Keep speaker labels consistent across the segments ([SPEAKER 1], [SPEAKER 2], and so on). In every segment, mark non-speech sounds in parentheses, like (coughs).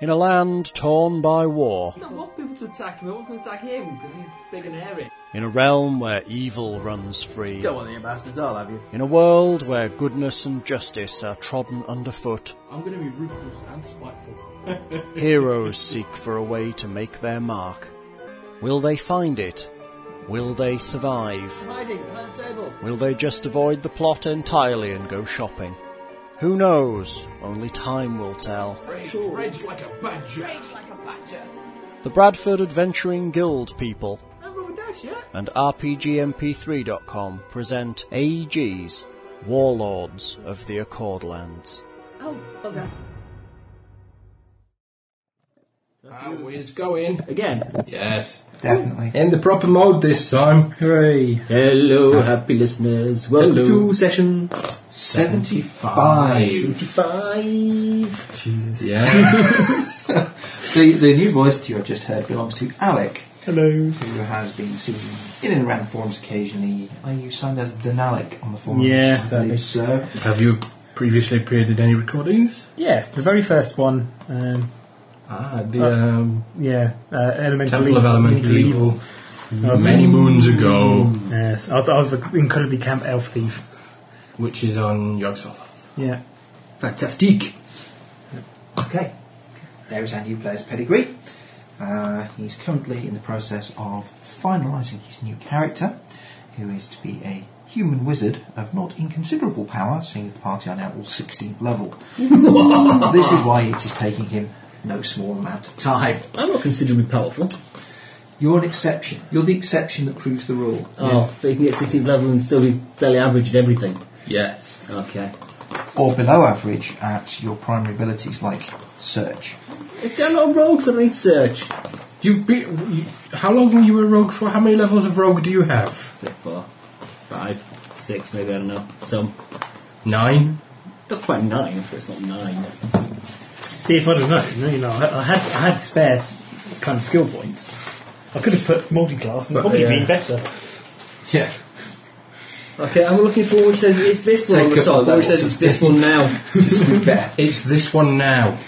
[SPEAKER 1] in a land torn by war,
[SPEAKER 2] I don't want people to attack him. I want people to attack him because he's big and hairy.
[SPEAKER 1] in a realm where evil runs free,
[SPEAKER 3] You don't want the ambassadors, I'll have you.
[SPEAKER 1] in a world where goodness and justice are trodden underfoot,
[SPEAKER 4] I'm going to be ruthless and spiteful.
[SPEAKER 1] heroes seek for a way to make their mark. Will they find it? Will they survive?
[SPEAKER 2] Hiding behind the table.
[SPEAKER 1] Will they just avoid the plot entirely and go shopping? Who knows? Only time will tell.
[SPEAKER 4] Rage, rage like a badger.
[SPEAKER 5] Rage like a badger.
[SPEAKER 1] The Bradford Adventuring Guild people
[SPEAKER 2] I'm Robin Dash, yeah?
[SPEAKER 1] and RPGMP3.com present AEG's Warlords of the Accordlands.
[SPEAKER 5] Oh, bugger.
[SPEAKER 4] Oh, it's going.
[SPEAKER 2] Again.
[SPEAKER 4] Yes.
[SPEAKER 3] Definitely.
[SPEAKER 4] In the proper mode this time. Hooray.
[SPEAKER 2] Hello, happy listeners. Welcome
[SPEAKER 4] Hello.
[SPEAKER 2] to session
[SPEAKER 3] 75.
[SPEAKER 2] 75.
[SPEAKER 3] Jesus.
[SPEAKER 2] (laughs)
[SPEAKER 4] Yeah.
[SPEAKER 3] The, the new voice you have just heard belongs to Alec,
[SPEAKER 6] Hello.
[SPEAKER 3] who has been seen in and around the forums occasionally. Are you signed as Danalic on the forums?
[SPEAKER 6] Yes,
[SPEAKER 3] I
[SPEAKER 6] I
[SPEAKER 3] believe
[SPEAKER 6] think-
[SPEAKER 3] so.
[SPEAKER 4] Have you previously appeared in any recordings?
[SPEAKER 6] Yes, the very first one. Um,
[SPEAKER 4] Ah, the um,
[SPEAKER 6] yeah, uh, Elemental
[SPEAKER 4] Temple
[SPEAKER 6] Evil.
[SPEAKER 4] of Elemental Evil. Many moons
[SPEAKER 2] Mm-hmm.
[SPEAKER 4] ago,
[SPEAKER 6] Yes, I was, I was an incredibly camp elf thief.
[SPEAKER 4] which is on Yogg-Sothoth.
[SPEAKER 6] Yeah.
[SPEAKER 2] Fantastic.
[SPEAKER 3] Okay. There is our new player's pedigree. Uh, he's currently in the process of finalising his new character, who is to be a human wizard of not inconsiderable power, seeing as the party are now all 16th level. this is why it is taking him no small amount of time.
[SPEAKER 2] I'm not considerably powerful.
[SPEAKER 3] You're an exception. You're the exception that proves the rule.
[SPEAKER 2] Oh, so you can get 16th level and still be fairly average at everything.
[SPEAKER 4] Yes.
[SPEAKER 2] Okay.
[SPEAKER 3] Or below average at your primary abilities like search.
[SPEAKER 2] If they're not wrong, so I need search.
[SPEAKER 4] You've been. You, how long were you a rogue for? How many levels of rogue do you have?
[SPEAKER 2] Three, four, five, six, maybe, I don't know. Some.
[SPEAKER 4] Nine.
[SPEAKER 2] Not quite nine, I'm sure it's not nine.
[SPEAKER 6] See, if I'd have known, you know, I, I had I had spare kind of skill points. I could have put multi-class and
[SPEAKER 4] But,
[SPEAKER 6] probably
[SPEAKER 4] yeah.
[SPEAKER 6] been better.
[SPEAKER 3] Yeah.
[SPEAKER 2] Okay, I'm looking for which says it's this one
[SPEAKER 3] Take
[SPEAKER 2] on the
[SPEAKER 3] up
[SPEAKER 2] top,
[SPEAKER 3] the
[SPEAKER 2] which says
[SPEAKER 3] levels.
[SPEAKER 2] it's this one now.
[SPEAKER 3] Just be better.
[SPEAKER 4] It's this one now.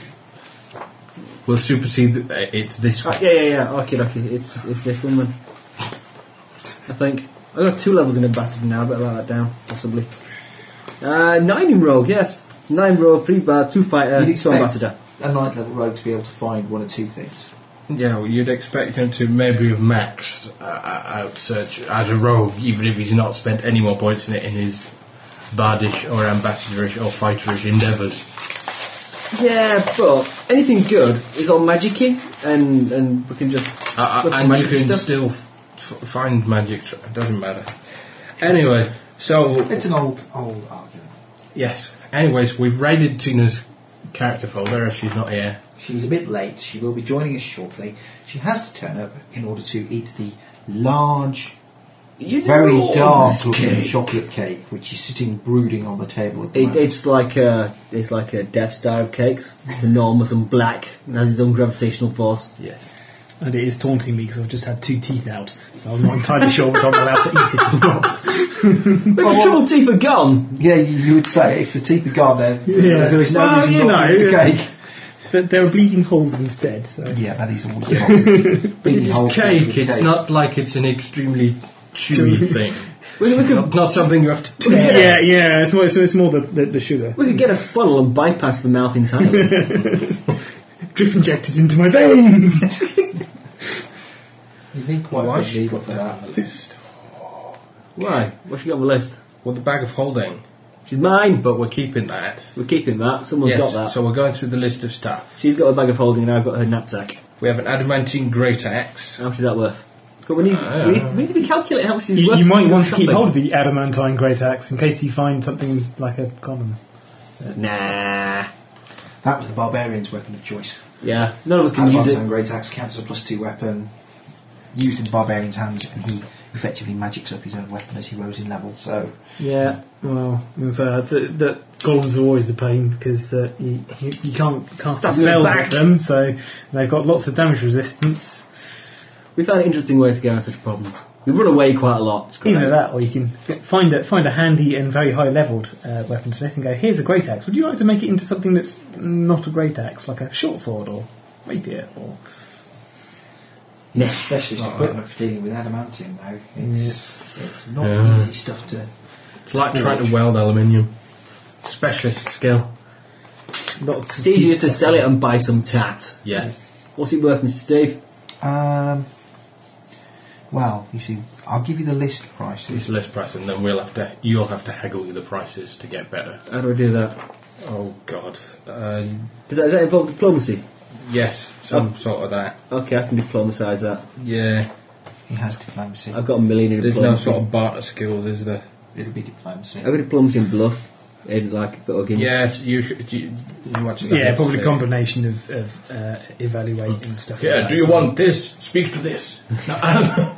[SPEAKER 4] We'll supersede. The, uh, it's this
[SPEAKER 2] Ah,
[SPEAKER 4] one.
[SPEAKER 2] yeah, yeah, yeah. Okay, okay. It's it's this one then. I think I got two levels in ambassador now. I better write that down, possibly. Uh, nine in rogue, yes. Nine rogue, three bar, two
[SPEAKER 6] Uh,
[SPEAKER 2] fighter,
[SPEAKER 3] You'd
[SPEAKER 2] two
[SPEAKER 3] expect
[SPEAKER 2] ambassador.
[SPEAKER 3] a ninth level rogue to be able to find one or two things.
[SPEAKER 4] Yeah, well, you'd expect him to maybe have maxed uh, out search as a rogue, even if he's not spent any more points in it in his bardish or ambassadorish or fighterish endeavours.
[SPEAKER 2] Yeah, but anything good is all magicy, and and we can just
[SPEAKER 4] Uh, uh,
[SPEAKER 2] look at
[SPEAKER 4] and you
[SPEAKER 2] magic
[SPEAKER 4] can
[SPEAKER 2] stuff.
[SPEAKER 4] still f- f- find magic. Tr- it doesn't matter. Anyway, so
[SPEAKER 3] It's an old, old argument.
[SPEAKER 4] yes. Anyways, we've raided Tina's character folder as she's not here.
[SPEAKER 3] She's a bit late. She will be joining us shortly. She has to turn up in order to eat the large, very dark looking chocolate cake, which is sitting brooding on the table. At the
[SPEAKER 2] It,
[SPEAKER 3] moment.
[SPEAKER 2] it's like a it's like a Death Star of cakes. It's enormous and black. And has its own gravitational force.
[SPEAKER 4] Yes.
[SPEAKER 6] And it is taunting me because I've just had two teeth out, so I'm not entirely sure whether I'm allowed to eat it or not.
[SPEAKER 2] But the trouble teeth are gone.
[SPEAKER 3] yeah, you, you would say if the teeth are gone, then
[SPEAKER 6] Yeah.
[SPEAKER 3] there is no
[SPEAKER 6] Well,
[SPEAKER 3] reason
[SPEAKER 6] you
[SPEAKER 3] not to
[SPEAKER 6] know,
[SPEAKER 3] eat the
[SPEAKER 6] yeah.
[SPEAKER 3] cake.
[SPEAKER 6] But there are bleeding holes instead, so...
[SPEAKER 3] Yeah, that is all. (laughs) Big
[SPEAKER 4] But it
[SPEAKER 3] whole
[SPEAKER 4] is
[SPEAKER 3] thing with
[SPEAKER 4] cake. It's not like it's an extremely chewy thing.
[SPEAKER 2] We, we could
[SPEAKER 4] Not, not something you have to tear.
[SPEAKER 6] Yeah, yeah, it's more, it's, it's more the, the, the sugar.
[SPEAKER 2] we could get a funnel and bypass the mouth entirely. (laughs)
[SPEAKER 6] Drip injected into my veins!
[SPEAKER 3] You need quite
[SPEAKER 4] Why
[SPEAKER 3] a big
[SPEAKER 4] should
[SPEAKER 3] needle for that.
[SPEAKER 2] Why? What's she got on the list?
[SPEAKER 4] Well, the bag of holding,
[SPEAKER 2] She's mine.
[SPEAKER 4] but we're keeping that.
[SPEAKER 2] We're keeping that. Someone's
[SPEAKER 4] yes,
[SPEAKER 2] got that.
[SPEAKER 4] so we're going through the list of stuff.
[SPEAKER 2] She's got a bag of holding, and I've got her knapsack.
[SPEAKER 4] We have an adamantine great axe.
[SPEAKER 2] How much is that worth? But we need,
[SPEAKER 4] Uh,
[SPEAKER 2] we, need we need to be calculating how much she's
[SPEAKER 6] You,
[SPEAKER 2] worth.
[SPEAKER 6] you
[SPEAKER 2] so we
[SPEAKER 6] might
[SPEAKER 2] can
[SPEAKER 6] want
[SPEAKER 2] go
[SPEAKER 6] to keep
[SPEAKER 2] shopping.
[SPEAKER 6] hold of the adamantine great axe in case you find something like a condom.
[SPEAKER 2] Nah.
[SPEAKER 3] That was the barbarian's weapon of choice.
[SPEAKER 2] Yeah. None of us can use
[SPEAKER 3] Advanced
[SPEAKER 2] it.
[SPEAKER 3] and great axe counts as a plus two weapon used in the barbarian's hands, and he effectively magics up his own weapon as he rose in level. So
[SPEAKER 6] Yeah, well, and so that, that golems are always the pain because uh, you, you, you can't cast
[SPEAKER 2] Stab them
[SPEAKER 6] spells
[SPEAKER 2] back.
[SPEAKER 6] at them, so they've got lots of damage resistance.
[SPEAKER 2] We found interesting ways to get around such problems. We run away quite a lot. It's great.
[SPEAKER 6] Either that, or you can get- find a find a handy and very high leveled uh, weaponsmith and go, "Here's a great axe. Would you like to make it into something that's not a great axe, like a short sword or rapier or
[SPEAKER 2] Nah.
[SPEAKER 3] Specialist
[SPEAKER 4] Not
[SPEAKER 3] equipment for dealing with adamantium, though. It's, it's not
[SPEAKER 4] Yeah.
[SPEAKER 3] easy stuff to.
[SPEAKER 4] It's like trying to weld aluminium. Specialist skill.
[SPEAKER 6] not.
[SPEAKER 2] It's easier just to sell it and buy some tat.
[SPEAKER 4] Yeah.
[SPEAKER 2] What's it worth, Mr. Steve?
[SPEAKER 3] Um, well, you see, I'll give you the list
[SPEAKER 4] It's
[SPEAKER 3] prices.
[SPEAKER 4] less price, and then we'll have to. You'll have to haggle the prices to get better.
[SPEAKER 2] How do I do that?
[SPEAKER 4] Oh God. Um,
[SPEAKER 2] Does that, does that involve diplomacy?
[SPEAKER 4] yes, some sort of that.
[SPEAKER 2] Okay, I can diplomatise that.
[SPEAKER 4] Yeah.
[SPEAKER 3] He has diplomacy.
[SPEAKER 2] I've got a million in
[SPEAKER 4] There's
[SPEAKER 2] diplomacy.
[SPEAKER 4] no sort of barter skills, is there?
[SPEAKER 3] It'll be diplomacy.
[SPEAKER 2] I've got diplomacy in bluff, in like the organs.
[SPEAKER 4] Yes, you should. You, you actually
[SPEAKER 6] Yeah,
[SPEAKER 4] have to
[SPEAKER 6] probably
[SPEAKER 4] say-
[SPEAKER 6] a combination of, of uh, evaluating stuff. like
[SPEAKER 4] Yeah.
[SPEAKER 6] that
[SPEAKER 4] Do
[SPEAKER 6] as
[SPEAKER 4] you
[SPEAKER 6] well.
[SPEAKER 4] want this? Speak to this. um,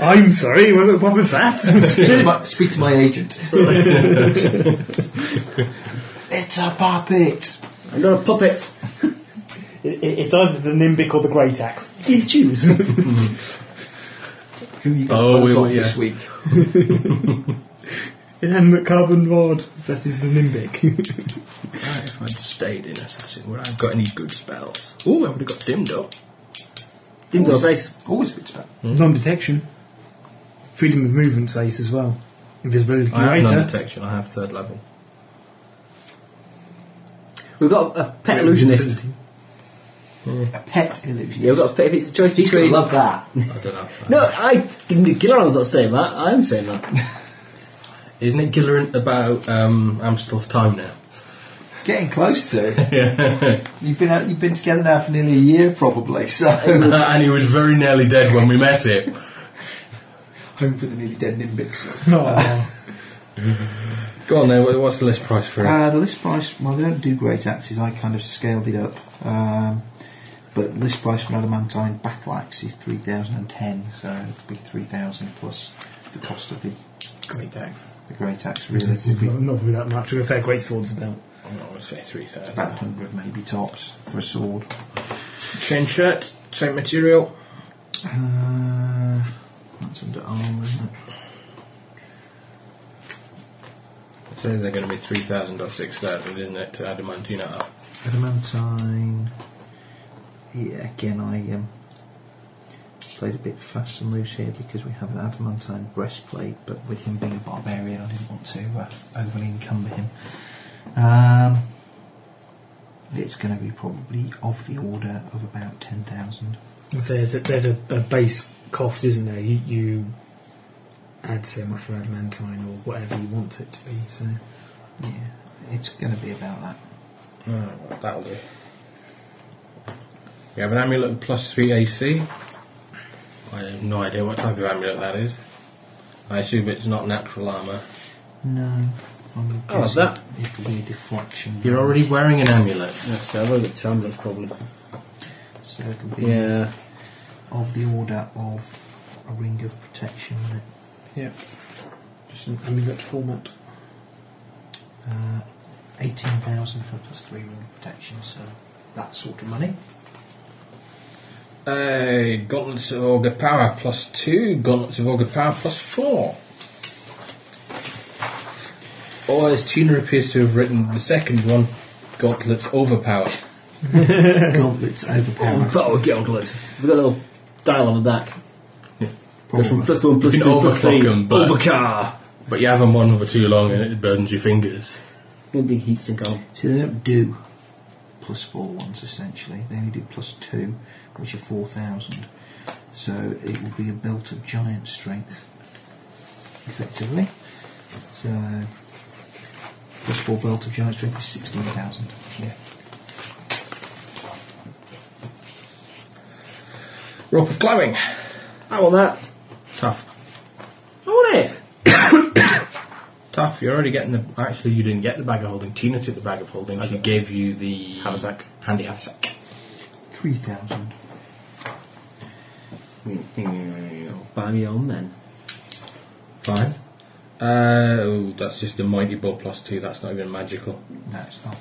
[SPEAKER 6] I'm sorry, what, what was that?
[SPEAKER 3] Speak to my, speak to my (laughs) agent. it's a puppet.
[SPEAKER 2] I'm not a puppet.
[SPEAKER 6] (laughs) It- it- it's either the Nimbic or the Great Axe. Please (laughs) choose.
[SPEAKER 3] Who are you
[SPEAKER 4] Oh,
[SPEAKER 3] going to
[SPEAKER 4] we
[SPEAKER 3] vote
[SPEAKER 4] will,
[SPEAKER 3] off this
[SPEAKER 4] yeah.
[SPEAKER 3] week?
[SPEAKER 6] Inanimate carbon rod. That is the Nimbic.
[SPEAKER 4] if I'd stayed in assassin, would I have got any good spells? Oh, I would have got dimmed up.
[SPEAKER 2] Didn't go face.
[SPEAKER 3] Always a good spell.
[SPEAKER 6] non detection. Freedom of movement says as well. Invisibility
[SPEAKER 4] I have
[SPEAKER 6] greater.
[SPEAKER 4] non-detection. I have third level.
[SPEAKER 2] We've got a pet
[SPEAKER 6] (laughs)
[SPEAKER 2] illusionist.
[SPEAKER 6] Invisibility.
[SPEAKER 3] A pet illusion.
[SPEAKER 2] Yeah, we've got a pet, if it's a choice
[SPEAKER 3] He's going
[SPEAKER 2] between.
[SPEAKER 3] to love that.
[SPEAKER 4] I don't know.
[SPEAKER 2] No, I. Gilleron's not saying that. I'm saying that.
[SPEAKER 4] Isn't it Gillerant about um, Amstel's time now? (laughs)
[SPEAKER 3] It's getting close to. You've been out, you've been together now for nearly a year, probably. So
[SPEAKER 4] and he was very nearly dead when we met it.
[SPEAKER 3] home for the nearly dead nimbics.
[SPEAKER 6] Oh,
[SPEAKER 4] Go on then. wha- What's the list price for it?
[SPEAKER 3] Uh, the list price. Well, they don't do great axes. I kind of scaled it up. Um, but the list price for an adamantine battle axe is three thousand and ten. So it'd be three thousand plus the cost of the,
[SPEAKER 6] great axe.
[SPEAKER 3] the great axe. Really, it'd
[SPEAKER 6] Not,
[SPEAKER 3] be
[SPEAKER 6] not really that much. I'm going to say a great sword's about.
[SPEAKER 4] I'm not going to say three thousand.
[SPEAKER 3] about hundred maybe tops for a sword.
[SPEAKER 4] Chain shirt, same material.
[SPEAKER 3] Uh, that's under armour, isn't it?
[SPEAKER 4] So they're going to be three thousand or six thousand, isn't it? To adamantine armor.
[SPEAKER 3] Adamantine. Yeah, again, I um, played a bit fast and loose here because we have an adamantine breastplate, but with him being a barbarian, I didn't want to uh, overly encumber him. Um, it's going to be probably of the order of about 10,000.
[SPEAKER 6] So there's a, there's a, a base cost, isn't there? You, you add so much for adamantine or whatever you want it to be. So
[SPEAKER 3] Yeah, it's going to be about that.
[SPEAKER 4] Oh, well, that'll do. We have an amulet of plus three AC. I have no idea what type of amulet that is. I assume it's not natural armor.
[SPEAKER 3] No, I'm
[SPEAKER 2] Oh,
[SPEAKER 3] guessing
[SPEAKER 2] that-
[SPEAKER 3] it'll be a deflection.
[SPEAKER 4] You're already wearing an amulet.
[SPEAKER 2] That's I've only got two amulets, probably.
[SPEAKER 3] So it'll be
[SPEAKER 2] Yeah.
[SPEAKER 3] of the order of a ring of protection. wouldn't it?
[SPEAKER 6] yeah, just an amulet format.
[SPEAKER 3] Uh, 18,000 for plus 3 ring protection, so that sort of
[SPEAKER 6] (laughs)
[SPEAKER 3] money.
[SPEAKER 4] Uh, gauntlets of Ogre Power plus two, Gauntlets of Ogre Power plus four. Or as Tina appears to have written the second one, Gauntlets Overpower.
[SPEAKER 3] Gauntlets overpower.
[SPEAKER 2] Oh, Gilglets. We've got a little dial on the back. Goes from plus one, plus
[SPEAKER 4] You
[SPEAKER 2] two,
[SPEAKER 4] can
[SPEAKER 2] plus
[SPEAKER 4] overclock
[SPEAKER 2] three.
[SPEAKER 4] 'em, but-
[SPEAKER 2] Overcar!
[SPEAKER 4] But you haven't one for too long and it burdens your fingers.
[SPEAKER 2] No big heat sink on.
[SPEAKER 3] So they don't do plus 4 ones essentially, they only do plus 2, which are 4,000. So it will be a built of giant strength, effectively. So plus 4 built of giant strength is 16,000.
[SPEAKER 4] Yeah. Rope of Climbing.
[SPEAKER 2] I want that.
[SPEAKER 4] Tough.
[SPEAKER 2] I want Oh, it.
[SPEAKER 4] Tough. You're already getting the. Actually, you didn't get the bag of holding. Tina took the bag of holding. She gave you the.
[SPEAKER 1] Haversack.
[SPEAKER 4] Handy haversack.
[SPEAKER 3] 3,000.
[SPEAKER 4] Mm,
[SPEAKER 2] Buy me on then.
[SPEAKER 4] Fine. Uh, oh, that's just a mighty bow plus two. That's not even magical.
[SPEAKER 3] No, it's not.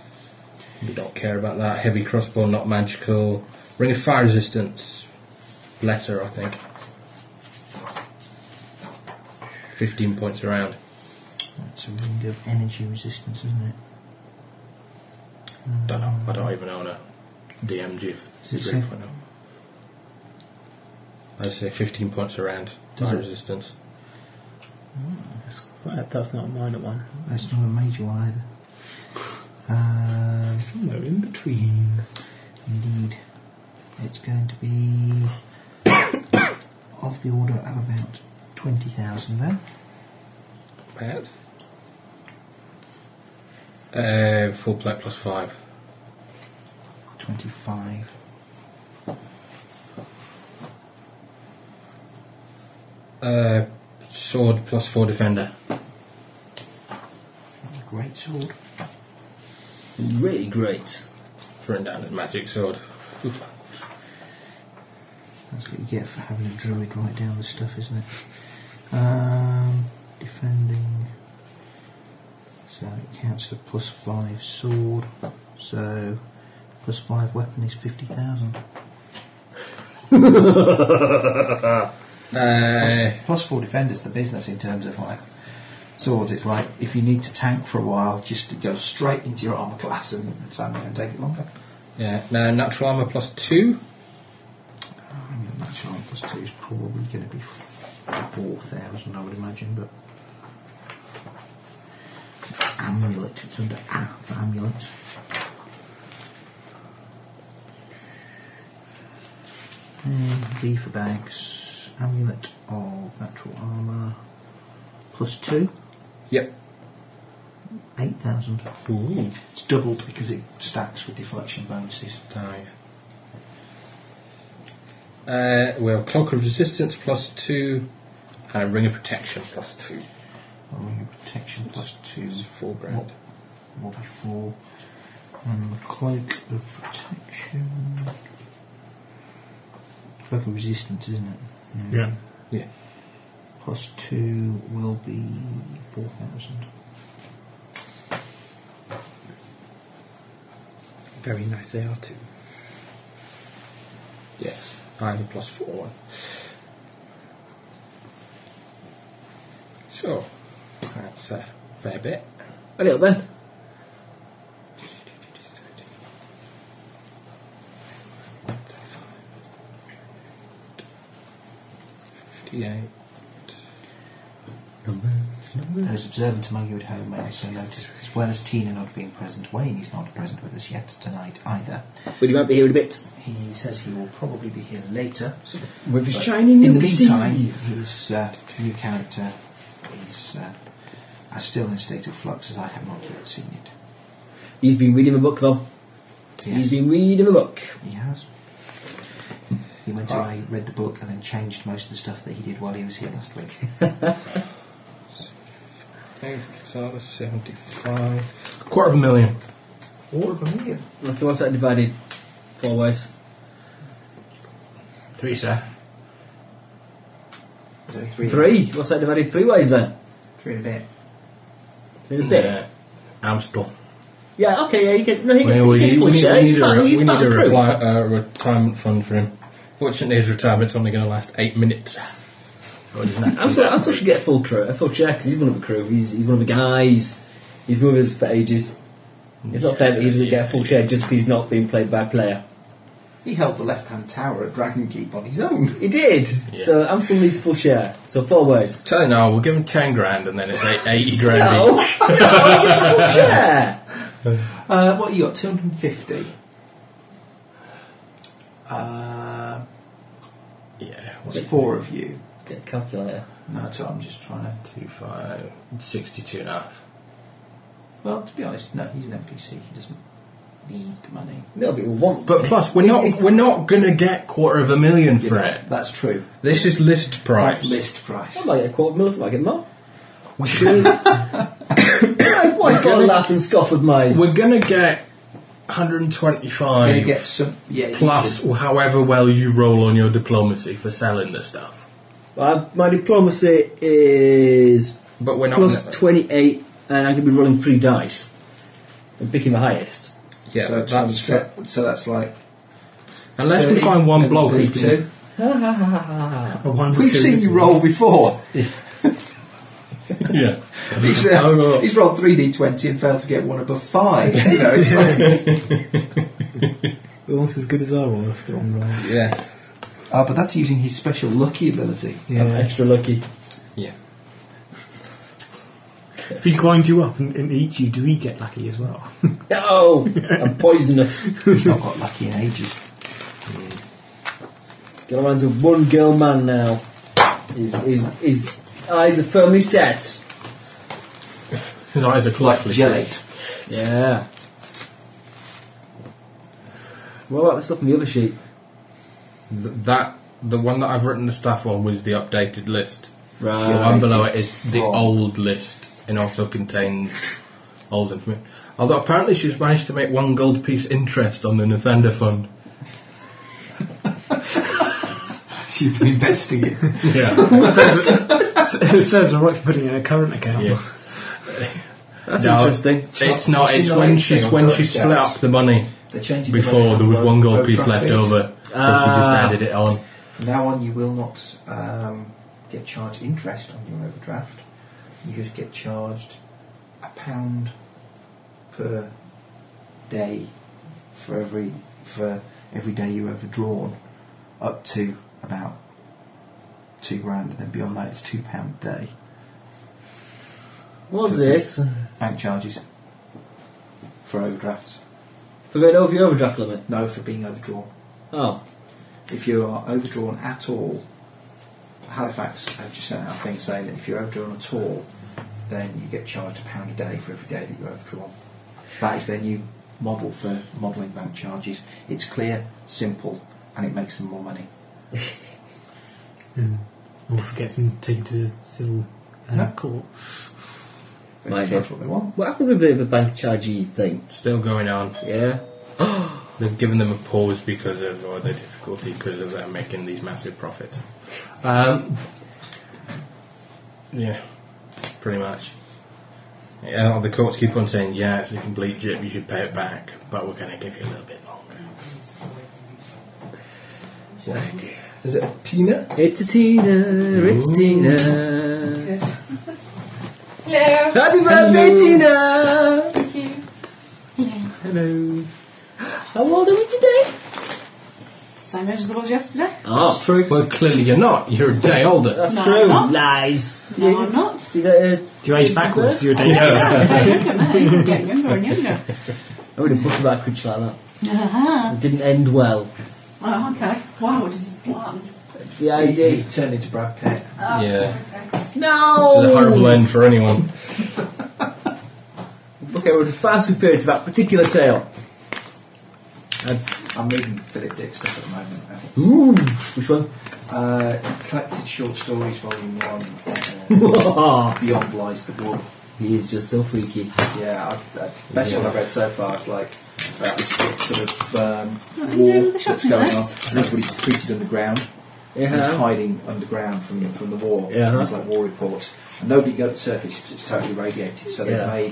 [SPEAKER 4] We don't care about that. Heavy crossbow, not magical. Ring of fire resistance. Letter, I think. Fifteen points around.
[SPEAKER 3] It's a ring of energy resistance, isn't it?
[SPEAKER 4] Don't know. I don't even own her. DMG for
[SPEAKER 3] Did Um,
[SPEAKER 4] 3.0.
[SPEAKER 3] it say?
[SPEAKER 4] I'd say 15 points around
[SPEAKER 3] Does
[SPEAKER 4] fire
[SPEAKER 3] it?
[SPEAKER 4] resistance.
[SPEAKER 6] That's, quite- that's not a minor one.
[SPEAKER 3] That's not a major one either. Um,
[SPEAKER 6] Somewhere in between.
[SPEAKER 3] Indeed. It's going to be of the order of about 20,000 then.
[SPEAKER 4] Bad. Uh, full plate plus 5.
[SPEAKER 3] 25.
[SPEAKER 4] Uh, sword plus 4 defender.
[SPEAKER 3] Great sword.
[SPEAKER 2] Really great.
[SPEAKER 4] Thrown down as magic sword.
[SPEAKER 3] That's what you get for having a druid write down the stuff, isn't it? Um, defending. So it counts to plus 5 sword. So plus 5 weapon is 50,000.
[SPEAKER 4] Uh,
[SPEAKER 3] Plus- plus four defenders the business in terms of like swords. It's like if you need to tank for a while, just go straight into your armor class and stand there and take it longer.
[SPEAKER 4] yeah, now natural armour plus 2.
[SPEAKER 3] I mean, natural armor plus two is probably going to be four thousand, I would imagine. But amulet, it's under A for amulet. And D for bags. Amulet of natural armor plus two.
[SPEAKER 4] Yep.
[SPEAKER 3] 8,000.
[SPEAKER 4] Ooh.
[SPEAKER 3] It's doubled because it stacks with deflection bonuses.
[SPEAKER 4] Die. Uh, well, cloak of resistance plus 2. And ring of protection plus 2.
[SPEAKER 3] I'll ring of protection plus two.
[SPEAKER 4] It's 4 grand.
[SPEAKER 3] Will be four. And Um, cloak of protection. Cloak of resistance, isn't it? Um,
[SPEAKER 6] Yeah.
[SPEAKER 4] Yeah.
[SPEAKER 3] Plus two will be 4,000.
[SPEAKER 6] Very nice they are too.
[SPEAKER 4] Yes, I have a plus four one. So, that's a fair bit.
[SPEAKER 2] A little bit.
[SPEAKER 4] Fifty-eight.
[SPEAKER 3] Those observant among you at home may also notice, as well as Tina not being present, Wayne is not present with us yet tonight either.
[SPEAKER 2] But you might be here in a bit.
[SPEAKER 3] He says he will probably be here later.
[SPEAKER 2] With
[SPEAKER 3] But in the meantime, his uh, new character is uh, are still in a state of flux as I have not yet seen it.
[SPEAKER 2] He's been reading the book though. He's
[SPEAKER 3] Yes,
[SPEAKER 2] been reading the book.
[SPEAKER 3] he has. He went away, read the book, and then changed most of the stuff that he did while he was here last (laughs) week.
[SPEAKER 4] It's another seventy-five. Quarter of a million.
[SPEAKER 3] Quarter of a million.
[SPEAKER 2] Okay, what's that divided? Four ways.
[SPEAKER 4] Three, sir.
[SPEAKER 3] Is that three?
[SPEAKER 2] Three. What's that divided three ways then?
[SPEAKER 3] Three and a bit.
[SPEAKER 2] Three and a bit.
[SPEAKER 4] Amstel.
[SPEAKER 2] Yeah, okay, yeah, you get, no, he gets, he
[SPEAKER 4] Well, we,
[SPEAKER 2] gets
[SPEAKER 4] need,
[SPEAKER 2] full
[SPEAKER 4] we, need,
[SPEAKER 2] share.
[SPEAKER 4] we
[SPEAKER 2] He's
[SPEAKER 4] need a,
[SPEAKER 2] part,
[SPEAKER 4] re-
[SPEAKER 2] he's
[SPEAKER 4] we
[SPEAKER 2] part
[SPEAKER 4] need a
[SPEAKER 2] of the crew.
[SPEAKER 4] repli- uh, retirement fund for him. Fortunately, his retirement's only going to last eight minutes. Or isn't that-
[SPEAKER 2] I'm sorry, I thought she'd get a full crew, a full share, because he's one of the crew. He's, he's one of the guys. He's been with us for ages. It's not fair that he doesn't get a full share just 'cause he's not being played by a player.
[SPEAKER 3] He held the left hand tower at Dragon Keep on his own.
[SPEAKER 2] He did.
[SPEAKER 4] Yeah.
[SPEAKER 2] So Amstel needs a full share. So four ways.
[SPEAKER 4] Tell you now, we'll give him ten grand and then it's eight, eighty grand
[SPEAKER 2] No, no,
[SPEAKER 4] each.
[SPEAKER 2] (laughs) he gets a full share.
[SPEAKER 3] Uh, what you got? 250. Uh,
[SPEAKER 4] Yeah,
[SPEAKER 3] it's four of you.
[SPEAKER 2] Get a calculator.
[SPEAKER 3] No, so I'm just trying to.
[SPEAKER 4] two five sixty-two and a half.
[SPEAKER 3] Well, to be honest, no, he's an NPC. He doesn't need the money.
[SPEAKER 2] No, but we want.
[SPEAKER 4] But plus, we're not
[SPEAKER 2] It's-
[SPEAKER 4] we're not gonna get quarter of a million for it.
[SPEAKER 3] That's true.
[SPEAKER 4] This is list price.
[SPEAKER 3] That's list price.
[SPEAKER 2] I might get a quarter of a million, I might get more.
[SPEAKER 4] We (laughs) should-
[SPEAKER 2] I want to
[SPEAKER 4] gonna-
[SPEAKER 2] laugh and scoff with my.
[SPEAKER 4] we're gonna get
[SPEAKER 3] You're
[SPEAKER 4] 125
[SPEAKER 3] gonna get some. Yeah. you
[SPEAKER 4] plus
[SPEAKER 3] should.
[SPEAKER 4] however well you roll on your diplomacy for selling the stuff.
[SPEAKER 2] Uh, my diplomacy is
[SPEAKER 4] But we're not.
[SPEAKER 2] plus
[SPEAKER 4] gonna-
[SPEAKER 2] 28, and I'm going to be rolling three dice and picking the highest.
[SPEAKER 4] yeah,
[SPEAKER 3] so,
[SPEAKER 4] but that's
[SPEAKER 3] so, so that's like.
[SPEAKER 4] unless we
[SPEAKER 3] 30
[SPEAKER 4] find one
[SPEAKER 3] and
[SPEAKER 4] bloke who's been-
[SPEAKER 3] 32.
[SPEAKER 6] A one
[SPEAKER 3] We've
[SPEAKER 6] two
[SPEAKER 3] seen
[SPEAKER 6] is-
[SPEAKER 3] you roll before.
[SPEAKER 4] Yeah.
[SPEAKER 3] He's,
[SPEAKER 4] Oh,
[SPEAKER 3] uh,
[SPEAKER 4] well.
[SPEAKER 3] he's
[SPEAKER 4] (laughs)
[SPEAKER 3] rolled three d twenty and failed to get one above five. You know, it's like
[SPEAKER 6] almost as good as I was. if they're on roll.
[SPEAKER 4] Yeah.
[SPEAKER 3] Uh, but that's using his special lucky ability.
[SPEAKER 2] I'm extra lucky.
[SPEAKER 4] Yeah.
[SPEAKER 6] If he grinds you up and, and eats you, do we get lucky as well? (laughs)
[SPEAKER 2] No! I'm poisonous.
[SPEAKER 3] He's not got lucky in ages.
[SPEAKER 2] Galaman's a one girl man now. His, his, his eyes are firmly set.
[SPEAKER 4] His eyes are
[SPEAKER 3] Like
[SPEAKER 4] closely
[SPEAKER 3] jelly.
[SPEAKER 4] shut.
[SPEAKER 2] Yeah. What about the stuff on the other sheet?
[SPEAKER 4] Th- That the one that I've written the stuff on was the updated list.
[SPEAKER 2] Right.
[SPEAKER 4] The one below it is the
[SPEAKER 3] Uh, From-
[SPEAKER 4] old list and also contains old information. Although apparently she's managed to make one gold piece interest on the Nathanda fund.
[SPEAKER 3] (laughs) She's been investing it.
[SPEAKER 4] Yeah.
[SPEAKER 6] it says we're right for putting it in a current account.
[SPEAKER 4] yeah.
[SPEAKER 2] That's
[SPEAKER 4] No,
[SPEAKER 2] interesting.
[SPEAKER 4] It's not.
[SPEAKER 3] She's
[SPEAKER 4] It's
[SPEAKER 3] not
[SPEAKER 4] when
[SPEAKER 3] like
[SPEAKER 4] she's
[SPEAKER 3] saying
[SPEAKER 4] when
[SPEAKER 3] on
[SPEAKER 4] she
[SPEAKER 3] current
[SPEAKER 4] split
[SPEAKER 3] accounts.
[SPEAKER 4] up the money
[SPEAKER 3] They're changing the way
[SPEAKER 4] before.
[SPEAKER 3] they
[SPEAKER 4] There was
[SPEAKER 3] upload
[SPEAKER 4] one gold piece left
[SPEAKER 3] photographs.
[SPEAKER 4] over, so she just
[SPEAKER 3] Uh,
[SPEAKER 2] Ah.
[SPEAKER 4] added it on.
[SPEAKER 3] From now on, you will not um, get charged interest on your overdraft. You just get charged a pound per day for every for every day you overdrawn, up to about two grand, and then beyond that, it's two pound a day.
[SPEAKER 2] What's this?
[SPEAKER 3] Bank charges for overdrafts.
[SPEAKER 2] For going over your overdraft limit?
[SPEAKER 3] No, for being overdrawn.
[SPEAKER 2] Oh.
[SPEAKER 3] If you are overdrawn at all, Halifax have just sent out a thing saying that if you're overdrawn at all, then you get charged a pound a day for every day that you're overdrawn. That is their new model for modelling bank charges. It's clear, simple, and it makes them more money.
[SPEAKER 6] Mm. Also gets them taken to the civil uh,
[SPEAKER 3] No.
[SPEAKER 6] court.
[SPEAKER 3] They can
[SPEAKER 2] Right.
[SPEAKER 3] charge what they want.
[SPEAKER 2] What happened with the, the bank chargey thing?
[SPEAKER 4] Still going on.
[SPEAKER 2] Yeah.
[SPEAKER 4] (gasps) They've given them a pause because of all the difficulty because of them making these massive profits. Um, yeah, pretty much. Yeah, the courts keep on saying, yeah, it's a complete jip, you should pay it back, but we're going to give you a little bit longer.
[SPEAKER 3] Is it a peanut?
[SPEAKER 2] It's a Tina, it's Tina.
[SPEAKER 5] Hello.
[SPEAKER 2] Happy birthday, Tina!
[SPEAKER 5] Thank you.
[SPEAKER 6] Hello.
[SPEAKER 2] How old are we today?
[SPEAKER 5] Same age as I was yesterday.
[SPEAKER 2] Oh,
[SPEAKER 4] True. Well, clearly you're not. You're a day older.
[SPEAKER 2] that's
[SPEAKER 5] No,
[SPEAKER 2] true.
[SPEAKER 5] I'm not.
[SPEAKER 2] Lies.
[SPEAKER 5] No, I'm not.
[SPEAKER 2] Do you get a,
[SPEAKER 6] Do you age backwards? You're a day
[SPEAKER 5] I'm getting younger, mate. I'm getting younger and younger.
[SPEAKER 2] I read a book about Critch like that.
[SPEAKER 5] Uh-huh.
[SPEAKER 2] It didn't end well.
[SPEAKER 5] Oh, okay. Wow, what did you want?
[SPEAKER 2] The
[SPEAKER 3] He,
[SPEAKER 2] idea.
[SPEAKER 3] he turned into Brad Pitt.
[SPEAKER 4] Yeah.
[SPEAKER 2] No!
[SPEAKER 4] It's a horrible end for anyone.
[SPEAKER 2] Okay, we're far superior to that particular tale.
[SPEAKER 3] I'm reading Philip Dick stuff at the moment. and it's-
[SPEAKER 2] Ooh, which one? (laughs)
[SPEAKER 3] Uh, collected short stories, volume one.
[SPEAKER 6] (laughs)
[SPEAKER 3] uh, Beyond lies the wall.
[SPEAKER 2] He is just so freaky.
[SPEAKER 3] Yeah, I, I, best one I've read so far is like about this sort of um,
[SPEAKER 5] Oh, you doing
[SPEAKER 3] war
[SPEAKER 5] with the
[SPEAKER 3] that's
[SPEAKER 5] shopping
[SPEAKER 3] going on,
[SPEAKER 5] list?
[SPEAKER 3] and everybody's treated underground. And he's hiding underground from from the war.
[SPEAKER 2] Yeah.
[SPEAKER 3] There's like war reports, and nobody can go to the surface because it's totally radiated. So they
[SPEAKER 2] Yeah.
[SPEAKER 3] made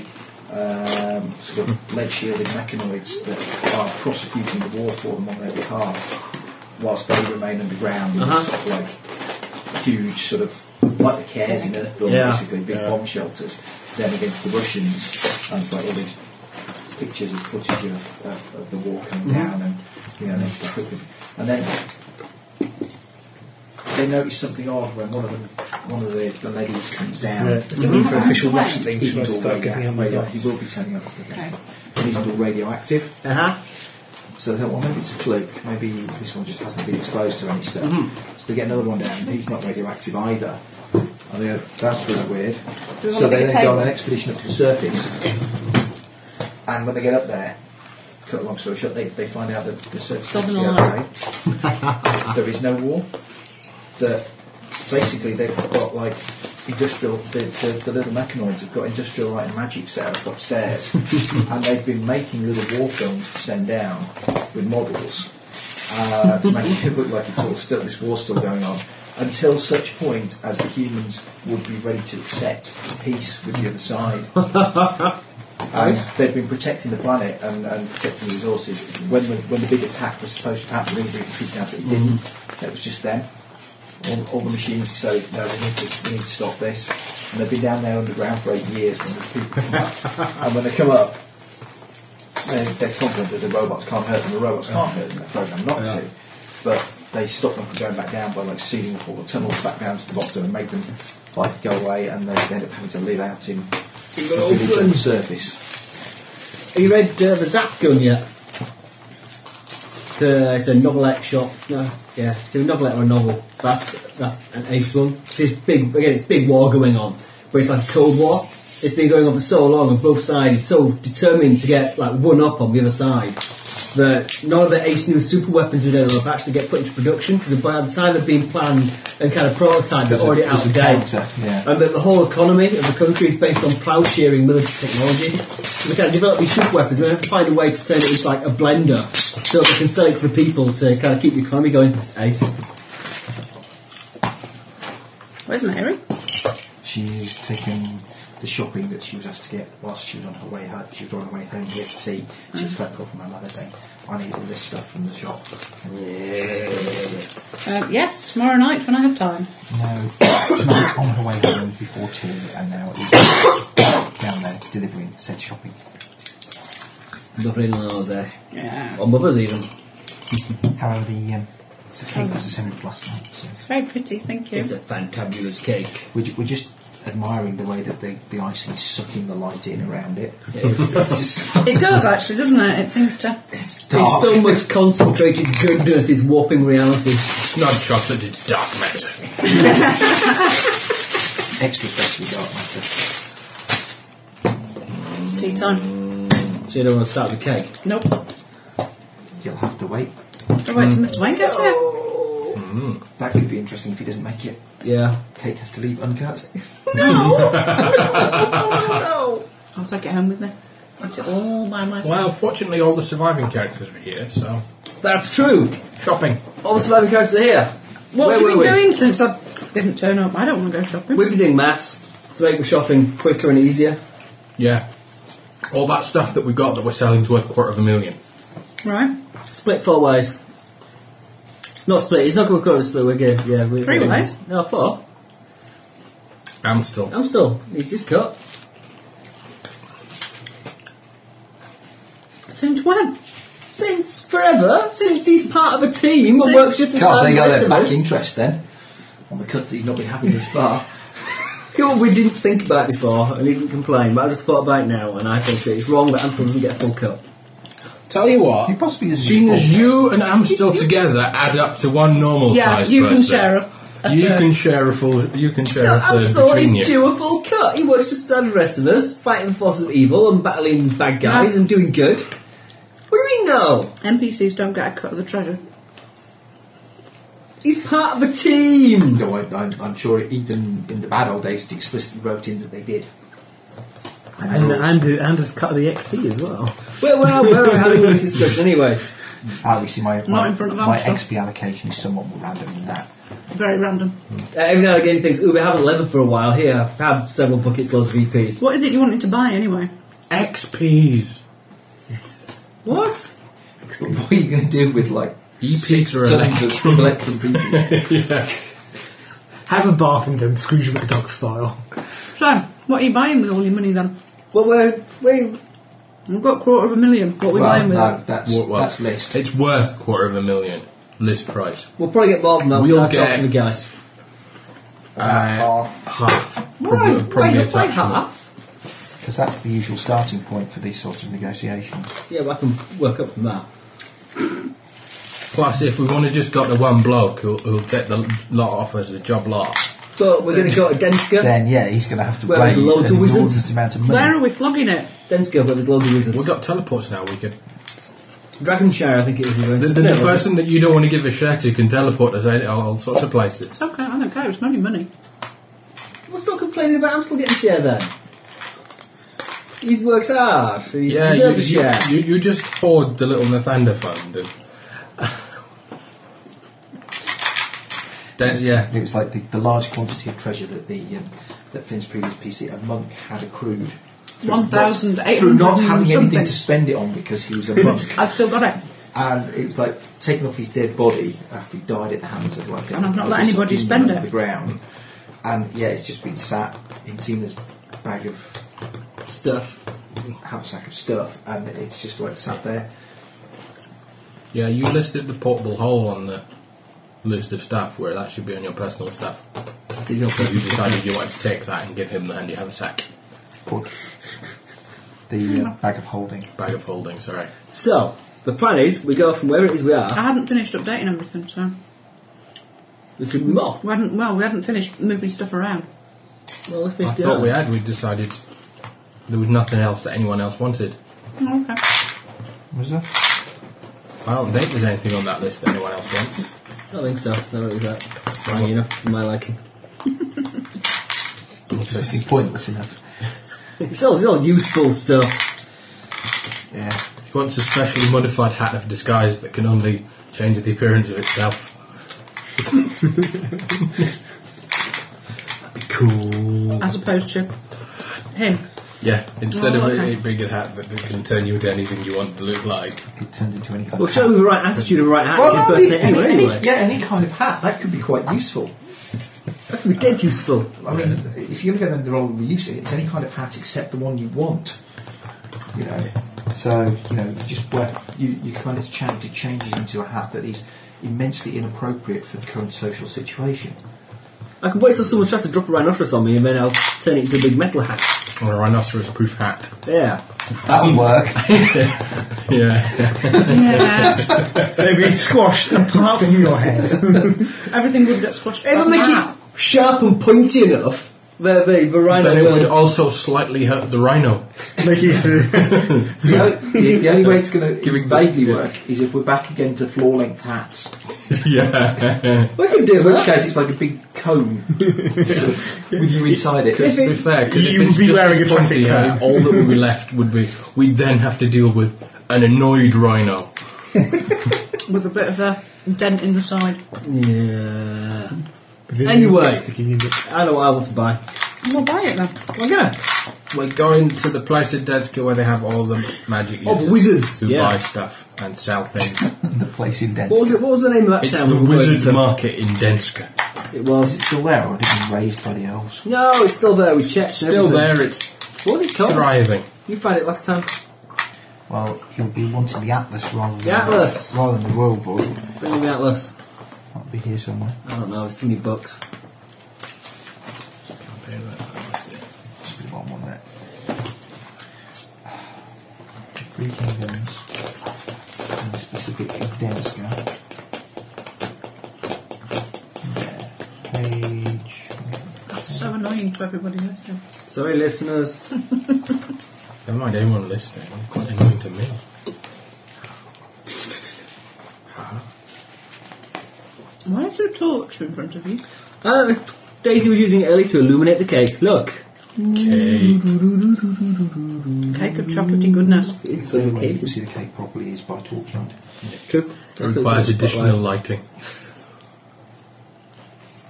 [SPEAKER 3] um, sort of lead shielding mechanoids that are prosecuting the war for them on their behalf, whilst they remain underground in
[SPEAKER 2] Uh-huh.
[SPEAKER 3] this sort of like huge sort of like the cares in Earthborn,
[SPEAKER 2] Yeah.
[SPEAKER 3] basically big
[SPEAKER 2] Yeah.
[SPEAKER 3] bomb shelters. Then against the Russians, and it's like all these pictures and footage of, of, of the war coming down, and you know, they quickly, and then they notice something odd when one of them, one of the, the ladies comes down.
[SPEAKER 6] Yeah.
[SPEAKER 3] The one for official Russian thing,
[SPEAKER 6] He's
[SPEAKER 3] he's
[SPEAKER 6] gonna
[SPEAKER 3] all
[SPEAKER 6] start getting on
[SPEAKER 3] radioactive. Radio, he
[SPEAKER 6] the dots.
[SPEAKER 3] will be turning up. again.
[SPEAKER 5] Okay.
[SPEAKER 3] And he's all radioactive.
[SPEAKER 2] Uh-huh.
[SPEAKER 3] So they thought, well, maybe it's a fluke. Maybe this one just hasn't been exposed to any stuff.
[SPEAKER 5] Mm-hmm.
[SPEAKER 3] So they get another one down, and he's not radioactive either. And they go, that's really weird.
[SPEAKER 5] Do we
[SPEAKER 3] So
[SPEAKER 5] wanna
[SPEAKER 3] they
[SPEAKER 5] get a
[SPEAKER 3] then go on
[SPEAKER 5] table?
[SPEAKER 3] an expedition up to the surface. And when they get up there, to cut a long story short, they, they find out that the surface is
[SPEAKER 5] Southern
[SPEAKER 3] actually
[SPEAKER 5] Alarm.
[SPEAKER 3] okay. there is no war. That basically they've got like industrial, the, the, the little mechanoids have got industrial light and magic set up upstairs. and they've been making little war films to send down with models uh, to make it look like it's all still this war's still going on. Until such point as the humans would be ready to accept peace with the other side. And they've been protecting the planet and, and protecting the resources. When the, when the big attack was supposed to happen, they were being treated as it didn't. It was just them. All, all the machines decided, no, we need, to, we need to stop this. And they've been down there underground for eight years. When the people come up. and when they come up, They're, they're confident that the robots can't hurt them. The robots can't hurt them. They're programmed not to. But they stop them from going back down by like sealing up all the tunnels back down to the bottom and make them like go away, and they end up having to live out in the village on the surface.
[SPEAKER 2] Have you read uh, The Zap Gun yet? It's a, it's a novelette shot. No, yeah, it's a novelette or a novel. That's that's an ace one. It's big again. It's big war going on, but it's like a cold war. It's been going on for so long, and both sides are so determined to get like one up on the other side that none of the ace new super weapons they develop actually get put into production because by the time they've been planned and kind of prototyped, they're
[SPEAKER 3] There's a-
[SPEAKER 2] already
[SPEAKER 3] there's
[SPEAKER 2] out
[SPEAKER 3] a
[SPEAKER 2] of date.
[SPEAKER 3] counter, yeah.
[SPEAKER 2] And that the whole economy of the country is based on plough shearing military technology. So they kind of develop these super weapons and they have to find a way to turn it into like a blender so they can sell it to the people to kind of keep the economy going. Ace.
[SPEAKER 5] Where's Mary?
[SPEAKER 3] She's taken the shopping that she was asked to get whilst she was on her way home. She was on her way home here to tea. She's phone call from her mother saying, "I need all this stuff from the shop."
[SPEAKER 5] Um, yes, tomorrow night when I have time.
[SPEAKER 3] No, tonight on her way home before tea, and now is down there delivering said shopping.
[SPEAKER 2] Lovely laws there.
[SPEAKER 5] Yeah.
[SPEAKER 2] uh, Or mothers even.
[SPEAKER 3] However, the um, the cake was assembled last night, so
[SPEAKER 5] It's very pretty, thank you.
[SPEAKER 2] It's a fantabulous cake.
[SPEAKER 3] we're, ju- we're just admiring the way that the, the icing is sucking the light in around it.
[SPEAKER 2] It is.
[SPEAKER 3] (laughs) It's just
[SPEAKER 5] It does actually, doesn't it? It seems to.
[SPEAKER 3] it's dark.
[SPEAKER 2] It's so much concentrated goodness is warping reality.
[SPEAKER 4] It's not chocolate, it's dark matter.
[SPEAKER 3] extra freshly dark matter.
[SPEAKER 5] It's tea time.
[SPEAKER 2] So you don't want to start with cake.
[SPEAKER 5] Nope.
[SPEAKER 3] You'll have to wait.
[SPEAKER 5] I'll wait till Mr. Wayne gets here.
[SPEAKER 3] That could be interesting if he doesn't make it.
[SPEAKER 2] Yeah.
[SPEAKER 3] Cake has to leave uncut.
[SPEAKER 5] I'll take it home with me. Eat it all by myself.
[SPEAKER 4] Well, fortunately, all the surviving characters were here, so
[SPEAKER 2] That's true.
[SPEAKER 4] shopping.
[SPEAKER 2] All the surviving characters are here.
[SPEAKER 5] What
[SPEAKER 2] Where
[SPEAKER 5] have you
[SPEAKER 2] were
[SPEAKER 5] been
[SPEAKER 2] we?
[SPEAKER 5] doing since I didn't turn up? I don't want to go shopping.
[SPEAKER 2] We've been doing maths to make the shopping quicker and easier.
[SPEAKER 4] Yeah, all that stuff that we got that we're selling's worth a quarter of a million.
[SPEAKER 5] right.
[SPEAKER 2] Split four ways. Not split. It's not going to call it split. We're good. Yeah. We,
[SPEAKER 5] Three
[SPEAKER 2] we-
[SPEAKER 5] ways?
[SPEAKER 2] No, four.
[SPEAKER 4] I'm still.
[SPEAKER 2] I'm still. It is cut.
[SPEAKER 5] Since when?
[SPEAKER 2] Since forever. Since he's part of a team and
[SPEAKER 5] Since-
[SPEAKER 2] works just as
[SPEAKER 3] God,
[SPEAKER 2] hard
[SPEAKER 3] there
[SPEAKER 2] as the
[SPEAKER 3] you go,
[SPEAKER 2] rest
[SPEAKER 3] their
[SPEAKER 2] of
[SPEAKER 3] back
[SPEAKER 2] us.
[SPEAKER 3] interest then. On the cut that he's not been happy this far. (laughs)
[SPEAKER 2] You know, we didn't think about it before and he didn't complain, but I just thought about it now and I think that it's wrong that Anthem doesn't get a full cut.
[SPEAKER 4] Tell you what,
[SPEAKER 3] He possibly isn't
[SPEAKER 4] Seeing
[SPEAKER 3] full.
[SPEAKER 4] as you and I'm still together, add up to one normal
[SPEAKER 5] Yeah,
[SPEAKER 4] size
[SPEAKER 5] you can
[SPEAKER 4] person.
[SPEAKER 5] share a- a
[SPEAKER 4] you
[SPEAKER 5] third.
[SPEAKER 4] can share a full. You can share
[SPEAKER 2] No,
[SPEAKER 4] a third
[SPEAKER 2] Amstel
[SPEAKER 4] between
[SPEAKER 2] is
[SPEAKER 4] you.
[SPEAKER 2] due a full cut. He works just as hard as the rest of us, fighting the force of evil and battling bad guys
[SPEAKER 5] No.
[SPEAKER 2] and doing good. What do you mean no?
[SPEAKER 5] NPCs don't get a cut of the treasure.
[SPEAKER 2] He's part of a team.
[SPEAKER 3] No, I, I'm, I'm sure even in the bad old days it explicitly wrote in that they did.
[SPEAKER 6] And, and, and has cut the XP as well.
[SPEAKER 2] Where were we? Where are we having this discussion anyway?
[SPEAKER 3] Ah, you see, my,
[SPEAKER 5] Not
[SPEAKER 3] my,
[SPEAKER 5] in front of
[SPEAKER 3] my
[SPEAKER 5] Amstel.
[SPEAKER 3] XP allocation is somewhat more random than that.
[SPEAKER 5] Very random.
[SPEAKER 2] Uh, every now and again he thinks, ooh, we haven't leathered for a while. Here, have several buckets loads of VPs.
[SPEAKER 5] What is it you wanted to buy anyway?
[SPEAKER 4] XPs.
[SPEAKER 2] What?
[SPEAKER 3] But what are you going to do with like
[SPEAKER 4] EPs E are
[SPEAKER 3] tons
[SPEAKER 4] electric.
[SPEAKER 3] of electrum
[SPEAKER 5] (laughs)
[SPEAKER 3] pieces?
[SPEAKER 4] yeah.
[SPEAKER 6] Have a bath and go Scrooge McDuck style.
[SPEAKER 5] So, what are you buying with all your money then?
[SPEAKER 2] Well, we're, we
[SPEAKER 5] We've got a quarter of a million. What are we
[SPEAKER 3] well,
[SPEAKER 5] buying with
[SPEAKER 3] no,
[SPEAKER 5] it?
[SPEAKER 3] that's
[SPEAKER 4] What- what?
[SPEAKER 3] that's list.
[SPEAKER 4] It's worth quarter of a million list price.
[SPEAKER 2] we'll probably get more than that.
[SPEAKER 4] We'll
[SPEAKER 2] once I talk to the
[SPEAKER 4] get-
[SPEAKER 2] guy.
[SPEAKER 4] Uh,
[SPEAKER 3] Half,
[SPEAKER 4] half.
[SPEAKER 2] Why?
[SPEAKER 4] Probably, probably
[SPEAKER 2] Wait, why
[SPEAKER 4] attachment.
[SPEAKER 2] half?
[SPEAKER 3] because that's the usual starting point for these sorts of negotiations.
[SPEAKER 2] Yeah, well, I can work up from that.
[SPEAKER 4] Plus, if we want to just got the one bloke who'll, who'll get the lot off as a job lot.
[SPEAKER 2] But we're going to go to Denska.
[SPEAKER 3] Then yeah, he's going to have to
[SPEAKER 2] Well,
[SPEAKER 3] raise
[SPEAKER 2] there's
[SPEAKER 3] an
[SPEAKER 2] loads of wizards.
[SPEAKER 3] inordinate amount of money.
[SPEAKER 5] Where are we flogging it?
[SPEAKER 2] Denska, where there's loads of wizards.
[SPEAKER 4] We've got teleports now. We could.
[SPEAKER 2] Dragonshire, I think it is. we're going
[SPEAKER 4] The,
[SPEAKER 2] to.
[SPEAKER 4] the,
[SPEAKER 2] No,
[SPEAKER 4] the person that you don't want to give a share to can teleport us out all sorts of places.
[SPEAKER 5] It's okay, I don't care, it's not your money.
[SPEAKER 2] What's not complaining about? I'm still getting a chair then. He works hard. He
[SPEAKER 4] Yeah, you,
[SPEAKER 2] deserves a
[SPEAKER 4] you,
[SPEAKER 2] chair.
[SPEAKER 4] you, you just hoard the little Nathander fund. And (laughs) That's- yeah.
[SPEAKER 3] It was like the, the large quantity of treasure that the um, that Finn's previous PC, a monk, had accrued. through not-
[SPEAKER 5] 1,800
[SPEAKER 3] through not having
[SPEAKER 5] something.
[SPEAKER 3] anything to spend it on because he was a
[SPEAKER 5] (laughs)
[SPEAKER 3] monk,
[SPEAKER 5] I've still got it.
[SPEAKER 3] and it was like taking off his dead body after he died at the hands of like. a-
[SPEAKER 5] And I've not let
[SPEAKER 3] a-
[SPEAKER 5] anybody
[SPEAKER 3] something
[SPEAKER 5] spend
[SPEAKER 3] under
[SPEAKER 5] it.
[SPEAKER 3] The ground, and yeah, it's just been sat in Tina's bag of
[SPEAKER 2] Stuff.
[SPEAKER 3] haversack of stuff, and it's just like sat there.
[SPEAKER 4] Yeah, you listed the portable hole on the list of stuff, where that should be on your personal stuff. Because you decided you wanted to take that and give him the handy haversack.
[SPEAKER 3] Put the uh, bag of holding.
[SPEAKER 4] Bag of holding, sorry.
[SPEAKER 2] So, the plan is we go from where it is we
[SPEAKER 5] I
[SPEAKER 2] are.
[SPEAKER 5] hadn't finished updating everything, so
[SPEAKER 2] There's going to be more.
[SPEAKER 5] we hadn't. Well, we hadn't finished moving stuff around.
[SPEAKER 2] Well, let's
[SPEAKER 4] I
[SPEAKER 2] finish
[SPEAKER 4] thought we
[SPEAKER 2] it.
[SPEAKER 4] had, we decided there was nothing else that anyone else wanted.
[SPEAKER 5] Oh, okay.
[SPEAKER 3] Was there?
[SPEAKER 4] I don't think there's anything on that list that anyone else wants.
[SPEAKER 2] I don't think so. No, it was that. Fine enough for my liking.
[SPEAKER 3] It's pointless enough.
[SPEAKER 2] It's all, it's all useful stuff.
[SPEAKER 3] Yeah.
[SPEAKER 4] He wants a specially modified hat of disguise that can only change the appearance of itself.
[SPEAKER 6] Cool.
[SPEAKER 5] As opposed to him.
[SPEAKER 4] Yeah, instead
[SPEAKER 5] Oh,
[SPEAKER 4] of
[SPEAKER 5] okay.
[SPEAKER 4] it being a hat that can turn you into anything you want to look like.
[SPEAKER 3] It turned into any kind
[SPEAKER 2] We'll
[SPEAKER 3] of
[SPEAKER 2] show
[SPEAKER 3] hat.
[SPEAKER 2] you the right attitude and right attitude
[SPEAKER 3] Well, that'd
[SPEAKER 2] person
[SPEAKER 3] be-
[SPEAKER 2] anyway.
[SPEAKER 3] any-
[SPEAKER 2] anyway.
[SPEAKER 3] yeah, any kind of hat. That could be quite useful.
[SPEAKER 2] That could be dead useful.
[SPEAKER 3] I mean, if you're going to go down the role of using it, it's any kind of hat except the one you want. You know, so you know, you just wear you, you kind of change it changes into a hat that is immensely inappropriate for the current social situation.
[SPEAKER 2] I can wait till someone tries to drop a rhinoceros on me and then I'll turn it into a big metal hat.
[SPEAKER 4] Or a rhinoceros proof hat.
[SPEAKER 2] Yeah.
[SPEAKER 3] That'll work.
[SPEAKER 4] (laughs) Yeah.
[SPEAKER 5] Yeah.
[SPEAKER 7] They'd be squashed apart from your head.
[SPEAKER 5] (laughs) Everything would get squashed.
[SPEAKER 2] If I
[SPEAKER 5] back
[SPEAKER 2] make
[SPEAKER 5] now.
[SPEAKER 2] it sharp and pointy enough, the, the, the rhino
[SPEAKER 4] (laughs) then it would
[SPEAKER 2] will-
[SPEAKER 4] also slightly hurt the rhino.
[SPEAKER 7] Make it
[SPEAKER 3] the, only, the only way it's
[SPEAKER 2] (laughs)
[SPEAKER 3] going to
[SPEAKER 4] Giving-
[SPEAKER 3] vaguely
[SPEAKER 4] yeah.
[SPEAKER 3] work is if we're back again to floor length hats.
[SPEAKER 4] (laughs) yeah.
[SPEAKER 2] We can do
[SPEAKER 3] In which
[SPEAKER 2] that.
[SPEAKER 3] case, it's like a big cone
[SPEAKER 2] (laughs)
[SPEAKER 3] sort of, with you inside
[SPEAKER 4] (laughs)
[SPEAKER 3] it.
[SPEAKER 4] Just to be fair, because if
[SPEAKER 7] You
[SPEAKER 4] it's
[SPEAKER 7] would be
[SPEAKER 4] just
[SPEAKER 7] wearing
[SPEAKER 4] as
[SPEAKER 7] a traffic
[SPEAKER 4] pointy hat, all that would be left would be we'd then have to deal with an annoyed rhino.
[SPEAKER 5] with a bit of a dent in the side.
[SPEAKER 2] Yeah. Anyway.
[SPEAKER 6] Sticking in it.
[SPEAKER 2] I know what I want to buy.
[SPEAKER 5] I'm gonna buy it then.
[SPEAKER 2] I'm gonna.
[SPEAKER 4] We're going to the place at Deadskill where they have all the magic
[SPEAKER 2] Of
[SPEAKER 4] users
[SPEAKER 2] wizards,
[SPEAKER 4] who
[SPEAKER 2] yeah.
[SPEAKER 4] buy stuff and sell things.
[SPEAKER 3] the place in
[SPEAKER 2] What was, it, what was the name of that
[SPEAKER 4] It's
[SPEAKER 2] town?
[SPEAKER 4] the
[SPEAKER 2] we were going
[SPEAKER 4] wizard's
[SPEAKER 2] to?
[SPEAKER 4] market in Denska.
[SPEAKER 2] It was.
[SPEAKER 3] Is it still there, or has it been raised by the elves?
[SPEAKER 2] No, it's still there. We checked.
[SPEAKER 4] Still
[SPEAKER 2] everything.
[SPEAKER 4] there, it's
[SPEAKER 2] What was it called?
[SPEAKER 4] thriving.
[SPEAKER 2] You found it last time.
[SPEAKER 3] Well, you'll be wanting the atlas rather than
[SPEAKER 2] The atlas.
[SPEAKER 3] rather than the world book.
[SPEAKER 2] Bring me the atlas.
[SPEAKER 3] That'll be here somewhere.
[SPEAKER 2] I don't know. It's too many bucks.
[SPEAKER 3] Just be one more minute. Three kingdoms and the specific Denska. There. Page.
[SPEAKER 5] That's so annoying to everybody listening.
[SPEAKER 2] Sorry, (laughs) listeners.
[SPEAKER 4] Never mind anyone listening. Quite annoying to me.
[SPEAKER 5] Why is there a torch in front of you?
[SPEAKER 2] Uh, Daisy was using it early to illuminate the cake. Look,
[SPEAKER 4] Okay.
[SPEAKER 5] Cake of chocolatey goodness.
[SPEAKER 2] it's
[SPEAKER 3] The
[SPEAKER 2] a
[SPEAKER 3] only way you
[SPEAKER 2] cake.
[SPEAKER 3] can see the cake properly is by torchlight.
[SPEAKER 2] It's true.
[SPEAKER 4] It requires additional lighting.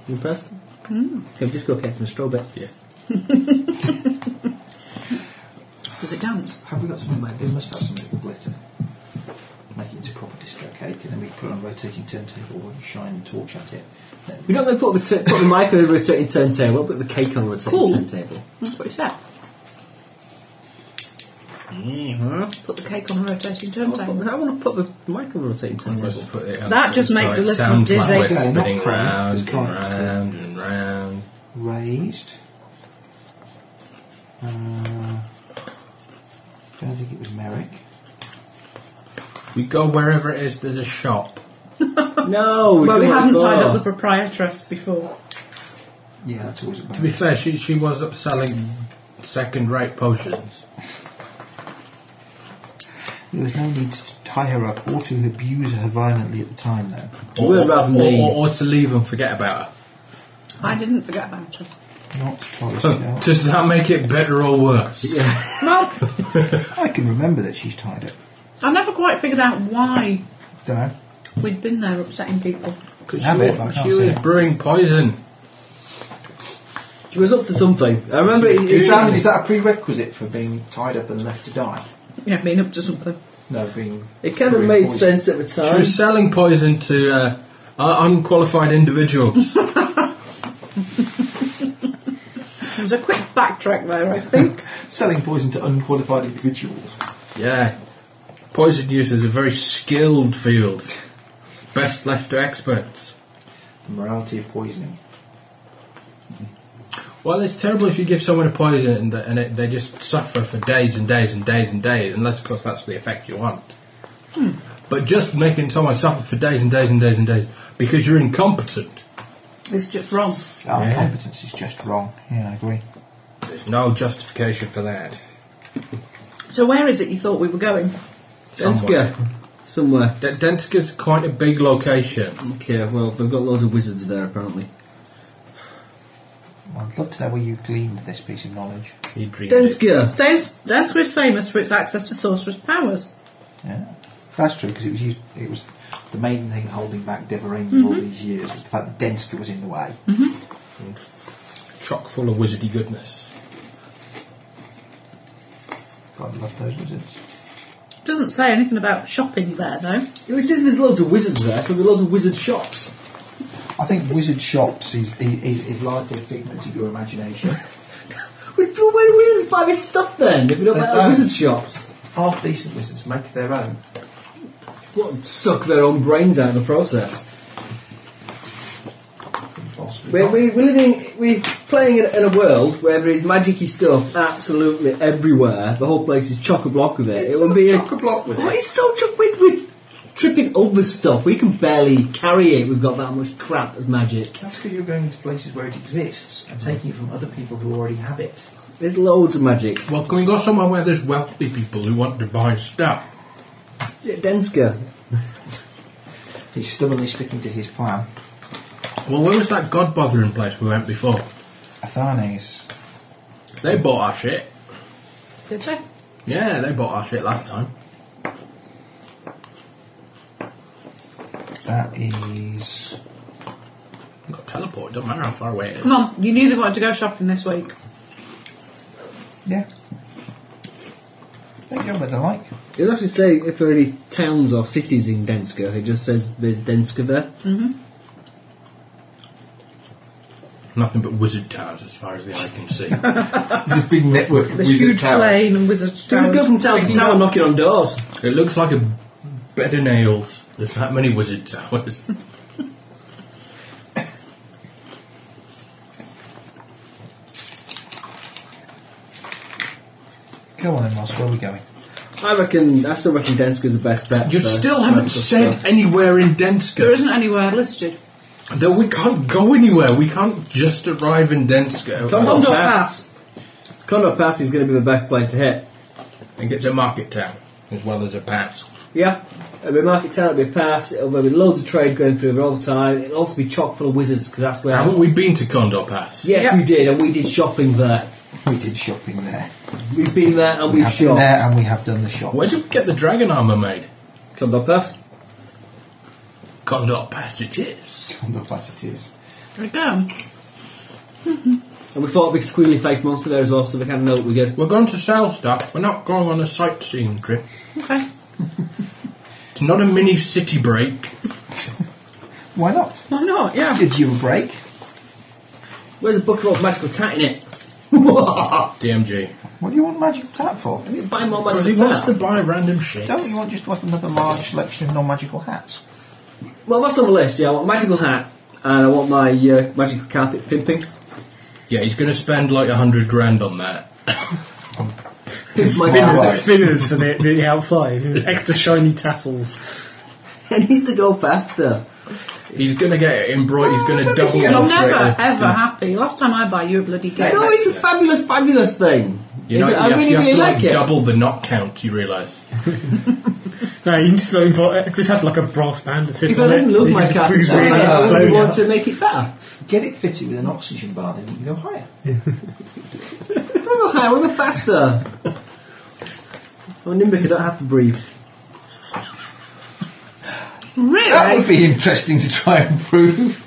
[SPEAKER 2] You impressed?
[SPEAKER 5] Hmm.
[SPEAKER 2] Okay, just go cake and straw bit.
[SPEAKER 4] Yeah.
[SPEAKER 5] (laughs) Does it dance?
[SPEAKER 3] Have we got something? We must have something with glitter. Make it into proper disco cake, and then we put it on a rotating turntable and shine the torch at it. Then
[SPEAKER 2] We're not going to put the, t- put the mic over a rotating turntable, but the cake on a rotating
[SPEAKER 5] Cool.
[SPEAKER 2] turntable.
[SPEAKER 5] That's what he said. Put the cake on a rotating
[SPEAKER 2] I
[SPEAKER 5] turntable.
[SPEAKER 2] want to put the mic over a rotating
[SPEAKER 4] I
[SPEAKER 5] (laughs)
[SPEAKER 2] turntable.
[SPEAKER 4] must have put it on
[SPEAKER 5] That just
[SPEAKER 4] so
[SPEAKER 5] makes
[SPEAKER 4] it
[SPEAKER 5] the listeners
[SPEAKER 4] sounds
[SPEAKER 5] dizzy.
[SPEAKER 4] Like we're
[SPEAKER 3] Okay, not
[SPEAKER 4] spinning
[SPEAKER 3] quite,
[SPEAKER 4] round
[SPEAKER 3] just
[SPEAKER 4] and
[SPEAKER 3] quite.
[SPEAKER 4] round and round.
[SPEAKER 3] raised. Uh, don't think it was Merrick.
[SPEAKER 4] We go wherever it is. There's a shop.
[SPEAKER 2] No, we,
[SPEAKER 5] well, we
[SPEAKER 2] do uh, what
[SPEAKER 5] haven't
[SPEAKER 2] for.
[SPEAKER 5] tied up the proprietress before.
[SPEAKER 3] Yeah, that's always about.
[SPEAKER 4] To be fair, she she was up selling second-rate potions.
[SPEAKER 3] There was no need to tie her up or to abuse her violently at the time, though.
[SPEAKER 2] We're about
[SPEAKER 4] or,
[SPEAKER 2] me.
[SPEAKER 4] or, or to leave and forget about her.
[SPEAKER 5] I didn't forget about her.
[SPEAKER 3] Not Taurus
[SPEAKER 4] Huh,
[SPEAKER 3] Girl.
[SPEAKER 4] (laughs) Does that make it better or worse?
[SPEAKER 5] No,
[SPEAKER 3] I can remember that she's tied up.
[SPEAKER 5] I never quite figured out why
[SPEAKER 3] Don't know.
[SPEAKER 5] we'd been there upsetting people.
[SPEAKER 4] Because
[SPEAKER 3] Damn
[SPEAKER 4] she,
[SPEAKER 3] it, I
[SPEAKER 4] was,
[SPEAKER 3] can't
[SPEAKER 4] she
[SPEAKER 3] see
[SPEAKER 4] was
[SPEAKER 3] it.
[SPEAKER 4] brewing poison.
[SPEAKER 2] She was up to something. I remember it,
[SPEAKER 3] Is
[SPEAKER 2] it,
[SPEAKER 3] that, is that a prerequisite for being tied up and left to die?
[SPEAKER 5] Yeah, being up to something.
[SPEAKER 3] No, being.
[SPEAKER 2] it kind of
[SPEAKER 3] being
[SPEAKER 2] made
[SPEAKER 3] poisoned.
[SPEAKER 2] sense at the
[SPEAKER 4] She
[SPEAKER 2] time.
[SPEAKER 4] was selling poison to uh, un- unqualified individuals.
[SPEAKER 5] It was a quick backtrack there, I think. (laughs)
[SPEAKER 3] Selling poison to unqualified individuals.
[SPEAKER 4] Yeah. Poison use is a very skilled field. Best left to experts.
[SPEAKER 3] The morality of poisoning.
[SPEAKER 4] Well, it's terrible if you give someone a poison and, th- and it, they just suffer for days and days and days and days, unless, of course, that's the effect you want. But just making someone suffer for days and days and days and days because you're incompetent.
[SPEAKER 5] it's just wrong.
[SPEAKER 3] Our
[SPEAKER 4] Yeah.
[SPEAKER 3] competence is just wrong. Yeah, I agree.
[SPEAKER 4] There's no justification for that.
[SPEAKER 5] So where is it you thought we were going?
[SPEAKER 4] Somewhere.
[SPEAKER 2] Denska. Somewhere.
[SPEAKER 4] D- Denska's quite a big location.
[SPEAKER 2] Okay, well, they've got loads of wizards there, apparently.
[SPEAKER 3] Well, I'd love to know where you gleaned this piece of knowledge.
[SPEAKER 4] He dreamed it.
[SPEAKER 2] Denska!
[SPEAKER 5] Des- Dancer is famous for its access to sorcerer's powers.
[SPEAKER 3] Yeah, that's true because it was used, it was the main thing holding back Devereen
[SPEAKER 2] Mm-hmm.
[SPEAKER 3] all these years was the fact that Denska was in the way. Mm.
[SPEAKER 4] chock full of wizardy goodness.
[SPEAKER 3] God, I love those wizards.
[SPEAKER 5] Doesn't say anything about shopping there though.
[SPEAKER 2] It says there's loads of wizards there, so there's loads of wizard shops.
[SPEAKER 3] I think wizard shops is is, is likely a figment of your
[SPEAKER 2] (laughs)
[SPEAKER 3] imagination.
[SPEAKER 2] Wait, well, where do wizards buy this stuff then? If we don't
[SPEAKER 3] They
[SPEAKER 2] buy it
[SPEAKER 3] don't.
[SPEAKER 2] at wizard shops,
[SPEAKER 3] Half decent wizards make their own.
[SPEAKER 2] what suck their own brains out in the process.
[SPEAKER 3] Impossible.
[SPEAKER 2] We're, we we're living, we're playing in, in a world where there is magicy stuff absolutely everywhere. The whole place is chock a block with it.
[SPEAKER 3] It's
[SPEAKER 2] it would
[SPEAKER 3] not
[SPEAKER 2] be
[SPEAKER 3] chock a block with
[SPEAKER 2] Oh,
[SPEAKER 3] it.
[SPEAKER 2] it's so chock. We're, we're tripping over stuff. We can barely carry it. We've got that much crap as magic.
[SPEAKER 3] That's because you're going to places where it exists and taking it from other people who already have it.
[SPEAKER 2] There's loads of magic.
[SPEAKER 4] Well, can we go somewhere where there's wealthy people who want to buy stuff?
[SPEAKER 2] Yeah, Denska.
[SPEAKER 3] He's stubbornly sticking to his plan.
[SPEAKER 4] Well, where was that god bothering place we went before?
[SPEAKER 3] Athanes.
[SPEAKER 4] They bought our shit.
[SPEAKER 5] Did they?
[SPEAKER 4] Yeah, they bought our shit last time.
[SPEAKER 3] That is.
[SPEAKER 4] We got teleport, don't matter how far away it is.
[SPEAKER 5] Come on, you knew they wanted to go shopping this week.
[SPEAKER 3] Yeah. They go where they like.
[SPEAKER 2] It doesn't actually say if there are any towns or cities in Denska. It just says there's Denska there.
[SPEAKER 4] Nothing but wizard towers as far as the eye can see.
[SPEAKER 3] There's a big network of
[SPEAKER 5] The
[SPEAKER 3] wizard
[SPEAKER 5] huge
[SPEAKER 3] towers.
[SPEAKER 5] plane and wizard
[SPEAKER 2] Do we
[SPEAKER 5] towers.
[SPEAKER 2] go from town to town knocking on doors?
[SPEAKER 4] it looks like a bed of nails. There's that many wizard towers.
[SPEAKER 3] Go on then, Ross, where are we going?
[SPEAKER 2] I reckon. I still reckon Denska's the best bet.
[SPEAKER 4] you
[SPEAKER 2] for
[SPEAKER 4] still haven't
[SPEAKER 2] magical
[SPEAKER 4] said
[SPEAKER 2] stuff.
[SPEAKER 4] anywhere in
[SPEAKER 5] There
[SPEAKER 4] Denska.
[SPEAKER 5] isn't anywhere listed.
[SPEAKER 4] Though we can't go anywhere. We can't just arrive in Denska
[SPEAKER 5] Condor
[SPEAKER 2] Condor Pass is going to be the best place to hit.
[SPEAKER 4] and get to Market Town as well as a pass.
[SPEAKER 2] Yeah. It'll be a market town, it'll be a pass, it'll be loads of trade going through there all the time. It'll also be chock full of wizards because that's where.
[SPEAKER 4] Haven't we been to Condor Pass?
[SPEAKER 2] Yes,
[SPEAKER 5] Yeah.
[SPEAKER 2] we did, and we did shopping there.
[SPEAKER 3] We did shopping there.
[SPEAKER 2] We've been there and
[SPEAKER 3] We
[SPEAKER 2] we've
[SPEAKER 3] have been there
[SPEAKER 2] shopped.
[SPEAKER 3] and we have done the shops.
[SPEAKER 4] Where did we get the dragon armour made?
[SPEAKER 2] Condor Pass.
[SPEAKER 4] Condor Pass it is.
[SPEAKER 3] Condor Pass it is.
[SPEAKER 5] Right down.
[SPEAKER 2] And we fought a big squealy faced monster there as well, so they kind of know what we're good.
[SPEAKER 4] We're going to sell stuff. We're not going on a sightseeing trip.
[SPEAKER 5] Okay.
[SPEAKER 4] It's not a mini city break.
[SPEAKER 3] Why not?
[SPEAKER 5] Why not? Yeah.
[SPEAKER 3] Gives you a break.
[SPEAKER 2] Where's a bucket of magical tat in it? (laughs)
[SPEAKER 4] DMG.
[SPEAKER 3] What do you want magical tap for?
[SPEAKER 2] We need to buy more
[SPEAKER 4] Because he
[SPEAKER 2] magical
[SPEAKER 4] wants
[SPEAKER 2] tat.
[SPEAKER 4] to buy random shit.
[SPEAKER 3] Don't you want just like another large selection of non-magical hats?
[SPEAKER 2] well, that's on the list, yeah. I want a magical hat, and I want my uh, magical carpet pimping.
[SPEAKER 4] Yeah, he's going to spend like a hundred grand on that.
[SPEAKER 2] Pimp my
[SPEAKER 3] Spin-
[SPEAKER 2] carpet.
[SPEAKER 3] Right.
[SPEAKER 7] Spinners for the, the outside. Extra shiny tassels.
[SPEAKER 2] (laughs) It needs to go faster.
[SPEAKER 4] He's going to get it embroidered. He's going to
[SPEAKER 3] Oh,
[SPEAKER 4] double
[SPEAKER 5] You're
[SPEAKER 4] illustrate
[SPEAKER 5] never
[SPEAKER 4] it.
[SPEAKER 5] ever happy. Last time I buy you a bloody game.
[SPEAKER 2] No, it's a fabulous, fabulous thing.
[SPEAKER 4] You
[SPEAKER 2] Is
[SPEAKER 4] know,
[SPEAKER 2] it-
[SPEAKER 4] you
[SPEAKER 2] I
[SPEAKER 4] have,
[SPEAKER 2] really,
[SPEAKER 4] you have
[SPEAKER 2] really
[SPEAKER 4] to like,
[SPEAKER 2] like it.
[SPEAKER 4] double the knock count. You realise?
[SPEAKER 7] No, you can just, like, invo- just have like a brass band and sit
[SPEAKER 2] If I
[SPEAKER 7] on it.
[SPEAKER 2] didn't love
[SPEAKER 4] (laughs)
[SPEAKER 7] You
[SPEAKER 2] my
[SPEAKER 7] can
[SPEAKER 2] carpet
[SPEAKER 7] cruise
[SPEAKER 2] tat,
[SPEAKER 7] really
[SPEAKER 2] (laughs) I
[SPEAKER 7] slow
[SPEAKER 2] would want
[SPEAKER 7] down.
[SPEAKER 2] to make it better.
[SPEAKER 3] Get it fitted with an oxygen bar, then you can go higher.
[SPEAKER 2] I want to go higher, I want to go
[SPEAKER 4] (laughs)
[SPEAKER 2] faster. Well, Nimbic, I don't have to breathe.
[SPEAKER 3] That would
[SPEAKER 5] Really?
[SPEAKER 3] be interesting to try and prove.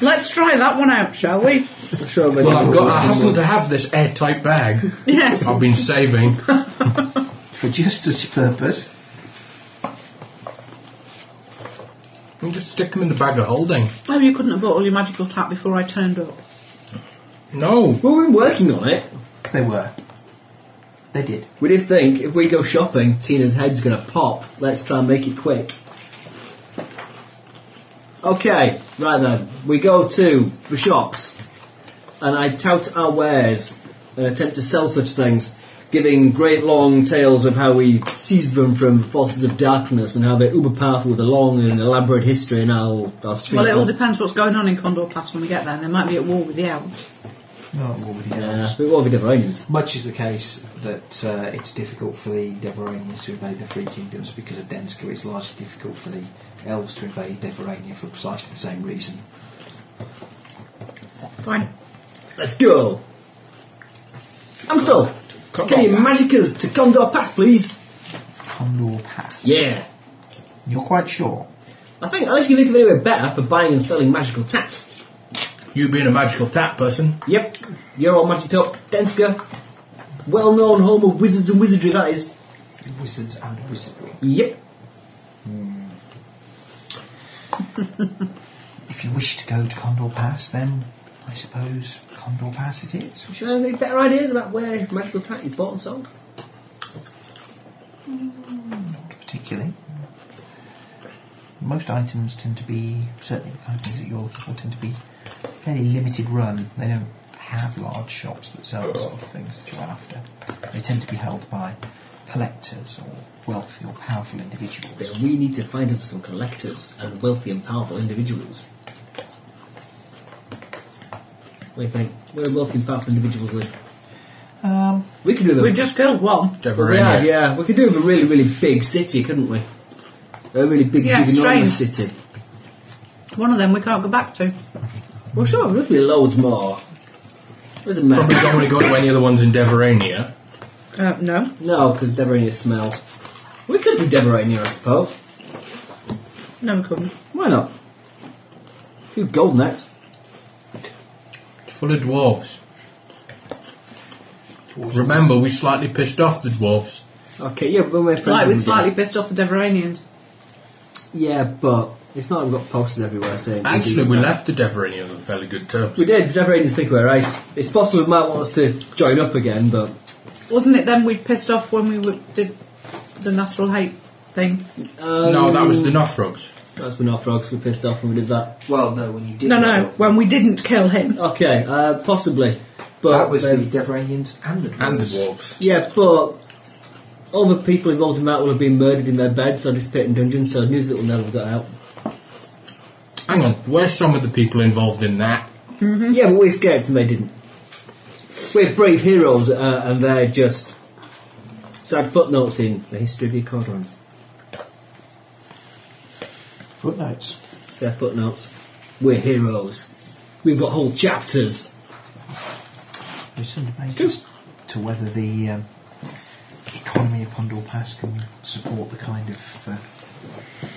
[SPEAKER 5] Let's try that one out, shall we?
[SPEAKER 2] I'm sure I'm
[SPEAKER 4] Well, I've got. I happen to have this airtight bag.
[SPEAKER 5] Yes.
[SPEAKER 4] I've been saving.
[SPEAKER 3] For just such a purpose.
[SPEAKER 4] You just stick them in the bag of holding.
[SPEAKER 5] Oh, you couldn't have bought all your magical tap before I turned up.
[SPEAKER 4] No,
[SPEAKER 2] Well, we've been working on it.
[SPEAKER 3] They were. They did.
[SPEAKER 2] We did think if we go shopping, Tina's head's going to pop. Let's try and make it quick. Okay, right then. We go to the shops and I tout our wares and attempt to sell such things, giving great long tales of how we seized them from forces of darkness and how they're uber powerful with a long and elaborate history in our, our street.
[SPEAKER 5] Well, it all depends what's going on in Condor Pass when we get there. They might be at war with the elves.
[SPEAKER 3] Not at war with the
[SPEAKER 2] Yeah,
[SPEAKER 3] elves.
[SPEAKER 2] but what have we got Iranians?
[SPEAKER 3] Much is the case that uh, it's difficult for the Deveranians to invade the Three Kingdoms because of Denska. It's largely difficult for the elves to invade Deverania for precisely the same reason.
[SPEAKER 5] Fine.
[SPEAKER 2] Let's go. Amstel, can you magic us to Condor Pass, please?
[SPEAKER 3] Condor Pass.
[SPEAKER 2] Yeah.
[SPEAKER 3] You're quite sure?
[SPEAKER 2] I think unless you can think of anywhere better for buying and selling magical tat.
[SPEAKER 4] You being a magical tap person.
[SPEAKER 2] Yep, you're all magicked up. Denska, well-known home of wizards and wizardry, that is.
[SPEAKER 3] Wizards and wizardry.
[SPEAKER 2] Yep.
[SPEAKER 3] If you wish to go to Condor Pass, then I suppose Condor Pass it is.
[SPEAKER 2] Should I have any better ideas about where magical tat is bought and sold?
[SPEAKER 3] Not particularly. Most items tend to be, certainly the kind of things that you're looking for, tend to be fairly limited run. They don't have large shops that sell the sort of things that you're after. They tend to be held by collectors or wealthy or powerful
[SPEAKER 2] Then
[SPEAKER 3] individuals.
[SPEAKER 2] we need to find us some collectors and wealthy and powerful individuals. What do you think? Where wealthy and powerful individuals live?
[SPEAKER 3] Um,
[SPEAKER 2] We could do them.
[SPEAKER 5] We just killed one.
[SPEAKER 2] Well, we are,
[SPEAKER 4] Deverania.
[SPEAKER 2] yeah. We could do with a really, really big city, couldn't we? A really big,
[SPEAKER 5] Yeah,
[SPEAKER 2] ginormous
[SPEAKER 5] strange.
[SPEAKER 2] city.
[SPEAKER 5] One of them we can't go back to.
[SPEAKER 2] Well, sure, there must be loads more. There's a
[SPEAKER 4] Probably
[SPEAKER 2] map.
[SPEAKER 4] don't want to go to any of the ones in Deverania.
[SPEAKER 5] Uh, no.
[SPEAKER 2] No, because Deverania smells. We could do Deverania, I suppose.
[SPEAKER 5] No, we couldn't.
[SPEAKER 2] Why not? Do Golden Axe.
[SPEAKER 4] It's full of dwarves. Remember, we slightly pissed off the dwarves.
[SPEAKER 2] Okay, yeah, but we're friends.
[SPEAKER 5] Like, we're
[SPEAKER 2] with them.
[SPEAKER 5] slightly pissed off the Deveranians.
[SPEAKER 2] Yeah, but it's not like we've got posters everywhere saying. can do
[SPEAKER 4] Actually, we
[SPEAKER 2] that.
[SPEAKER 4] left the Deverania on fairly good terms.
[SPEAKER 2] We did. Deveranians think we're ice. It's possible we might want us to join up again, but
[SPEAKER 5] Wasn't it them we pissed off when we were, did the Nastral Hate thing?
[SPEAKER 2] um,
[SPEAKER 4] no, that was the Northrogs.
[SPEAKER 2] That's when our frogs were pissed off when we did that.
[SPEAKER 3] well, no, when you did
[SPEAKER 5] No,
[SPEAKER 3] that,
[SPEAKER 5] no, when we didn't kill him.
[SPEAKER 2] Okay, uh, possibly. But
[SPEAKER 3] that was the
[SPEAKER 2] then-
[SPEAKER 3] Deveranians and the dwarves.
[SPEAKER 4] And the dwarves.
[SPEAKER 2] yeah, but all the people involved in that will have been murdered in their beds or disappeared in dungeons, so news that will never have got out.
[SPEAKER 4] Hang on, where's some of the people involved in that?
[SPEAKER 2] Yeah, but we escaped and they didn't. We're brave heroes, uh, and they're just sad footnotes in the history of the Codrons.
[SPEAKER 3] Footnotes.
[SPEAKER 2] They're footnotes. We're heroes. We've got whole chapters.
[SPEAKER 3] There's some debate as to whether the um, economy of Condor Pass can support the kind of. Uh,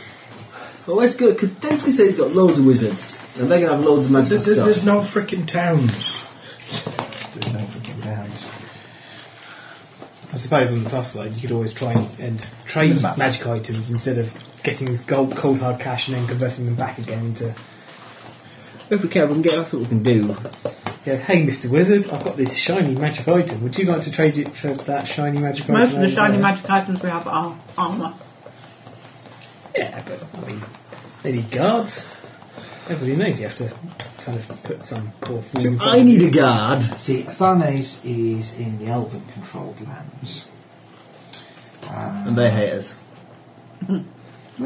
[SPEAKER 2] But let's go. Kudensky says he's got loads of wizards, and they're gonna have loads of magical
[SPEAKER 4] There- there- There's
[SPEAKER 2] stuff.
[SPEAKER 4] no freaking towns.
[SPEAKER 3] there's no freaking bounds.
[SPEAKER 6] I suppose on the plus side, you could always try and, and trade
[SPEAKER 3] Map.
[SPEAKER 6] magic items instead of getting gold, cold hard cash and then converting them back again into,
[SPEAKER 2] If we can, we can get that's what we can do.
[SPEAKER 6] you know, hey, Mr. Wizard, I've got this shiny magic item. Would you like to trade it for that shiny magic item? Uh,
[SPEAKER 5] Most of the
[SPEAKER 6] over
[SPEAKER 5] shiny
[SPEAKER 6] there?"
[SPEAKER 5] magic items we have are armour.
[SPEAKER 6] Yeah, but I mean, they need guards. Everybody knows you have to kind of put some poor fool in front
[SPEAKER 2] I
[SPEAKER 6] of
[SPEAKER 2] need a guard.
[SPEAKER 3] See, Athanes is in the elven controlled lands.
[SPEAKER 2] And they hate us.
[SPEAKER 3] They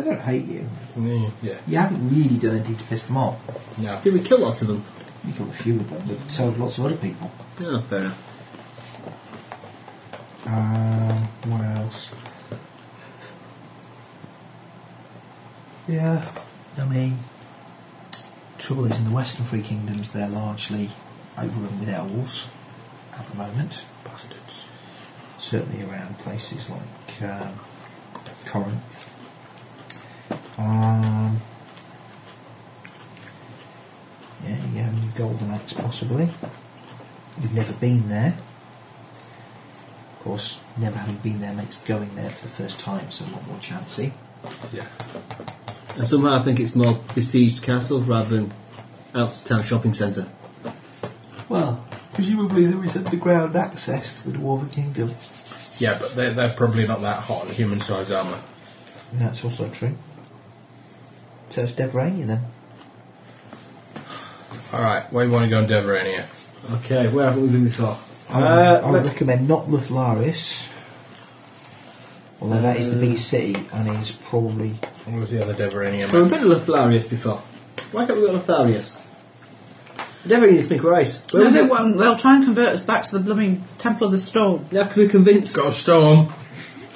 [SPEAKER 3] don't hate you.
[SPEAKER 2] Mm,
[SPEAKER 4] Yeah. yeah.
[SPEAKER 3] You haven't really done anything to piss them off.
[SPEAKER 4] No.
[SPEAKER 2] Did we kill lots of them?
[SPEAKER 3] You killed a few of them, but so have lots of other people.
[SPEAKER 2] Oh, fair enough.
[SPEAKER 3] Um, what else? Yeah, I mean, trouble is in the Western Free Kingdoms they're largely overrun with elves at the moment. Bastards. Certainly around places like um, Corinth. Um, yeah, you have your golden axe possibly. You've never been there. Of course, never having been there makes going there for the first time somewhat more chancy.
[SPEAKER 4] Yeah.
[SPEAKER 2] And somehow I think it's more besieged castle rather than out of town shopping centre.
[SPEAKER 3] Well, Presumably there is underground access to the Dwarven Kingdom.
[SPEAKER 4] Yeah, but they're, they're probably not that hot on human sized armour.
[SPEAKER 3] And that's also true. So it's Devrania then.
[SPEAKER 4] Alright, where do you want to go in Deverania?
[SPEAKER 2] Okay, where haven't we been before?
[SPEAKER 3] I would,
[SPEAKER 2] Uh,
[SPEAKER 3] I would
[SPEAKER 2] let-
[SPEAKER 3] recommend not Lothlaris. Although that is the biggest city and is probably.
[SPEAKER 4] What was the other Deverania?
[SPEAKER 2] Well, we've been to Lothlarius before. Why can't we go to Lothlarius? Never need to speak rice. Where
[SPEAKER 5] No,
[SPEAKER 2] was
[SPEAKER 5] they
[SPEAKER 2] it?
[SPEAKER 5] won't. They'll try and convert us back to the blooming Temple of the Storm.
[SPEAKER 2] Now, can we convince?
[SPEAKER 4] Got a storm.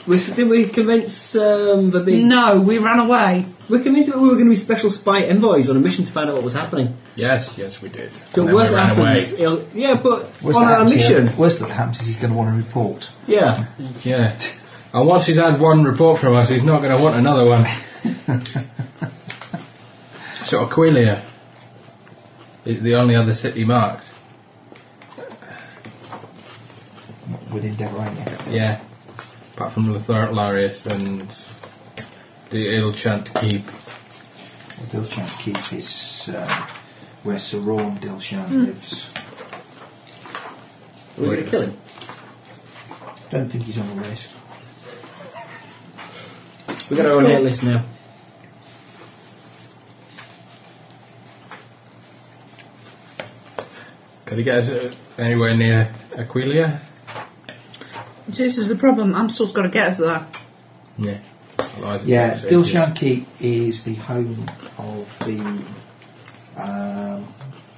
[SPEAKER 2] We, did we convince um, the big?
[SPEAKER 5] No, we ran away.
[SPEAKER 2] We convinced that we were going to be special spy envoys on a mission to find out what was happening.
[SPEAKER 4] Yes, yes, we did.
[SPEAKER 2] So
[SPEAKER 4] And then
[SPEAKER 2] worst
[SPEAKER 4] we
[SPEAKER 2] that
[SPEAKER 4] ran
[SPEAKER 2] happens,
[SPEAKER 4] away.
[SPEAKER 2] it'll- yeah, but
[SPEAKER 3] Worst
[SPEAKER 2] on
[SPEAKER 3] that
[SPEAKER 2] our
[SPEAKER 3] happens,
[SPEAKER 2] mission,
[SPEAKER 3] yeah, worst that happens is he's going to want to report.
[SPEAKER 2] yeah.
[SPEAKER 4] Yeah. And once he's had one report from us, he's not going to want another one. so Aquileia is the only other city marked.
[SPEAKER 3] Not within Devrania.
[SPEAKER 4] Yeah. Apart from Larius and the Ilchant Keep.
[SPEAKER 3] Well, Dilshan Keep is um, where Saron Dilshan lives.
[SPEAKER 2] We're going to kill him.
[SPEAKER 3] Don't think he's on the list.
[SPEAKER 2] We got our own hit list now.
[SPEAKER 4] Could he get us uh, anywhere near Aquileia?
[SPEAKER 5] This is the problem. Amstel's got to get us there.
[SPEAKER 4] Yeah. Otherwise it
[SPEAKER 3] Yeah,
[SPEAKER 4] takes ages.
[SPEAKER 3] Dilshan Keep is the home of the um,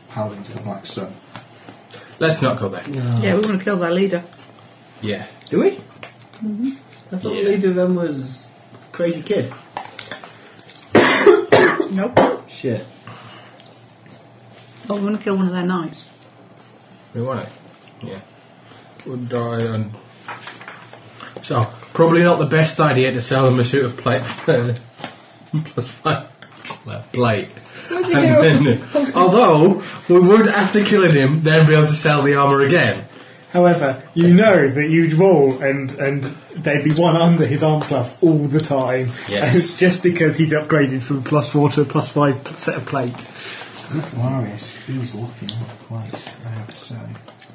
[SPEAKER 3] Paladins of the Black Sun.
[SPEAKER 4] Let's not go there.
[SPEAKER 5] Yeah, we want to kill their leader.
[SPEAKER 4] Yeah.
[SPEAKER 2] Do we?
[SPEAKER 5] Mm-hmm.
[SPEAKER 2] I thought
[SPEAKER 4] Yeah.
[SPEAKER 2] the leader of them was crazy kid.
[SPEAKER 5] Nope.
[SPEAKER 2] Shit.
[SPEAKER 5] Well, we want to kill one of their knights.
[SPEAKER 4] We want it. Yeah. Would die and. So, probably not the best idea to sell them a suit of plate (laughs) for plus five. well, Plate.
[SPEAKER 2] he go?
[SPEAKER 4] And then, although we would, after killing him, then be able to sell the armor again.
[SPEAKER 7] However, you know that you'd roll and, and there'd be one under his arm class all the time.
[SPEAKER 4] Yes.
[SPEAKER 7] And
[SPEAKER 6] (laughs)
[SPEAKER 7] it's just because he's upgraded from plus four to a plus five set of plate.
[SPEAKER 3] Marius, he's looking out of place, I have to say.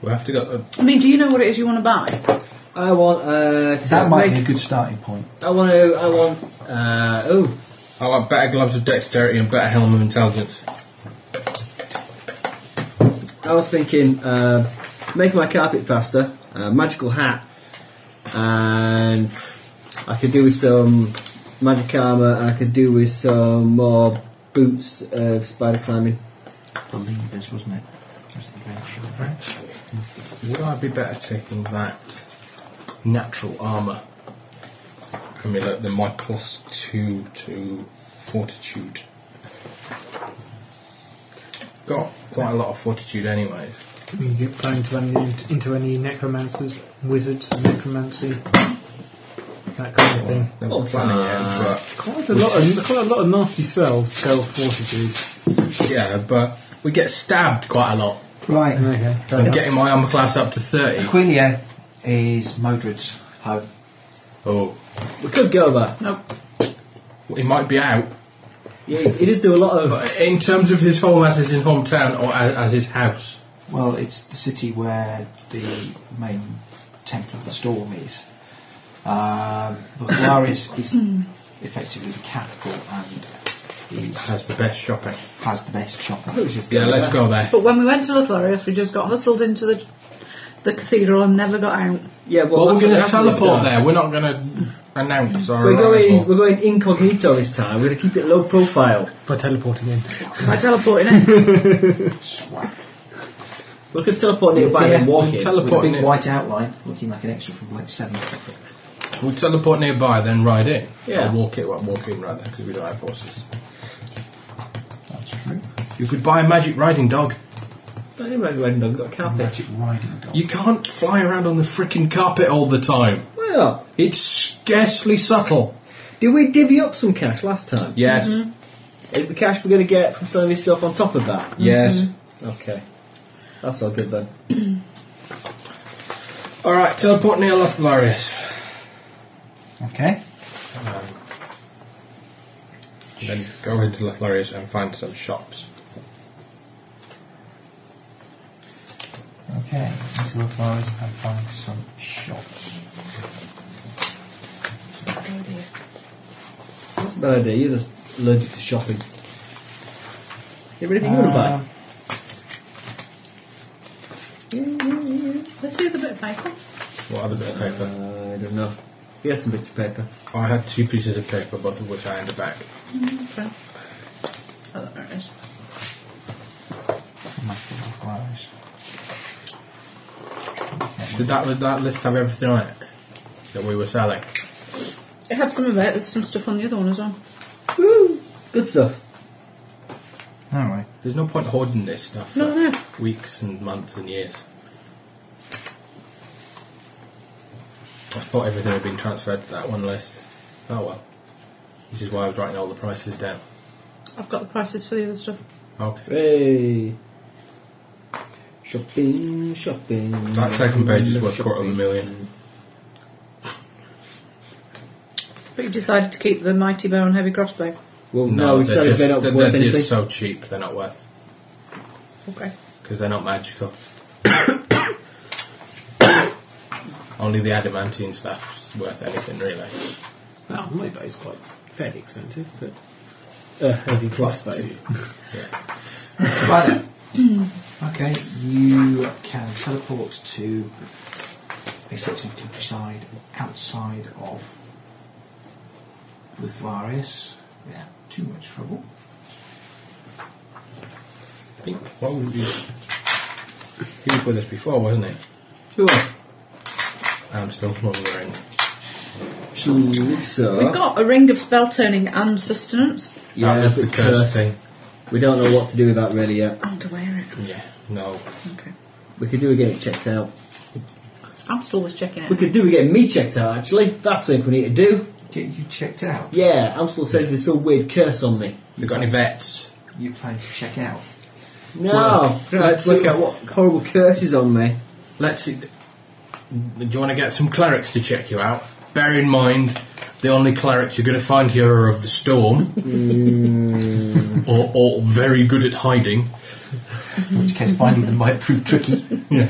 [SPEAKER 4] We have to go. Uh,
[SPEAKER 5] I mean, do you know what it is you want to buy?
[SPEAKER 2] I want uh, to
[SPEAKER 3] That might be a
[SPEAKER 2] make,
[SPEAKER 3] good starting point.
[SPEAKER 2] I want to. I want. Uh, oh,
[SPEAKER 4] I want better gloves of dexterity and better helm of intelligence.
[SPEAKER 2] I was thinking, uh, make my carpet faster, a magical hat, and I could do with some magic armor, and I could do with some more boots of spider climbing.
[SPEAKER 3] Believers, wasn't it? Was the adventure.
[SPEAKER 4] Actually, would I be better taking that natural armour amulet than my plus two to fortitude? Got quite a lot of fortitude, anyways.
[SPEAKER 6] You get thrown to any, into any necromancers, wizards, necromancy, that kind of thing.
[SPEAKER 4] They're
[SPEAKER 2] Oh,
[SPEAKER 4] planning it,
[SPEAKER 2] uh,
[SPEAKER 6] Quite a lot of quite a lot of nasty spells go fortitude.
[SPEAKER 4] but yeah, but we get stabbed quite a lot.
[SPEAKER 3] Right,
[SPEAKER 6] Okay.
[SPEAKER 4] I'm getting my armour class up to thirty.
[SPEAKER 3] Aquilia is Modred's home.
[SPEAKER 4] Oh,
[SPEAKER 2] We could go there.
[SPEAKER 5] Nope.
[SPEAKER 4] he might be out.
[SPEAKER 2] He, he does do a lot of.
[SPEAKER 4] But in terms of his home as his hometown or as, as his house,
[SPEAKER 3] Well, it's the city where the main Temple of the Storm is. Um, Lothlaris is effectively the capital and is,
[SPEAKER 4] has the best shopping.
[SPEAKER 3] has the best shopping.
[SPEAKER 2] Let's just go
[SPEAKER 4] Yeah, let's
[SPEAKER 2] there.
[SPEAKER 4] go there.
[SPEAKER 5] But when we went to Lothlarius, we just got hustled into the the cathedral and never got out.
[SPEAKER 2] Yeah, well,
[SPEAKER 4] Well, we're
[SPEAKER 2] that's
[SPEAKER 4] going
[SPEAKER 2] what
[SPEAKER 4] to
[SPEAKER 2] happened this
[SPEAKER 4] teleport
[SPEAKER 2] time.
[SPEAKER 4] there. We're not going to announce our
[SPEAKER 2] We're going.
[SPEAKER 4] arrival.
[SPEAKER 2] We're going incognito this time. We're going to keep it low profile.
[SPEAKER 6] By teleporting in.
[SPEAKER 5] I teleported in.
[SPEAKER 3] Swag.
[SPEAKER 2] We could teleport nearby
[SPEAKER 3] Yeah,
[SPEAKER 2] and walk in.
[SPEAKER 4] tele-
[SPEAKER 3] With a
[SPEAKER 4] Teleporting
[SPEAKER 3] big
[SPEAKER 4] it.
[SPEAKER 3] white outline, looking like an extra from Blake 7.
[SPEAKER 4] We'll teleport nearby, then ride in.
[SPEAKER 2] Yeah.
[SPEAKER 4] Or walk it. Well, walk in rather, because we don't have horses.
[SPEAKER 3] That's true.
[SPEAKER 4] You could buy a magic riding dog.
[SPEAKER 2] I didn't remember when I've got a carpet.
[SPEAKER 3] Magic riding dog.
[SPEAKER 4] You can't fly around on the frickin' carpet all the time.
[SPEAKER 2] Why not?
[SPEAKER 4] It's scarcely subtle.
[SPEAKER 2] Did we divvy up some cash last time?
[SPEAKER 4] Yes.
[SPEAKER 2] Is the cash we're going to get from selling this stuff on top of that?
[SPEAKER 4] Yes.
[SPEAKER 2] Okay. That's all good then.
[SPEAKER 4] All right. Teleport near Lothlarius.
[SPEAKER 3] Okay.
[SPEAKER 4] Then go into Lothlarius and find some shops.
[SPEAKER 3] Okay. Okay, into the forest and find some shots.
[SPEAKER 2] Bad idea, you're just allergic to shopping. You have anything you want to buy?
[SPEAKER 3] Uh,
[SPEAKER 5] (laughs) Let's see the bit of paper.
[SPEAKER 4] What other bit of paper?
[SPEAKER 2] Uh, I don't know. We had some bits of paper.
[SPEAKER 4] I had two pieces of paper, both of which I handed back.
[SPEAKER 5] Okay. Oh, there it is.
[SPEAKER 3] Multiple flowers.
[SPEAKER 4] Did that did that list have everything on it that we were selling?
[SPEAKER 5] It had some of it. There's some stuff on the other one as well.
[SPEAKER 2] Woo! Good stuff.
[SPEAKER 3] All right.
[SPEAKER 4] There's no point hoarding this stuff for
[SPEAKER 5] No, no.
[SPEAKER 4] weeks and months and years. I thought everything had been transferred to that one list. Oh well. This is why I was writing all the prices down.
[SPEAKER 5] I've got the prices for the other stuff.
[SPEAKER 4] Okay.
[SPEAKER 2] Hey! Shopping, shopping.
[SPEAKER 4] That second page is worth a quarter of a
[SPEAKER 2] shopping.
[SPEAKER 4] million.
[SPEAKER 5] But you decided to keep the mighty bow and heavy crossbow.
[SPEAKER 2] Well, Oh, no,
[SPEAKER 4] No,
[SPEAKER 2] we
[SPEAKER 4] they're
[SPEAKER 2] decided
[SPEAKER 4] just,
[SPEAKER 2] they're not
[SPEAKER 4] they're,
[SPEAKER 2] worth
[SPEAKER 4] they're
[SPEAKER 2] anything.
[SPEAKER 4] just so cheap. They're not worth
[SPEAKER 5] Okay.
[SPEAKER 4] because they're not magical. (coughs) Only the adamantine stuff's worth anything really.
[SPEAKER 6] Well, my bow's quite fairly expensive, but
[SPEAKER 2] Uh,
[SPEAKER 6] a heavy crossbow.
[SPEAKER 4] two. Yeah.
[SPEAKER 3] Right then. okay, you can teleport to a section of countryside outside of Lithlarius without too much trouble.
[SPEAKER 4] I think why would we? He was with us before, wasn't he?
[SPEAKER 2] Who are?
[SPEAKER 4] I'm still wondering.
[SPEAKER 2] So,
[SPEAKER 5] We've got a ring of spell turning and sustenance.
[SPEAKER 2] yeah,
[SPEAKER 4] that was
[SPEAKER 2] it's
[SPEAKER 4] the curse
[SPEAKER 2] cursed.
[SPEAKER 4] thing.
[SPEAKER 2] We don't know what to do with that really yet.
[SPEAKER 5] I want to wear it.
[SPEAKER 4] Yeah. No.
[SPEAKER 5] Okay.
[SPEAKER 2] We could do with getting it checked out.
[SPEAKER 5] I'm still always checking
[SPEAKER 2] We
[SPEAKER 5] it.
[SPEAKER 2] could do with getting me checked out, actually. That's something we need to do.
[SPEAKER 3] Get you checked out.
[SPEAKER 2] Yeah, Amstel says there's some weird curse on me.
[SPEAKER 4] They got any vets?
[SPEAKER 3] You plan to check out.
[SPEAKER 2] No!
[SPEAKER 4] Well,
[SPEAKER 2] let's
[SPEAKER 4] let's
[SPEAKER 2] look
[SPEAKER 4] see.
[SPEAKER 2] at what horrible curse is on me.
[SPEAKER 4] Let's see. Do you want to get some clerics to check you out? Bear in mind, the only clerics you're going to find here are of the storm,
[SPEAKER 2] Mm.
[SPEAKER 4] or, or very good at hiding.
[SPEAKER 3] In which case, finding them might prove tricky.
[SPEAKER 4] (laughs) Yeah.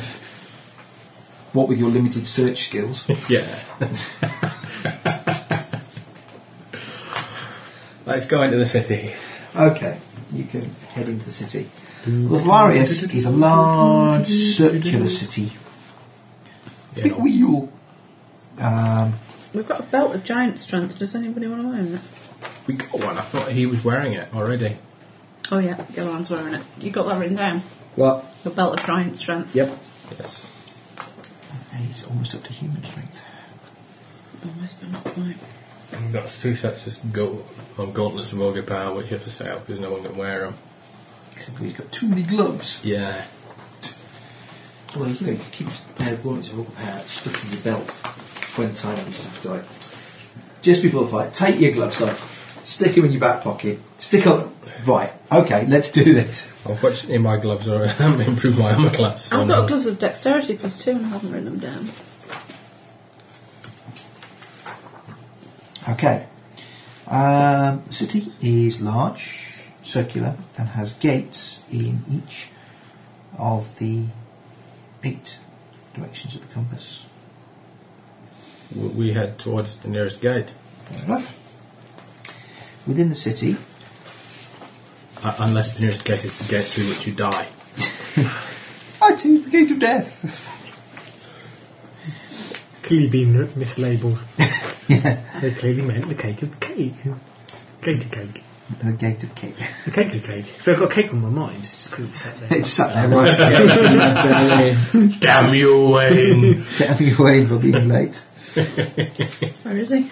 [SPEAKER 3] What with your limited search skills?
[SPEAKER 4] Yeah. (laughs) Let's go into the city.
[SPEAKER 3] Okay, you can head into the city. Lithlarius is a large circular city.
[SPEAKER 4] Yeah,
[SPEAKER 3] Big wheel. Um,
[SPEAKER 5] We've got a belt of giant strength. Does anybody want to wear that?
[SPEAKER 4] we got one. I thought he was wearing it already.
[SPEAKER 5] Oh yeah, Gillilan's wearing it. You got that written down?
[SPEAKER 2] What?
[SPEAKER 5] The belt of giant strength.
[SPEAKER 2] Yep.
[SPEAKER 4] Yes.
[SPEAKER 3] And he's almost up to human strength.
[SPEAKER 5] Almost, but not quite.
[SPEAKER 4] I've got two sets of gold, of gauntlets of overpower, which you have to set up because no one can wear them.
[SPEAKER 3] Except he's got too many gloves.
[SPEAKER 4] Yeah.
[SPEAKER 3] Although, you know, you could keep a pair of gauntlets of overpower stuck in your belt when time you just have to, like, just before the fight, take your gloves off, stick them in your back pocket, stick on. Right, okay, let's do this.
[SPEAKER 4] Unfortunately, my gloves are (laughs) haven't improved my armor class. So
[SPEAKER 5] I've got
[SPEAKER 4] no.
[SPEAKER 5] gloves of dexterity plus two, and I haven't written them down.
[SPEAKER 3] Okay. Um, the city is large, circular, and has gates in each of the eight directions of the compass.
[SPEAKER 4] W- we head towards the nearest gate.
[SPEAKER 3] Fair enough. Within the city,
[SPEAKER 4] Uh, unless the nearest gate is the gate through which you die.
[SPEAKER 3] I choose the gate of death.
[SPEAKER 6] Clearly been r-
[SPEAKER 3] (laughs)
[SPEAKER 6] mislabelled. They clearly meant the cake of the cake. Cake of cake.
[SPEAKER 3] (laughs) the gate of cake.
[SPEAKER 6] The cake of cake. So I've got cake on my mind, just because it's
[SPEAKER 3] (laughs)
[SPEAKER 6] sat there.
[SPEAKER 3] (laughs) It's sat there
[SPEAKER 4] (laughs)
[SPEAKER 3] right
[SPEAKER 4] Damn you, (laughs) Wayne!
[SPEAKER 3] (laughs) out of your way for being
[SPEAKER 5] (laughs)
[SPEAKER 3] late.
[SPEAKER 5] Where is he?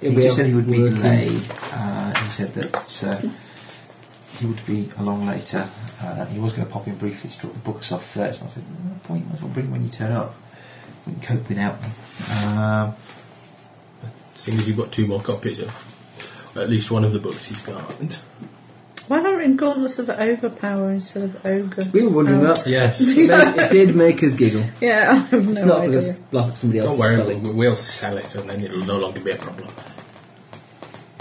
[SPEAKER 3] He just said he would be delayed. Uh, he said that uh, he would be along later. Uh, he was going to pop in briefly to drop the books off first. And I said, no point, might as well bring them when you turn up. We can cope without them. Um,
[SPEAKER 4] Seeing as you've got two more copies of at least one of the books he's got.
[SPEAKER 5] Why not in gauntlets of overpower instead of ogre?
[SPEAKER 2] We were wondering
[SPEAKER 5] power?
[SPEAKER 2] that.
[SPEAKER 4] (laughs) Yes.
[SPEAKER 2] It, made, it did make us giggle.
[SPEAKER 5] Yeah, (laughs) I have
[SPEAKER 2] It's
[SPEAKER 5] no
[SPEAKER 2] not for
[SPEAKER 5] idea.
[SPEAKER 2] us laugh at somebody else's
[SPEAKER 4] Don't worry,
[SPEAKER 2] spelling.
[SPEAKER 4] we'll, we'll sell it and then it'll no longer be a problem.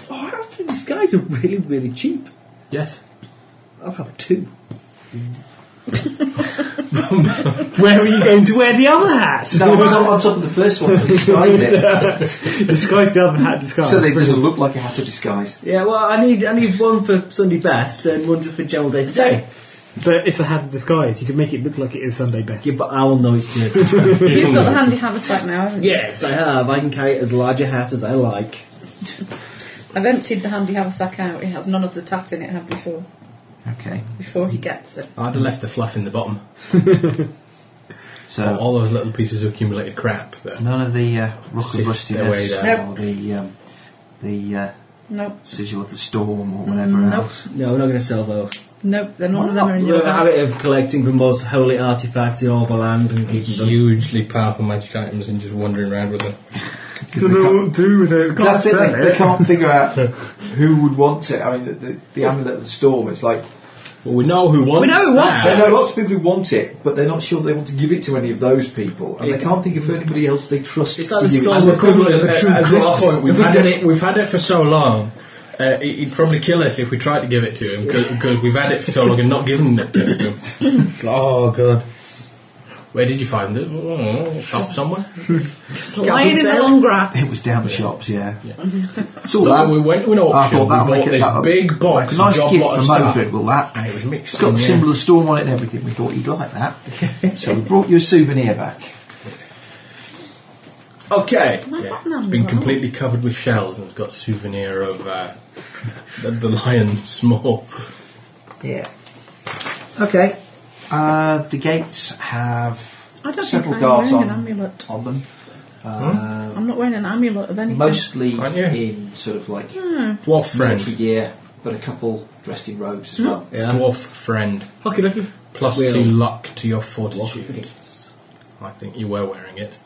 [SPEAKER 2] Oh, actually, these guys are really, really cheap.
[SPEAKER 4] Yes.
[SPEAKER 2] I'll have two.
[SPEAKER 6] Where are you going to wear the other hat?
[SPEAKER 3] (laughs) No, it was on, on top of the first one to (laughs) disguise it,
[SPEAKER 6] (laughs) disguise the other hat disguise.
[SPEAKER 3] so that it doesn't look like a hat of disguise.
[SPEAKER 2] Yeah, well, I need I need one for Sunday best and one just for general day to day.
[SPEAKER 6] but it's a hat of disguise. You can make it look like it is Sunday best.
[SPEAKER 2] Yeah, but I will know it's dirty.
[SPEAKER 5] You've got the handy haversack now, haven't you?
[SPEAKER 2] yes, I have. I can carry as large a hat as I like.
[SPEAKER 5] I've emptied the handy haversack out. It has none of the tat in it had before.
[SPEAKER 3] Okay,
[SPEAKER 5] Before he gets it.
[SPEAKER 4] I'd have left the fluff in the bottom.
[SPEAKER 3] so
[SPEAKER 4] all those little pieces of accumulated crap. That
[SPEAKER 3] none of the uh, rock
[SPEAKER 4] Sift
[SPEAKER 3] of
[SPEAKER 4] their way
[SPEAKER 3] rustiness
[SPEAKER 4] down.
[SPEAKER 5] Nope.
[SPEAKER 3] or the um, the uh,
[SPEAKER 5] Nope.
[SPEAKER 3] sigil of the storm or whatever
[SPEAKER 5] Nope.
[SPEAKER 3] else.
[SPEAKER 2] No, we're not going to sell those.
[SPEAKER 5] Nope. They're none
[SPEAKER 3] Why
[SPEAKER 5] of them are in
[SPEAKER 2] We have
[SPEAKER 4] Uh,
[SPEAKER 5] your
[SPEAKER 2] a
[SPEAKER 5] bag.
[SPEAKER 2] habit of collecting the most holy artifacts in all the land and keeping them.
[SPEAKER 4] hugely powerful magic items and just wandering around with them.
[SPEAKER 3] 'Cause
[SPEAKER 7] Don't
[SPEAKER 3] they
[SPEAKER 7] know
[SPEAKER 3] can't-
[SPEAKER 7] what to do with it. Can't
[SPEAKER 3] That's it.
[SPEAKER 7] sell
[SPEAKER 3] They, they
[SPEAKER 7] it.
[SPEAKER 3] can't figure out who would want it. I mean, the, the, the amulet of the storm. It's like
[SPEAKER 4] Well, we know who wants.
[SPEAKER 5] We know who wants
[SPEAKER 3] They
[SPEAKER 4] that.
[SPEAKER 3] know lots of people who want it, but they're not sure they want to give it to any of those people, and they can't think of anybody else they trust
[SPEAKER 2] It's like
[SPEAKER 3] to
[SPEAKER 2] the
[SPEAKER 3] use.
[SPEAKER 2] storm.
[SPEAKER 4] As
[SPEAKER 2] Well,
[SPEAKER 4] a equivalent
[SPEAKER 2] equivalent
[SPEAKER 4] of
[SPEAKER 2] of a true
[SPEAKER 4] at
[SPEAKER 2] cross.
[SPEAKER 4] this point, we've
[SPEAKER 2] If we
[SPEAKER 4] had,
[SPEAKER 2] get
[SPEAKER 4] it, we've had it for so long. Uh, he- he'd probably kill us if we tried to give it to him because we've had it for so long and not given it to him. It's like, oh god, where did you find it? Oh, shop somewhere.
[SPEAKER 5] It's lying in the long grass.
[SPEAKER 4] (laughs)
[SPEAKER 3] It was down the shops, yeah.
[SPEAKER 4] Yeah.
[SPEAKER 3] It's all
[SPEAKER 4] So
[SPEAKER 3] that.
[SPEAKER 4] we went to an
[SPEAKER 3] I
[SPEAKER 4] auction.
[SPEAKER 3] thought
[SPEAKER 4] We
[SPEAKER 3] that
[SPEAKER 4] bought this big box.
[SPEAKER 3] A nice
[SPEAKER 4] and job
[SPEAKER 3] gift
[SPEAKER 4] lot
[SPEAKER 3] for
[SPEAKER 4] of stuff,
[SPEAKER 3] Modric, will that?
[SPEAKER 4] and it was mixed.
[SPEAKER 3] It's got
[SPEAKER 4] in,
[SPEAKER 3] the
[SPEAKER 4] yeah.
[SPEAKER 3] symbol of the storm on it and everything. We thought he'd like
[SPEAKER 4] (laughs)
[SPEAKER 3] that. so we brought you a souvenir back.
[SPEAKER 2] Okay.
[SPEAKER 4] Yeah. It's been completely covered with shells and it's got souvenir of uh, the, the lion small.
[SPEAKER 3] Yeah. Okay. Uh, the gates have
[SPEAKER 5] I don't think
[SPEAKER 3] several
[SPEAKER 5] I'm
[SPEAKER 3] guards
[SPEAKER 5] wearing
[SPEAKER 3] on,
[SPEAKER 5] an amulet.
[SPEAKER 3] on them. Uh,
[SPEAKER 5] I'm not wearing an amulet of
[SPEAKER 2] Hmm?
[SPEAKER 5] anything.
[SPEAKER 3] Mostly
[SPEAKER 4] Aren't you?
[SPEAKER 3] in sort of like
[SPEAKER 5] Hmm.
[SPEAKER 4] Dwarf friend.
[SPEAKER 3] military gear, but a couple dressed in robes
[SPEAKER 5] Hmm?
[SPEAKER 3] as well.
[SPEAKER 2] Yeah.
[SPEAKER 4] Dwarf friend.
[SPEAKER 2] Hockey dokie.
[SPEAKER 4] Plus
[SPEAKER 2] Will.
[SPEAKER 4] two luck to your fortitude. I think you were wearing it.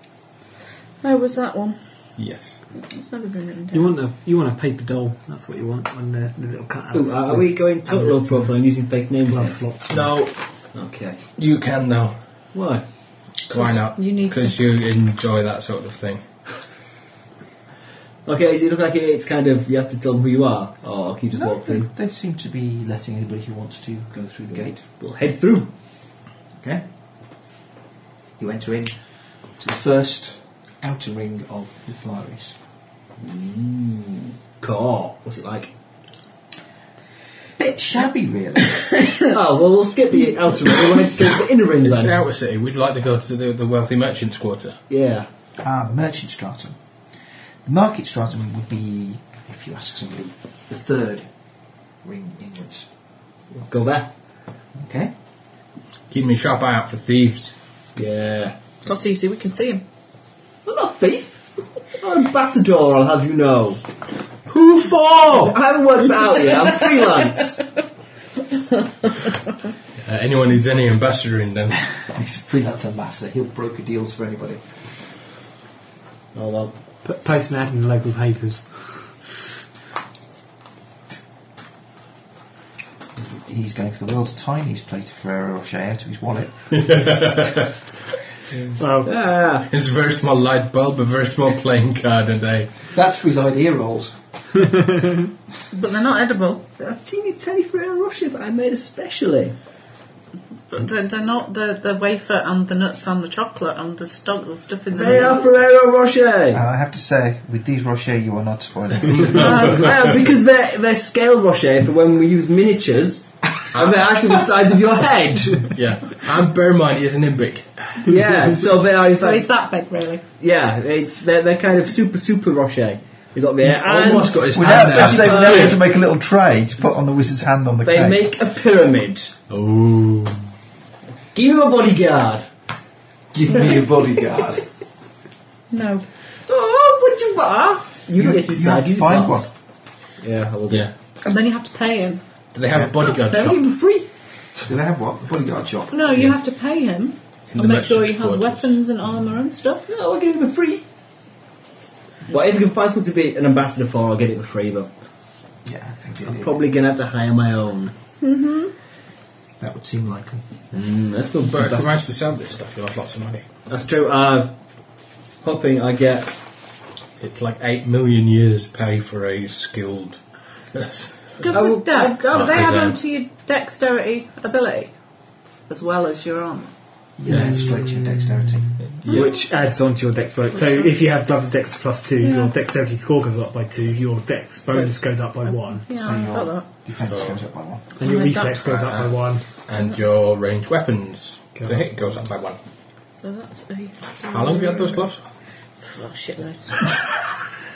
[SPEAKER 5] Oh, was that one?
[SPEAKER 4] Yes.
[SPEAKER 5] It's never been written down.
[SPEAKER 6] You want a you want a paper doll. That's what you want on the, the little cutouts.
[SPEAKER 2] Ooh, are are we going total low profile and using fake names?
[SPEAKER 6] Blood
[SPEAKER 2] here?
[SPEAKER 6] slots.
[SPEAKER 4] No,
[SPEAKER 2] Okay.
[SPEAKER 4] you can though.
[SPEAKER 2] Why?
[SPEAKER 4] Why not?
[SPEAKER 5] you need
[SPEAKER 4] Because you enjoy that sort of thing.
[SPEAKER 2] Okay, does it look like it- it's kind of you have to tell them who you are, or can you just
[SPEAKER 3] No,
[SPEAKER 2] walk
[SPEAKER 3] they,
[SPEAKER 2] through?
[SPEAKER 3] they seem to be letting anybody who wants to go through the gate.
[SPEAKER 2] We'll head through.
[SPEAKER 3] Okay. You enter in to the first outer ring of the Thlaris.
[SPEAKER 2] Core. What's it like? (laughs)
[SPEAKER 3] Bit shabby, really.
[SPEAKER 2] oh well, we'll skip the outer ring. We'll head straight to the inner ring
[SPEAKER 4] It's
[SPEAKER 2] then.
[SPEAKER 4] an outer city. We'd like to go to the, the wealthy merchants' quarter.
[SPEAKER 2] Yeah.
[SPEAKER 3] ah, the merchant stratum. The market stratum would be, if you ask somebody, the third ring inwards.
[SPEAKER 2] Go there.
[SPEAKER 3] Okay. (laughs)
[SPEAKER 4] Keep me sharp eye out for thieves.
[SPEAKER 2] Yeah.
[SPEAKER 5] That's easy, we can see him.
[SPEAKER 2] I'm not a thief. I'm an ambassador. I'll have you know.
[SPEAKER 4] Who for?
[SPEAKER 2] I haven't worked it out yet.
[SPEAKER 4] (laughs)
[SPEAKER 2] I'm freelance.
[SPEAKER 4] Uh, anyone needs any ambassador in them. (laughs)
[SPEAKER 3] He's a freelance ambassador. He'll broker deals for anybody.
[SPEAKER 2] Hold on.
[SPEAKER 6] P- post an ad in the local papers.
[SPEAKER 3] He's going for the world's tiniest plate of Ferrero Rocher out of his wallet.
[SPEAKER 6] Well,
[SPEAKER 2] Ah.
[SPEAKER 4] It's a very small light bulb, a very small playing card, and a
[SPEAKER 3] That's for his idea rolls.
[SPEAKER 5] But they're not edible.
[SPEAKER 2] A teeny tiny Ferrero Rocher that I made
[SPEAKER 4] Mm.
[SPEAKER 2] especially.
[SPEAKER 5] But they're, they're not the, the wafer and the nuts and the chocolate and the stock or stuff in the
[SPEAKER 2] They are Ferrero
[SPEAKER 4] (laughs)
[SPEAKER 2] Rocher.
[SPEAKER 3] And I have to say, with these Rocher, you are not (laughs) spoiling.
[SPEAKER 2] Ah, because they're, they're scale Rocher for when we use miniatures, and they're actually the size of your
[SPEAKER 4] (laughs)
[SPEAKER 2] head.
[SPEAKER 4] yeah. And bear in mind, he is an imbic.
[SPEAKER 2] Yeah, so they are. In
[SPEAKER 5] (laughs) So
[SPEAKER 2] fact-
[SPEAKER 5] he's that big, really.
[SPEAKER 2] yeah, it's they're, they're kind of super super Rocher. Is what they are. And
[SPEAKER 4] Almost got his
[SPEAKER 3] We now,
[SPEAKER 4] hand
[SPEAKER 3] I say,
[SPEAKER 4] out.
[SPEAKER 3] we now have to make a little tray to put on the wizard's hand on the
[SPEAKER 2] they
[SPEAKER 3] cake.
[SPEAKER 2] make a pyramid.
[SPEAKER 4] Ooh.
[SPEAKER 2] Give him a bodyguard.
[SPEAKER 3] Give me a bodyguard.
[SPEAKER 5] No.
[SPEAKER 2] Oh, but you are. You don't get to
[SPEAKER 3] you
[SPEAKER 2] decide.
[SPEAKER 3] have to
[SPEAKER 2] he's a
[SPEAKER 3] find
[SPEAKER 2] boss. Yeah, I will do.
[SPEAKER 4] Yeah.
[SPEAKER 5] And then you have to pay him.
[SPEAKER 4] Do they have a bodyguard
[SPEAKER 2] They're
[SPEAKER 4] shop?
[SPEAKER 2] for free.
[SPEAKER 3] Do they have what? A bodyguard shop.
[SPEAKER 5] No, you have to pay him
[SPEAKER 4] In the
[SPEAKER 5] and make sure he
[SPEAKER 4] merchant
[SPEAKER 5] has
[SPEAKER 4] quarters.
[SPEAKER 5] weapons and armour and stuff.
[SPEAKER 2] No, I'll get it for free. Well, if you can find something to be an ambassador for, I'll get it for free, though.
[SPEAKER 3] Yeah, I think it is.
[SPEAKER 2] Probably gonna have to hire my own.
[SPEAKER 3] That would seem likely.
[SPEAKER 2] Hmm, that's, good.
[SPEAKER 4] But if you
[SPEAKER 2] That's,
[SPEAKER 4] manage to sell this stuff, you'll have lots of money.
[SPEAKER 2] that's true. Uh, hoping I get.
[SPEAKER 4] It's like eight million years pay for a skilled. Yes.
[SPEAKER 5] Good
[SPEAKER 2] I will-
[SPEAKER 5] with dex.
[SPEAKER 2] I- I-
[SPEAKER 5] Do they add
[SPEAKER 4] Design.
[SPEAKER 5] on to your dexterity ability? as well as your arm.
[SPEAKER 4] Yeah.
[SPEAKER 3] Yeah, straight to your dexterity.
[SPEAKER 4] Yeah.
[SPEAKER 6] Which adds on to your dex bonus. So if you have gloves dex plus two, your dexterity score goes up by two, your dex bonus goes up by one,
[SPEAKER 5] Yeah,
[SPEAKER 3] So
[SPEAKER 5] I
[SPEAKER 3] you're-
[SPEAKER 5] got that.
[SPEAKER 3] Defense goes up by one.
[SPEAKER 6] and your
[SPEAKER 5] my
[SPEAKER 6] reflex
[SPEAKER 5] dex-
[SPEAKER 6] goes up by one.
[SPEAKER 4] and your ranged weapons
[SPEAKER 6] Go
[SPEAKER 4] to
[SPEAKER 6] up.
[SPEAKER 4] hit goes up by one.
[SPEAKER 5] So that's a.
[SPEAKER 4] How long have you had those gloves?
[SPEAKER 5] Oh, shitloads.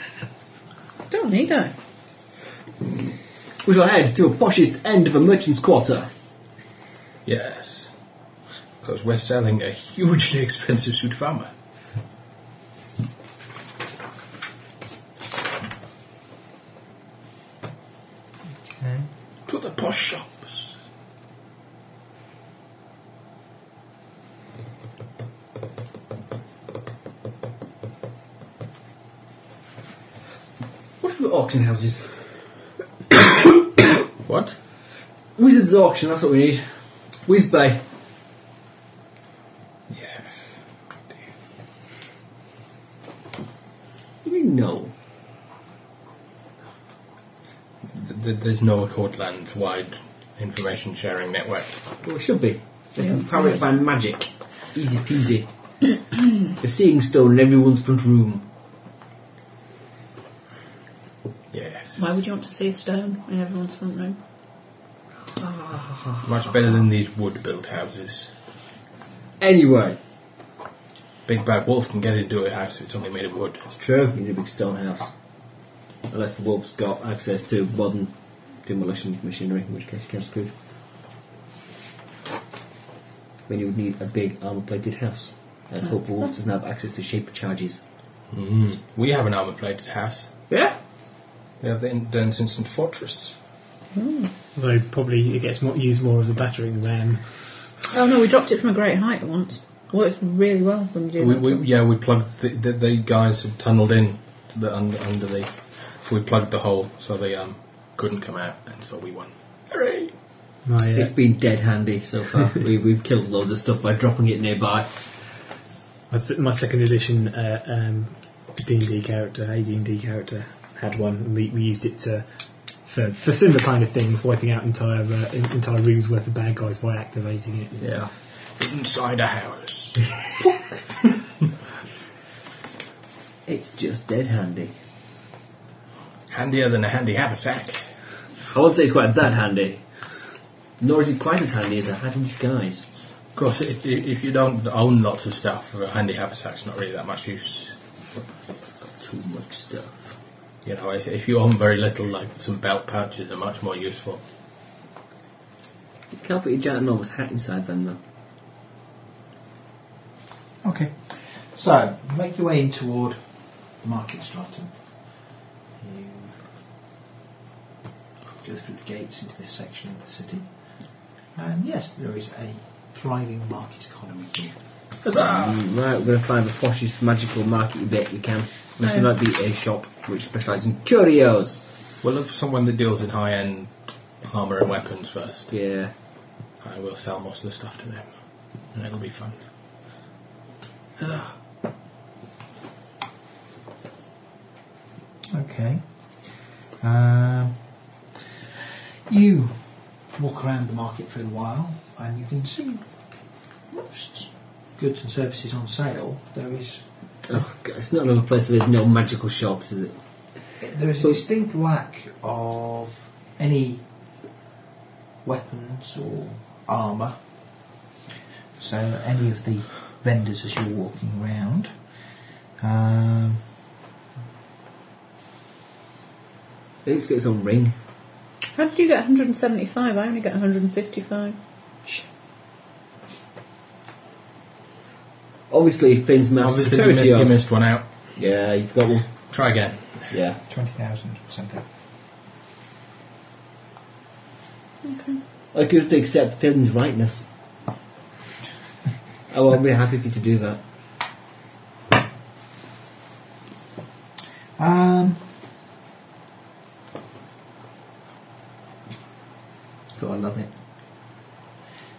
[SPEAKER 5] (laughs) Don't need it.
[SPEAKER 2] We shall head to a poshest end of a merchant's quarter.
[SPEAKER 4] Yes. Because we're selling a hugely (laughs) expensive suit of armour. To the posh shops.
[SPEAKER 2] What about auction houses?
[SPEAKER 4] What?
[SPEAKER 2] Wizard's auction, that's what we need. Whiz Bay.
[SPEAKER 4] Yes.
[SPEAKER 2] You mean no?
[SPEAKER 4] Th- th- There's no Cortland wide information sharing network.
[SPEAKER 2] Well, it should be. They can power it by magic. Easy (clears throat) peasy. a seeing stone in everyone's front room.
[SPEAKER 4] Yes.
[SPEAKER 5] Why would you want to see a stone in everyone's front room?
[SPEAKER 4] Much better than these wood built houses.
[SPEAKER 2] Anyway.
[SPEAKER 4] Big Bad Wolf can get into a house if it's only made of wood.
[SPEAKER 2] True, you need a big stone house. Unless the wolf's got access to modern demolition machinery, in which case you can't screw. Then you would need a big armor plated house. And hope the wolf doesn't have access to shape charges.
[SPEAKER 4] Mm. We have an armour plated house.
[SPEAKER 2] Yeah?
[SPEAKER 4] We have the Dern's Instant Fortress.
[SPEAKER 6] Though probably it gets more, used more as a battering ram.
[SPEAKER 5] Oh no, we dropped it from a great height once. Worked really well when you do
[SPEAKER 4] We,
[SPEAKER 5] that.
[SPEAKER 4] we, yeah, we plugged the, the, the guys had tunneled in to the under, underneath. We plugged the hole so they um, couldn't come out, and so we won. Hooray!
[SPEAKER 6] My, uh,
[SPEAKER 2] It's been dead handy so (laughs) far. we, we've killed loads of stuff by dropping it nearby.
[SPEAKER 6] My, s- my second edition uh, um, D&D character, AD&D character, had one, and we, we used it to for, for similar kind of things, wiping out entire uh, en- entire rooms worth of bad guys by activating it.
[SPEAKER 2] Yeah.
[SPEAKER 4] Inside a house. (laughs)
[SPEAKER 2] It's just dead handy.
[SPEAKER 4] Handier than a handy haversack.
[SPEAKER 2] I won't say it's quite that handy. Nor is it quite as handy as a hat in disguise.
[SPEAKER 4] Of course, if, you- if you don't own lots of stuff, a handy haversack's not really that much use.
[SPEAKER 2] Too much stuff.
[SPEAKER 4] You know, if, if you own very little, like some belt pouches are much more useful.
[SPEAKER 2] You can't put your giant enormous hat inside them though.
[SPEAKER 3] Okay. So, you make your way in toward the market stratum. You go through the gates into this section of the city. And yes, there is a thriving market economy here.
[SPEAKER 4] Huzzah!
[SPEAKER 2] Mm, Right, we're going to find the poshest magical market bit we can. Which
[SPEAKER 5] Oh.
[SPEAKER 2] might be a shop which specialises in curios.
[SPEAKER 4] We'll look for someone that deals in high end armour and weapons first.
[SPEAKER 2] Yeah.
[SPEAKER 4] I will sell most of the stuff to them, and it'll be fun. Uh, Huzzah!
[SPEAKER 3] Okay. Um, you walk around the market for a while and you can see most goods and services on sale. There is
[SPEAKER 2] Oh, God, it's not another place where there's no magical shops, is it?
[SPEAKER 3] there is a distinct lack of any weapons or armour. So any of the vendors as you're walking around. Um,
[SPEAKER 2] It's got its own ring.
[SPEAKER 5] How did you get 175? I only got 155.
[SPEAKER 2] Obviously, Finn's mass
[SPEAKER 4] Obviously, you missed, you
[SPEAKER 2] curios.
[SPEAKER 4] missed one out.
[SPEAKER 2] Yeah, you've got one.
[SPEAKER 4] Try again.
[SPEAKER 2] Yeah.
[SPEAKER 3] 20,000 or something.
[SPEAKER 2] I could have to accept Finn's rightness. I will be happy for you to do that.
[SPEAKER 3] Um, God, I love it.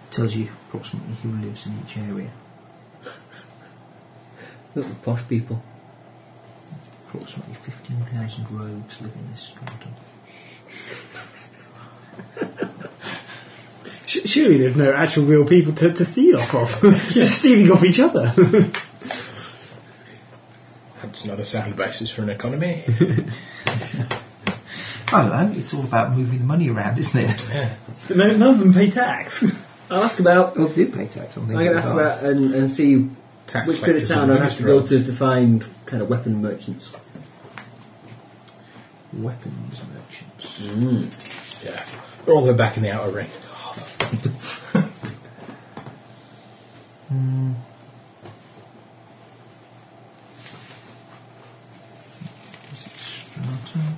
[SPEAKER 3] Tells you approximately who lives in each area.
[SPEAKER 2] Look, the posh people.
[SPEAKER 3] Approximately 15,000 rogues live in this stratum.
[SPEAKER 6] Sh- surely there's no actual real people to, to steal off of. (laughs) They're stealing off each other. (laughs)
[SPEAKER 4] That's not a sound basis for an
[SPEAKER 2] (laughs)
[SPEAKER 4] economy.
[SPEAKER 3] I don't know. It's all about moving the money around, isn't it?
[SPEAKER 6] But no, none of them pay tax. (laughs)
[SPEAKER 2] I'll ask about.
[SPEAKER 3] Well, they do pay tax on
[SPEAKER 2] I'm
[SPEAKER 3] things.
[SPEAKER 2] going to
[SPEAKER 3] like
[SPEAKER 2] ask
[SPEAKER 3] that.
[SPEAKER 2] about and, and see
[SPEAKER 4] Tax
[SPEAKER 2] which bit of
[SPEAKER 4] collectors
[SPEAKER 2] town I
[SPEAKER 4] and
[SPEAKER 2] have to go to
[SPEAKER 4] restaurants.
[SPEAKER 2] to find kind of weapon merchants.
[SPEAKER 3] weapons merchants.
[SPEAKER 4] Mm. Yeah. They're all the way back in the outer ring. Oh, (laughs)
[SPEAKER 3] Is it stratum?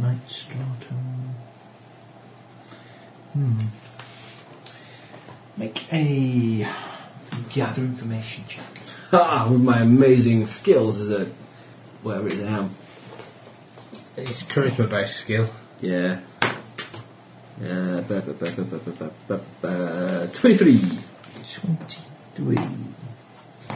[SPEAKER 3] Night stratum. Hmm. Make a gather information check.
[SPEAKER 2] Ha! With my amazing skills as a whatever it is I am.
[SPEAKER 4] It's charisma based skill.
[SPEAKER 2] Yeah. Uh, ba- ba- ba- ba- ba- ba- ba- ba- ba- Twenty-three.
[SPEAKER 3] 23. Hmm.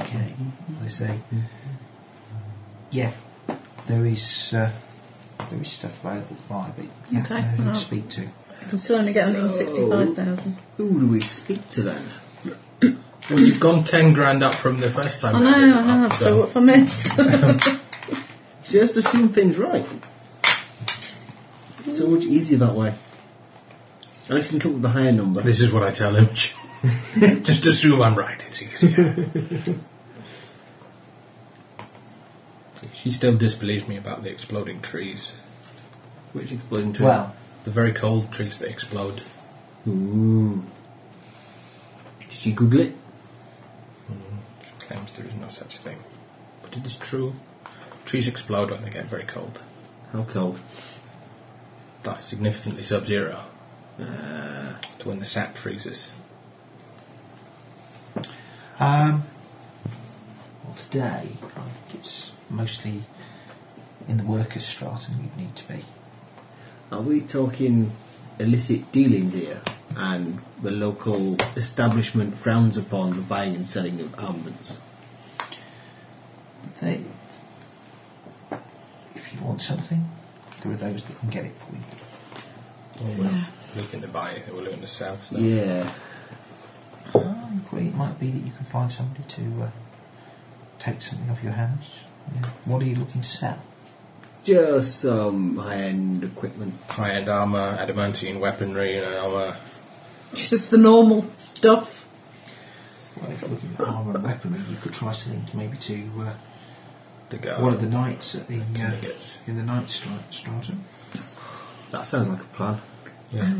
[SPEAKER 3] Okay, they say. Yeah, there is uh, there is stuff available to buy, but you have
[SPEAKER 5] Okay,
[SPEAKER 3] to know who
[SPEAKER 5] well.
[SPEAKER 3] to speak to.
[SPEAKER 5] I'm still only getting 165,000.
[SPEAKER 2] Who do we speak to then?
[SPEAKER 4] Well, you've gone 10 grand up from the first time.
[SPEAKER 5] I
[SPEAKER 4] you added
[SPEAKER 5] know, I
[SPEAKER 4] it up,
[SPEAKER 5] have. So what have I missed?
[SPEAKER 2] Just assume things right. It's so much easier that way. Unless you can come up with a higher number.
[SPEAKER 4] This is what I tell him. (laughs) Just assume I'm right. It's easier. (laughs) she still disbelieves me about the exploding trees.
[SPEAKER 2] Which exploding tree?
[SPEAKER 3] Well,
[SPEAKER 4] The very cold trees that explode.
[SPEAKER 2] Ooh. Did you Google it?
[SPEAKER 4] Mm-hmm. She claims there is no such thing. But it is true. Trees explode when they get very cold.
[SPEAKER 2] How cold?
[SPEAKER 4] That's significantly sub zero. To when the sap freezes.
[SPEAKER 3] Um, well, today, I think it's mostly in the workers' stratum you'd need to be.
[SPEAKER 2] Are we talking illicit dealings here? And the local establishment frowns upon the buying and selling of armaments.
[SPEAKER 3] They, if you want something, there are those that can get it for you.
[SPEAKER 4] They were looking to buy it, they were looking to sell stuff.
[SPEAKER 2] Yeah.
[SPEAKER 3] I agree, it might be that you can find somebody to uh, take something off your hands. Yeah. What are you looking to sell?
[SPEAKER 2] Just some high end equipment.
[SPEAKER 4] High end armour, adamantine weaponry, and armour.
[SPEAKER 5] Just the normal stuff.
[SPEAKER 3] Well, if you're looking at armour and weaponry, you could try something to maybe to uh,
[SPEAKER 4] The guy.
[SPEAKER 3] one of the knights at the uh,
[SPEAKER 4] Delegates.
[SPEAKER 3] in the knight stri- stratum.
[SPEAKER 2] That sounds like a plan.
[SPEAKER 4] Yeah.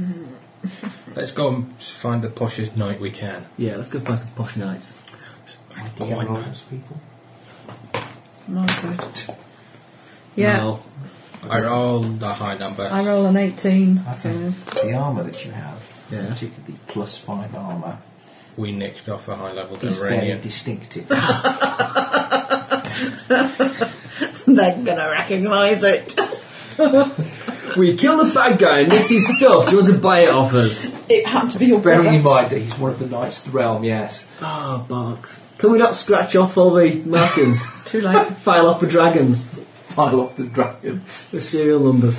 [SPEAKER 4] Let's go and s- find the poshest knight we can.
[SPEAKER 2] Yeah, let's go find some posh knights.
[SPEAKER 3] Idea
[SPEAKER 4] Quite
[SPEAKER 3] rivals people.
[SPEAKER 5] My God. Yeah.
[SPEAKER 2] Now,
[SPEAKER 4] I roll the high number.
[SPEAKER 5] I roll an 18.
[SPEAKER 3] I
[SPEAKER 5] So.
[SPEAKER 3] think the armour that you have,
[SPEAKER 2] Yeah.
[SPEAKER 3] particularly the plus five armour,
[SPEAKER 4] We nicked off a high level
[SPEAKER 3] is very
[SPEAKER 4] Demeranian.
[SPEAKER 3] distinctive. (laughs)
[SPEAKER 5] (laughs) They're gonna recognise it.
[SPEAKER 2] we kill the bad guy and get his stuff. Do you want to buy it off us?
[SPEAKER 5] It had to be your
[SPEAKER 3] Bearing in
[SPEAKER 5] brother.
[SPEAKER 3] mind that he's one of the knights of the realm, yes.
[SPEAKER 2] (laughs) Ah, bollocks. Can we not scratch off all the markings? (laughs)
[SPEAKER 5] Too late. (laughs)
[SPEAKER 2] File off the dragons.
[SPEAKER 3] File off the dragons.
[SPEAKER 2] The serial numbers.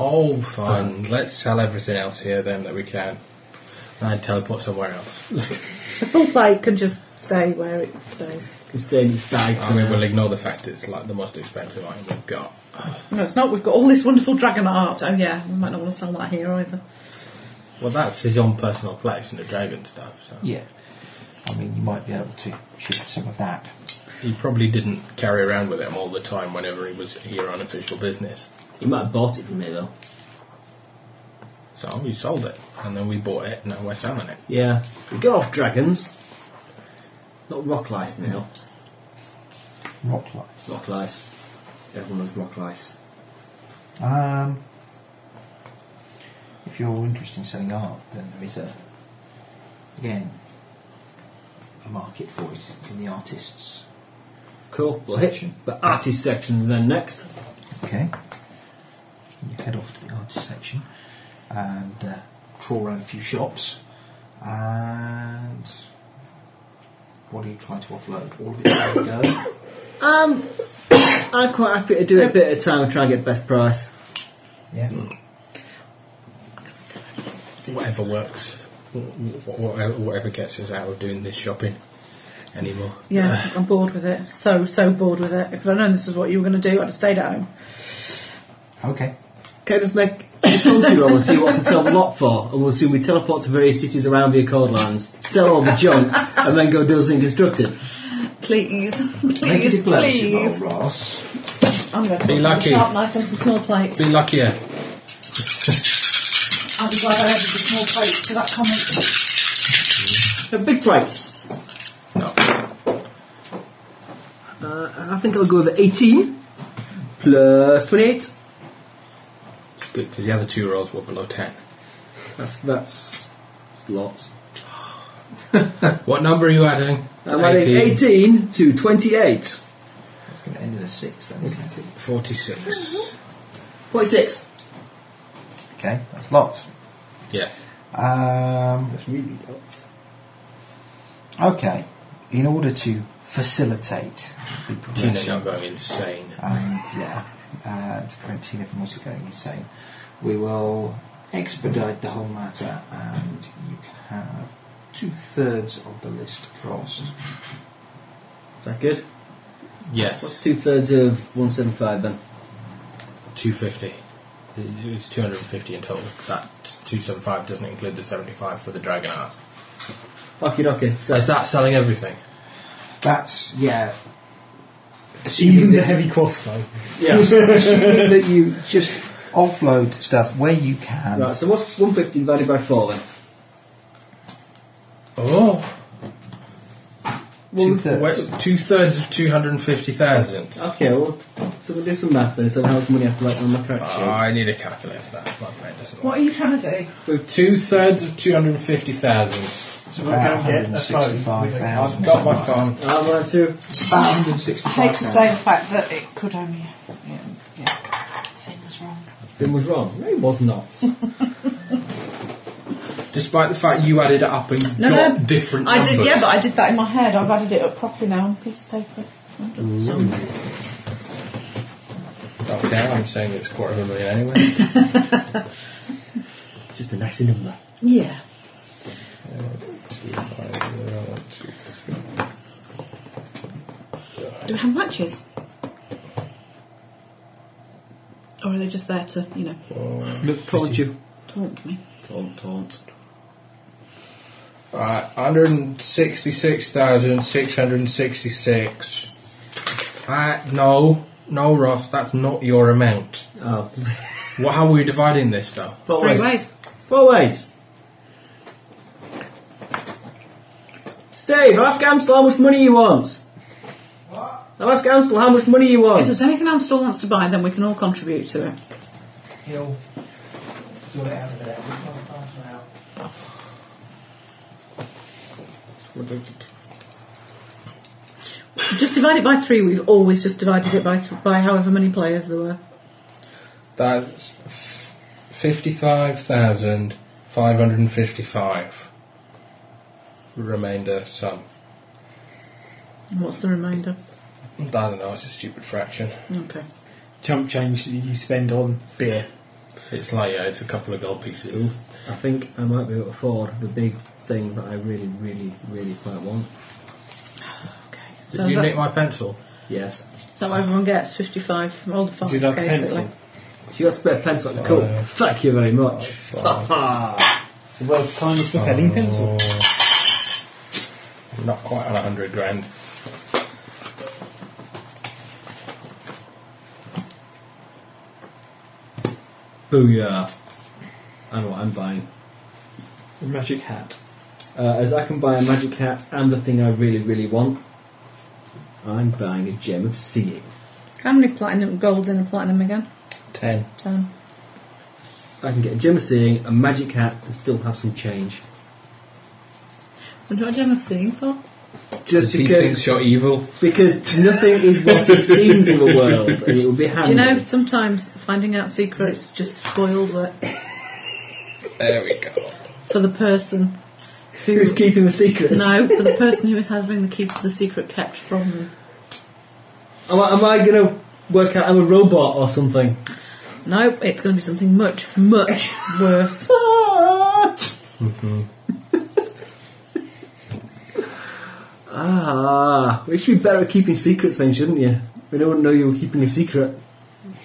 [SPEAKER 4] Oh, fine. Let's sell everything else here then that we can. And I'd teleport somewhere else.
[SPEAKER 5] The full plate can just stay where it stays.
[SPEAKER 2] Can stay in his bag.
[SPEAKER 4] I mean, we'll ignore the fact it's like the most expensive item we've got.
[SPEAKER 5] No, it's not. We've got all this wonderful dragon art. Oh yeah, we might not want to sell that here either.
[SPEAKER 4] Well, that's his own personal collection of dragon stuff, so.
[SPEAKER 3] Yeah. I mean, you might be able to shift some of that.
[SPEAKER 4] He probably didn't carry around with him all the time whenever he was here on official business.
[SPEAKER 2] He might have bought it from me though.
[SPEAKER 4] So we sold it, and then we bought it, and now we're selling it.
[SPEAKER 2] Yeah. We got off dragons. Not rock lice now.
[SPEAKER 3] Rock lights.
[SPEAKER 2] Rock lice. Everyone loves rock lice.
[SPEAKER 3] Um, if you're interested in selling art, then there is a, again, a market for it in the artists.
[SPEAKER 2] Cool. We'll hit
[SPEAKER 3] Section.
[SPEAKER 2] the artist section then next.
[SPEAKER 3] Okay. You head off to the artist section and uh, trawl around a few shops And what are you trying to offload? All of it at one go. (coughs)
[SPEAKER 2] Um, I'm quite happy to do it a bit at a time and try and get best price.
[SPEAKER 3] Yeah.
[SPEAKER 4] Whatever works, Wh- wh- whatever, whatever gets us out of doing this shopping anymore.
[SPEAKER 5] Yeah, I'm bored with it. So, so bored with it. If I'd known this was what you were going to do, I'd have stayed at home.
[SPEAKER 3] Okay.
[SPEAKER 2] Can I just make a diplomacy roll and see what I can sell the lot for? And we'll assume we teleport to various cities around the Accord lands, sell all the junk, and then go do something constructive.
[SPEAKER 5] Please, (laughs)
[SPEAKER 3] Make a
[SPEAKER 5] please,
[SPEAKER 3] diplomacy roll,
[SPEAKER 5] please.
[SPEAKER 3] Ross.
[SPEAKER 5] I'm going to
[SPEAKER 4] Be
[SPEAKER 5] put
[SPEAKER 4] lucky.
[SPEAKER 5] a sharp knife and some small plates.
[SPEAKER 4] Be luckier.
[SPEAKER 5] I'll be glad I added the small plates to that comment.
[SPEAKER 2] A big price.
[SPEAKER 4] No.
[SPEAKER 2] Uh, I think I'll go with 18 plus 28.
[SPEAKER 4] It's good because the other two rolls were below 10.
[SPEAKER 2] That's, that's lots.
[SPEAKER 4] (laughs) What number are you adding?
[SPEAKER 2] I'm adding 18 to 28.
[SPEAKER 3] It's going to end in a six then, isn't it?
[SPEAKER 4] 46.
[SPEAKER 2] Mm-hmm. 46.
[SPEAKER 3] Okay, that's lots.
[SPEAKER 4] Yes.
[SPEAKER 3] Um,
[SPEAKER 6] That's really lots.
[SPEAKER 3] okay. In order to facilitate the
[SPEAKER 4] Tina
[SPEAKER 3] progression
[SPEAKER 4] not going insane.
[SPEAKER 3] and yeah, uh, to prevent Tina from also going insane, we will expedite the whole matter, and you can have two thirds of the list cost.
[SPEAKER 2] Is that good? What's
[SPEAKER 4] Yes.
[SPEAKER 2] two thirds of 175 then?
[SPEAKER 4] 250. It's 250 in total. That 275 doesn't include the 75 for the Dragon Art.
[SPEAKER 2] Okie dokie.
[SPEAKER 4] So
[SPEAKER 2] So,
[SPEAKER 4] is that selling everything?
[SPEAKER 3] That's yeah.
[SPEAKER 7] Even
[SPEAKER 3] Assuming
[SPEAKER 7] the
[SPEAKER 3] that,
[SPEAKER 7] heavy crossbow.
[SPEAKER 3] (laughs) assuming that you just offload stuff where you can.
[SPEAKER 2] right, so what's 150 divided by 4 then?
[SPEAKER 4] Oh.
[SPEAKER 3] Two thirds.
[SPEAKER 4] Two thirds of 250,000.
[SPEAKER 2] Okay, well, so we'll do some math then. So how much money I have to write on my character
[SPEAKER 4] Oh, I need a calculator for that. My brain doesn't
[SPEAKER 5] What are you trying to do?
[SPEAKER 4] work. Two thirds of 250,000.
[SPEAKER 3] It's
[SPEAKER 7] we
[SPEAKER 3] about
[SPEAKER 7] can't get a phone with a card.
[SPEAKER 3] 165,000.
[SPEAKER 4] Got my phone.
[SPEAKER 2] sheet? I'm allowed to.
[SPEAKER 3] About
[SPEAKER 5] I hate to
[SPEAKER 3] 165,000.
[SPEAKER 5] say the fact that it could only. Yeah, yeah. Thing was wrong.
[SPEAKER 2] Bin was wrong. No, it was not.
[SPEAKER 4] (laughs) Despite the fact you added it up and
[SPEAKER 5] No,
[SPEAKER 4] got
[SPEAKER 5] no.
[SPEAKER 4] different
[SPEAKER 5] I
[SPEAKER 4] numbers.
[SPEAKER 5] did, yeah, but I did that in my head. I've added it up properly now on a piece of paper.
[SPEAKER 4] Okay, I'm saying it's quarter of a million anyway.
[SPEAKER 2] Just a nice number.
[SPEAKER 5] Yeah. Do we have matches? Or are they just there to, you know,
[SPEAKER 2] Look, told you.
[SPEAKER 5] taunt me?
[SPEAKER 2] Taunt, taunt.
[SPEAKER 4] Right, 166,666. Uh, no, no, Ross, that's not your amount. (laughs)
[SPEAKER 2] Oh.
[SPEAKER 4] Well, how are we dividing this, though?
[SPEAKER 2] Four
[SPEAKER 5] Three
[SPEAKER 2] ways.
[SPEAKER 5] ways.
[SPEAKER 2] Four ways. Steve, I'll ask Amstel how much money he wants. I'll ask Amstel how much money he
[SPEAKER 5] If
[SPEAKER 2] wants.
[SPEAKER 5] there's anything Amstel wants to buy, then we can all contribute to it.
[SPEAKER 3] He'll sort it out of there. We've got half an hour.
[SPEAKER 5] Just divide it by three. We've always just divided it by th- by however many players there were.
[SPEAKER 4] That's f- 55,555. Remainder sum.
[SPEAKER 5] And what's the remainder?
[SPEAKER 4] I don't know, it's a stupid fraction.
[SPEAKER 5] Okay.
[SPEAKER 6] Chump change that you spend on beer.
[SPEAKER 4] It's like, yeah, it's a couple of gold pieces.
[SPEAKER 2] I think I might be able to afford the big thing that I really, really, really quite want.
[SPEAKER 5] Okay. So,
[SPEAKER 4] Did
[SPEAKER 5] is
[SPEAKER 4] you
[SPEAKER 5] that,
[SPEAKER 4] nick my pencil?
[SPEAKER 2] Yes.
[SPEAKER 5] so everyone gets fifty-five from all the farms,
[SPEAKER 7] you like
[SPEAKER 5] basically.
[SPEAKER 7] pencil?
[SPEAKER 2] She got a spare pencil. Cool. Thank you very much. Ha ha.
[SPEAKER 6] The world's tiniest propelling pencil.
[SPEAKER 4] Not quite on a hundred grand.
[SPEAKER 2] Booyah. I know what I'm buying.
[SPEAKER 6] A magic hat.
[SPEAKER 2] Uh, as I can buy a magic hat and the thing I really, really want, I'm buying a gem of seeing.
[SPEAKER 5] How many platinum golds in a platinum again?
[SPEAKER 4] Ten.
[SPEAKER 5] Ten.
[SPEAKER 2] I can get a gem of seeing, a magic hat, and still have some change.
[SPEAKER 5] What do I gem of seeing for?
[SPEAKER 2] Just
[SPEAKER 4] he thinks
[SPEAKER 2] because,
[SPEAKER 4] you're evil.
[SPEAKER 2] because nothing is what it seems in the world, and it would be
[SPEAKER 5] Do
[SPEAKER 2] handy.
[SPEAKER 5] you know sometimes finding out secrets just spoils it
[SPEAKER 4] There we go.
[SPEAKER 5] for the person
[SPEAKER 2] Who's keeping the secrets?
[SPEAKER 5] No, for the person who is having the key to the secret kept from them.
[SPEAKER 2] Am I, am I gonna work out I'm a robot or something?
[SPEAKER 5] No, it's going to be something much, much (laughs) worse.
[SPEAKER 2] Ah, we should be better at keeping secrets then, shouldn't you? We don't know you were keeping a secret.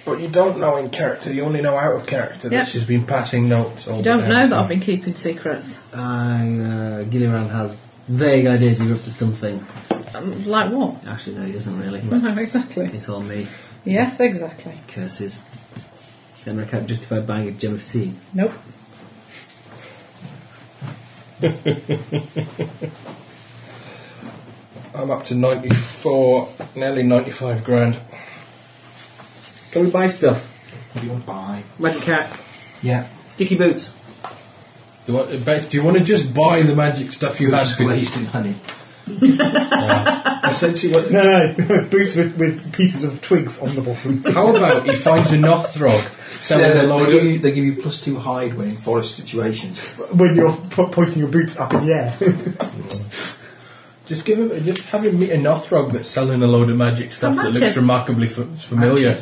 [SPEAKER 4] But you don't know in character, you only know out of character
[SPEAKER 5] Yeah.
[SPEAKER 4] that she's been passing notes all
[SPEAKER 5] You don't
[SPEAKER 4] the
[SPEAKER 5] know
[SPEAKER 4] time.
[SPEAKER 5] that I've been keeping secrets.
[SPEAKER 2] I, uh, Gilliran has vague ideas you're up to something.
[SPEAKER 5] Um, like what?
[SPEAKER 2] Actually, no, he doesn't really.
[SPEAKER 5] No, exactly.
[SPEAKER 2] It's all me.
[SPEAKER 5] Yes, exactly.
[SPEAKER 2] Curses. Then I can't justify buying a gem of seed.
[SPEAKER 5] Nope.
[SPEAKER 4] I'm up to 94, nearly 95 grand.
[SPEAKER 2] Can we buy stuff?
[SPEAKER 3] What do you want to buy?
[SPEAKER 2] Magic cat,
[SPEAKER 3] Yeah.
[SPEAKER 2] sticky boots.
[SPEAKER 4] Do you want, Beth, do you want to just buy the magic stuff you had?
[SPEAKER 3] Glazed in honey.
[SPEAKER 4] Essentially, what,
[SPEAKER 7] No, no, (laughs) boots with, with pieces of twigs on the bottom. (laughs)
[SPEAKER 4] how about he finds a Nothrog selling
[SPEAKER 3] Yeah,
[SPEAKER 4] a
[SPEAKER 3] they,
[SPEAKER 4] load
[SPEAKER 3] give
[SPEAKER 4] of
[SPEAKER 3] you, they give you plus two hide when in forest situations.
[SPEAKER 7] when you're po- pointing your boots up in the air. (laughs)
[SPEAKER 4] Just give him, just have him meet a Northrog that's selling a load of magic stuff that looks
[SPEAKER 5] matches.
[SPEAKER 4] remarkably f- familiar.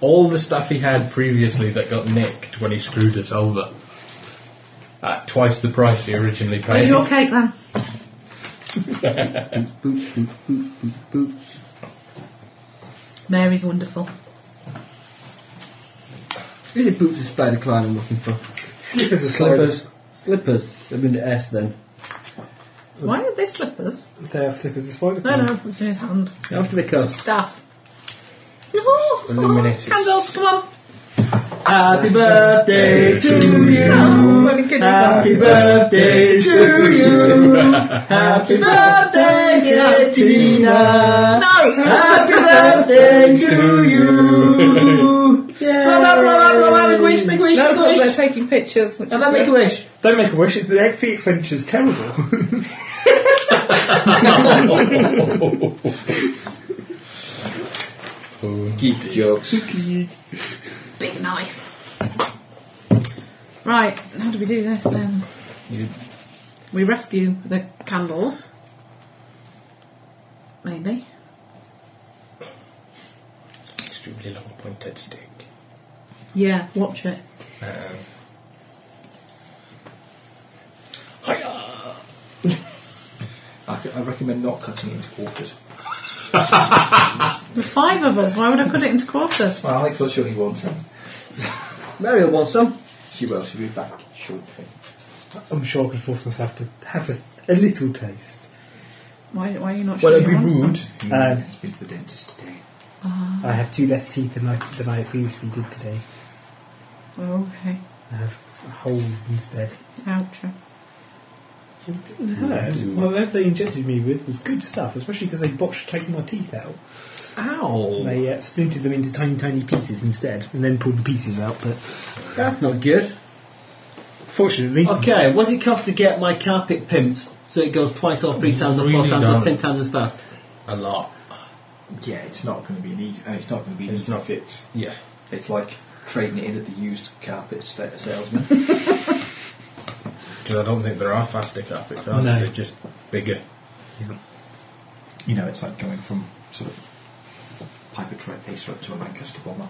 [SPEAKER 4] All the stuff he had previously that got nicked when he screwed us over. At twice the price he originally
[SPEAKER 5] Where's
[SPEAKER 4] paid.
[SPEAKER 5] your cake then?
[SPEAKER 2] Boots, boots, boots, boots, boots.
[SPEAKER 5] Mary's wonderful.
[SPEAKER 2] Is it boots or spider climb I'm looking for?
[SPEAKER 6] Slippers are
[SPEAKER 2] Slippers. Slippers. They've been to S then.
[SPEAKER 5] Why are they slippers?
[SPEAKER 7] they are slippers of spider
[SPEAKER 5] No, no, it's in his hand.
[SPEAKER 2] How much do they cost?
[SPEAKER 5] Staff. Oh,
[SPEAKER 4] Illuminatus.
[SPEAKER 5] Candles, come on.
[SPEAKER 2] Happy birthday to
[SPEAKER 5] Oh,
[SPEAKER 2] you.
[SPEAKER 5] sorry, can you-
[SPEAKER 2] Happy birthday to you. Happy birthday, dear Tina.
[SPEAKER 5] No!
[SPEAKER 2] Happy birthday to you. Blah, blah, blah, blah, blah, blah, Make a wish, make a wish,
[SPEAKER 5] No,
[SPEAKER 2] make a
[SPEAKER 5] because they're
[SPEAKER 2] wish.
[SPEAKER 5] taking pictures. Which
[SPEAKER 2] And then make
[SPEAKER 5] is
[SPEAKER 2] a wish.
[SPEAKER 7] Don't make a wish, it's, the XP expenditure is terrible. (laughs)
[SPEAKER 3] Geek jokes.
[SPEAKER 5] a big knife. Right, how do we do this then?
[SPEAKER 4] You-
[SPEAKER 5] We rescue the candles. Maybe.
[SPEAKER 4] extremely long pointed stick.
[SPEAKER 5] Yeah, watch it.
[SPEAKER 4] Um,
[SPEAKER 3] I, c- I recommend not cutting it into quarters.
[SPEAKER 5] There's five of us. Why would I cut it into quarters?
[SPEAKER 3] Well, Alex, not sure he wants it.
[SPEAKER 2] Mary will want some.
[SPEAKER 3] She will. She'll be back shortly.
[SPEAKER 7] I'm sure I could force myself to have a, s- a little taste.
[SPEAKER 5] Why, why are you not sure?
[SPEAKER 7] Well,
[SPEAKER 5] you
[SPEAKER 7] it'd be
[SPEAKER 5] want some?
[SPEAKER 7] rude. Um,
[SPEAKER 3] He's been to the dentist today.
[SPEAKER 6] Uh, I have two less teeth than I, than I previously did today.
[SPEAKER 5] Oh, okay.
[SPEAKER 6] I have holes instead.
[SPEAKER 5] Ouch.
[SPEAKER 6] It didn't hurt. Whatever they injected me with was good stuff, especially because they botched taking my teeth out.
[SPEAKER 2] Ow.
[SPEAKER 6] They uh, splintered them into tiny, tiny pieces instead, and then pulled the pieces out. But
[SPEAKER 2] That's not good.
[SPEAKER 6] fortunately,
[SPEAKER 2] Okay, what's it cost to get my carpet pimped so it goes twice or three times or four
[SPEAKER 4] Really
[SPEAKER 2] times or
[SPEAKER 4] don't.
[SPEAKER 2] ten times as fast?
[SPEAKER 4] a lot.
[SPEAKER 3] Yeah, it's not going to be an easy. And it's not going to be an
[SPEAKER 4] It's
[SPEAKER 3] easy
[SPEAKER 4] not-
[SPEAKER 3] fix.
[SPEAKER 4] Yeah.
[SPEAKER 3] It's like trading it in at the used carpet sta- salesman.
[SPEAKER 4] Because I don't think there are faster carpets, are
[SPEAKER 6] No.
[SPEAKER 4] there? They're just bigger.
[SPEAKER 3] you know, it's like going from sort of Piper Troy Pacer up to a Lancaster bomber.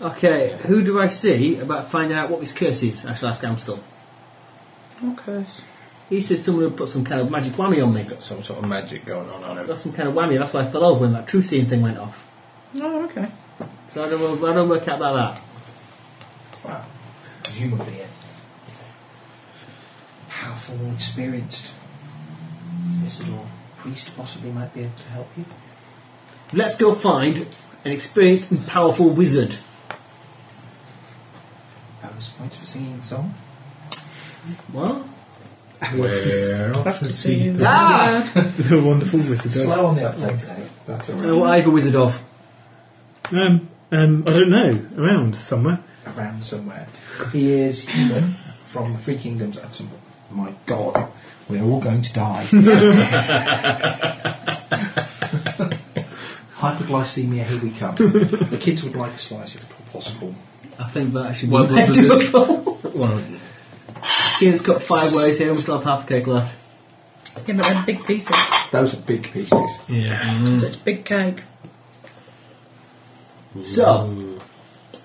[SPEAKER 2] Okay, who do I see about finding out what his curse is? I shall ask Amstel.
[SPEAKER 5] Okay.
[SPEAKER 2] He said someone had put some kind of magic whammy on me.
[SPEAKER 4] Got some sort of magic going on on
[SPEAKER 2] I
[SPEAKER 4] them.
[SPEAKER 2] got some kind of whammy, that's why I fell over when that true seeing thing went off.
[SPEAKER 5] Oh, okay.
[SPEAKER 2] So I don't, I don't work out about that.
[SPEAKER 3] Well, presumably a powerful, experienced wizard or priest possibly might be able to help you.
[SPEAKER 2] Let's go find an experienced and powerful wizard.
[SPEAKER 3] Bonus points for singing the song.
[SPEAKER 2] What?
[SPEAKER 4] Where off to
[SPEAKER 5] See
[SPEAKER 4] see
[SPEAKER 5] you
[SPEAKER 2] Ah!
[SPEAKER 5] later.
[SPEAKER 6] (laughs) the wonderful wizard. of-
[SPEAKER 3] Slow on the uptake eh? today. That's all
[SPEAKER 2] I
[SPEAKER 3] right.
[SPEAKER 2] don't know what I have a wizard of.
[SPEAKER 6] Um, um, I don't know. Around somewhere.
[SPEAKER 3] around somewhere. He is human from the Three Kingdoms at some point. My God, we're all going to die. Hyperglycemia, here we come. The kids would like a slice if possible.
[SPEAKER 2] I think that should (laughs)
[SPEAKER 4] Well,
[SPEAKER 2] be
[SPEAKER 4] well,
[SPEAKER 2] doable.
[SPEAKER 4] Well,
[SPEAKER 2] James cut five ways here and we still have half a cake left.
[SPEAKER 5] Yeah, but they're big pieces.
[SPEAKER 3] Those are big pieces.
[SPEAKER 4] Yeah.
[SPEAKER 5] Such big cake.
[SPEAKER 2] So,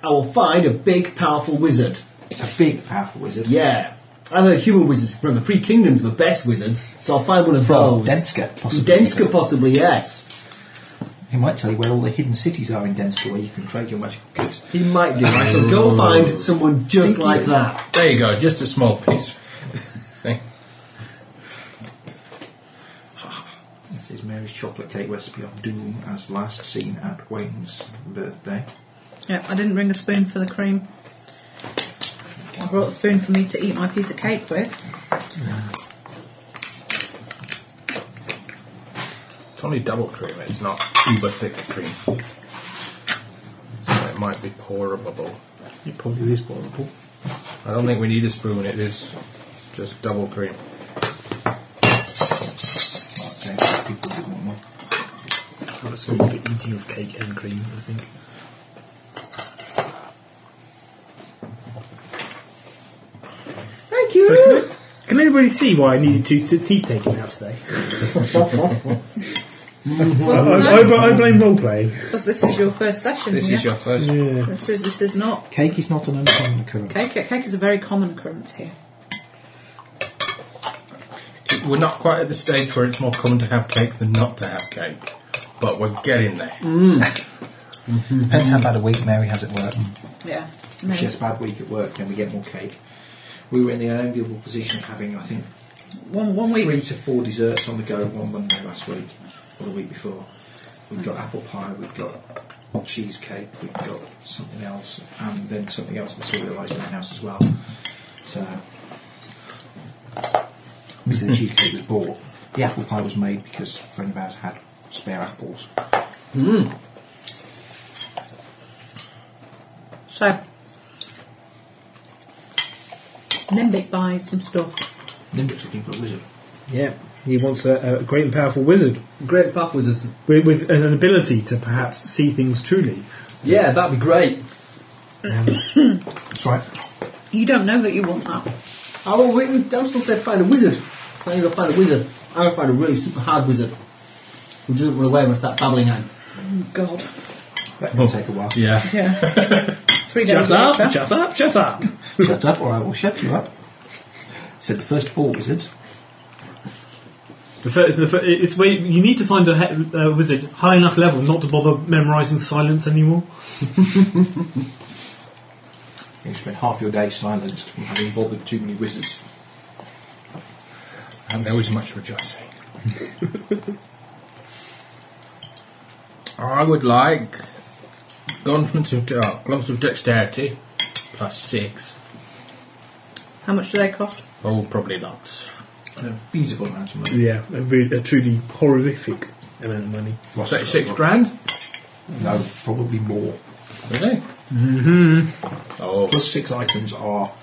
[SPEAKER 2] I will find a big, powerful wizard.
[SPEAKER 3] A big, powerful wizard.
[SPEAKER 2] Yeah. I've heard human wizards from the Three Kingdoms were best wizards, so I'll find one of
[SPEAKER 3] From
[SPEAKER 2] those.
[SPEAKER 3] Oh, Denska, possibly.
[SPEAKER 2] Denska, possibly, yes.
[SPEAKER 3] He might tell you where all the hidden cities are in Denska where you can trade your magical goods.
[SPEAKER 2] He might do that, so
[SPEAKER 6] Oh.
[SPEAKER 2] go find someone just
[SPEAKER 3] Thank
[SPEAKER 2] like
[SPEAKER 3] you.
[SPEAKER 2] that.
[SPEAKER 4] There you go, just a small piece.
[SPEAKER 3] (sighs) This is Mary's chocolate cake recipe of doom as last seen at Wayne's birthday.
[SPEAKER 5] Yeah, I didn't bring a spoon for the cream. I brought a spoon for me to eat my piece of cake with.
[SPEAKER 4] It's only double cream, it's not uber thick cream. So it might be pourable.
[SPEAKER 6] It probably is horrible.
[SPEAKER 4] I don't think we need a spoon, it is just double cream.
[SPEAKER 3] Okay, people didn't want one.
[SPEAKER 6] That's what you get eating of cake and cream, I think.
[SPEAKER 2] Thank you!
[SPEAKER 6] So can, can anybody see why I needed two t- teeth taken out today?
[SPEAKER 5] Well,
[SPEAKER 6] I, I, bl- I blame role playing.
[SPEAKER 5] because this is your first session.
[SPEAKER 4] This
[SPEAKER 5] yeah?
[SPEAKER 4] is your first.
[SPEAKER 5] This is this is not
[SPEAKER 3] Cake is not an uncommon occurrence.
[SPEAKER 5] cake. Cake is a very common occurrence here.
[SPEAKER 4] We're not quite at the stage where it's more common to have cake than not to have cake, but we're getting there.
[SPEAKER 3] Depends how bad a week Mary has at work.
[SPEAKER 5] Yeah.
[SPEAKER 3] If she has a bad week at work, then we get more cake. We were in the unenviable position of having, I think,
[SPEAKER 5] One one week
[SPEAKER 3] three to four desserts on the go one Monday last week or the week before. We've got apple pie, we've got cheesecake, we've got something else, and then something else materialised in the house as well. So, obviously the cheesecake was bought. The apple pie was made because a friend of ours had spare apples.
[SPEAKER 5] So, Nembic buys some stuff.
[SPEAKER 3] Nimbic's looking for a wizard.
[SPEAKER 6] Yeah, he wants a, a great and powerful wizard
[SPEAKER 2] Great path wizards.
[SPEAKER 6] with, with an ability to perhaps see things truly.
[SPEAKER 2] Yeah, that'd be great.
[SPEAKER 3] That's right.
[SPEAKER 5] You don't know that you want that.
[SPEAKER 2] I will wait, I'm still saying find a wizard. So I'm going to find a wizard. I'm going to find a really super hard wizard who doesn't run away when I start babbling at him.
[SPEAKER 5] God.
[SPEAKER 3] That can take a while.
[SPEAKER 4] Yeah.
[SPEAKER 5] Yeah. Three days
[SPEAKER 6] Shut up,
[SPEAKER 5] later.
[SPEAKER 6] shut up, shut up!
[SPEAKER 3] Shut up or I will shut you up. Said the first four wizards.
[SPEAKER 6] The first, the fir- it's where you need to find a he- uh, wizard high enough level not to bother memorising silence anymore.
[SPEAKER 3] You spent half your day silenced from having bothered too many wizards.
[SPEAKER 4] And there was much rejoicing. I would like gauntlets of, uh, gloves of dexterity, plus six.
[SPEAKER 5] How much do they cost?
[SPEAKER 4] Oh, probably lots.
[SPEAKER 3] A feasible amount of money.
[SPEAKER 6] Yeah, a, re- a truly horrific amount of money.
[SPEAKER 3] Lost it.
[SPEAKER 4] 36 grand?
[SPEAKER 3] No, probably more.
[SPEAKER 4] Really? Mm-hmm. Oh,
[SPEAKER 3] Plus six items are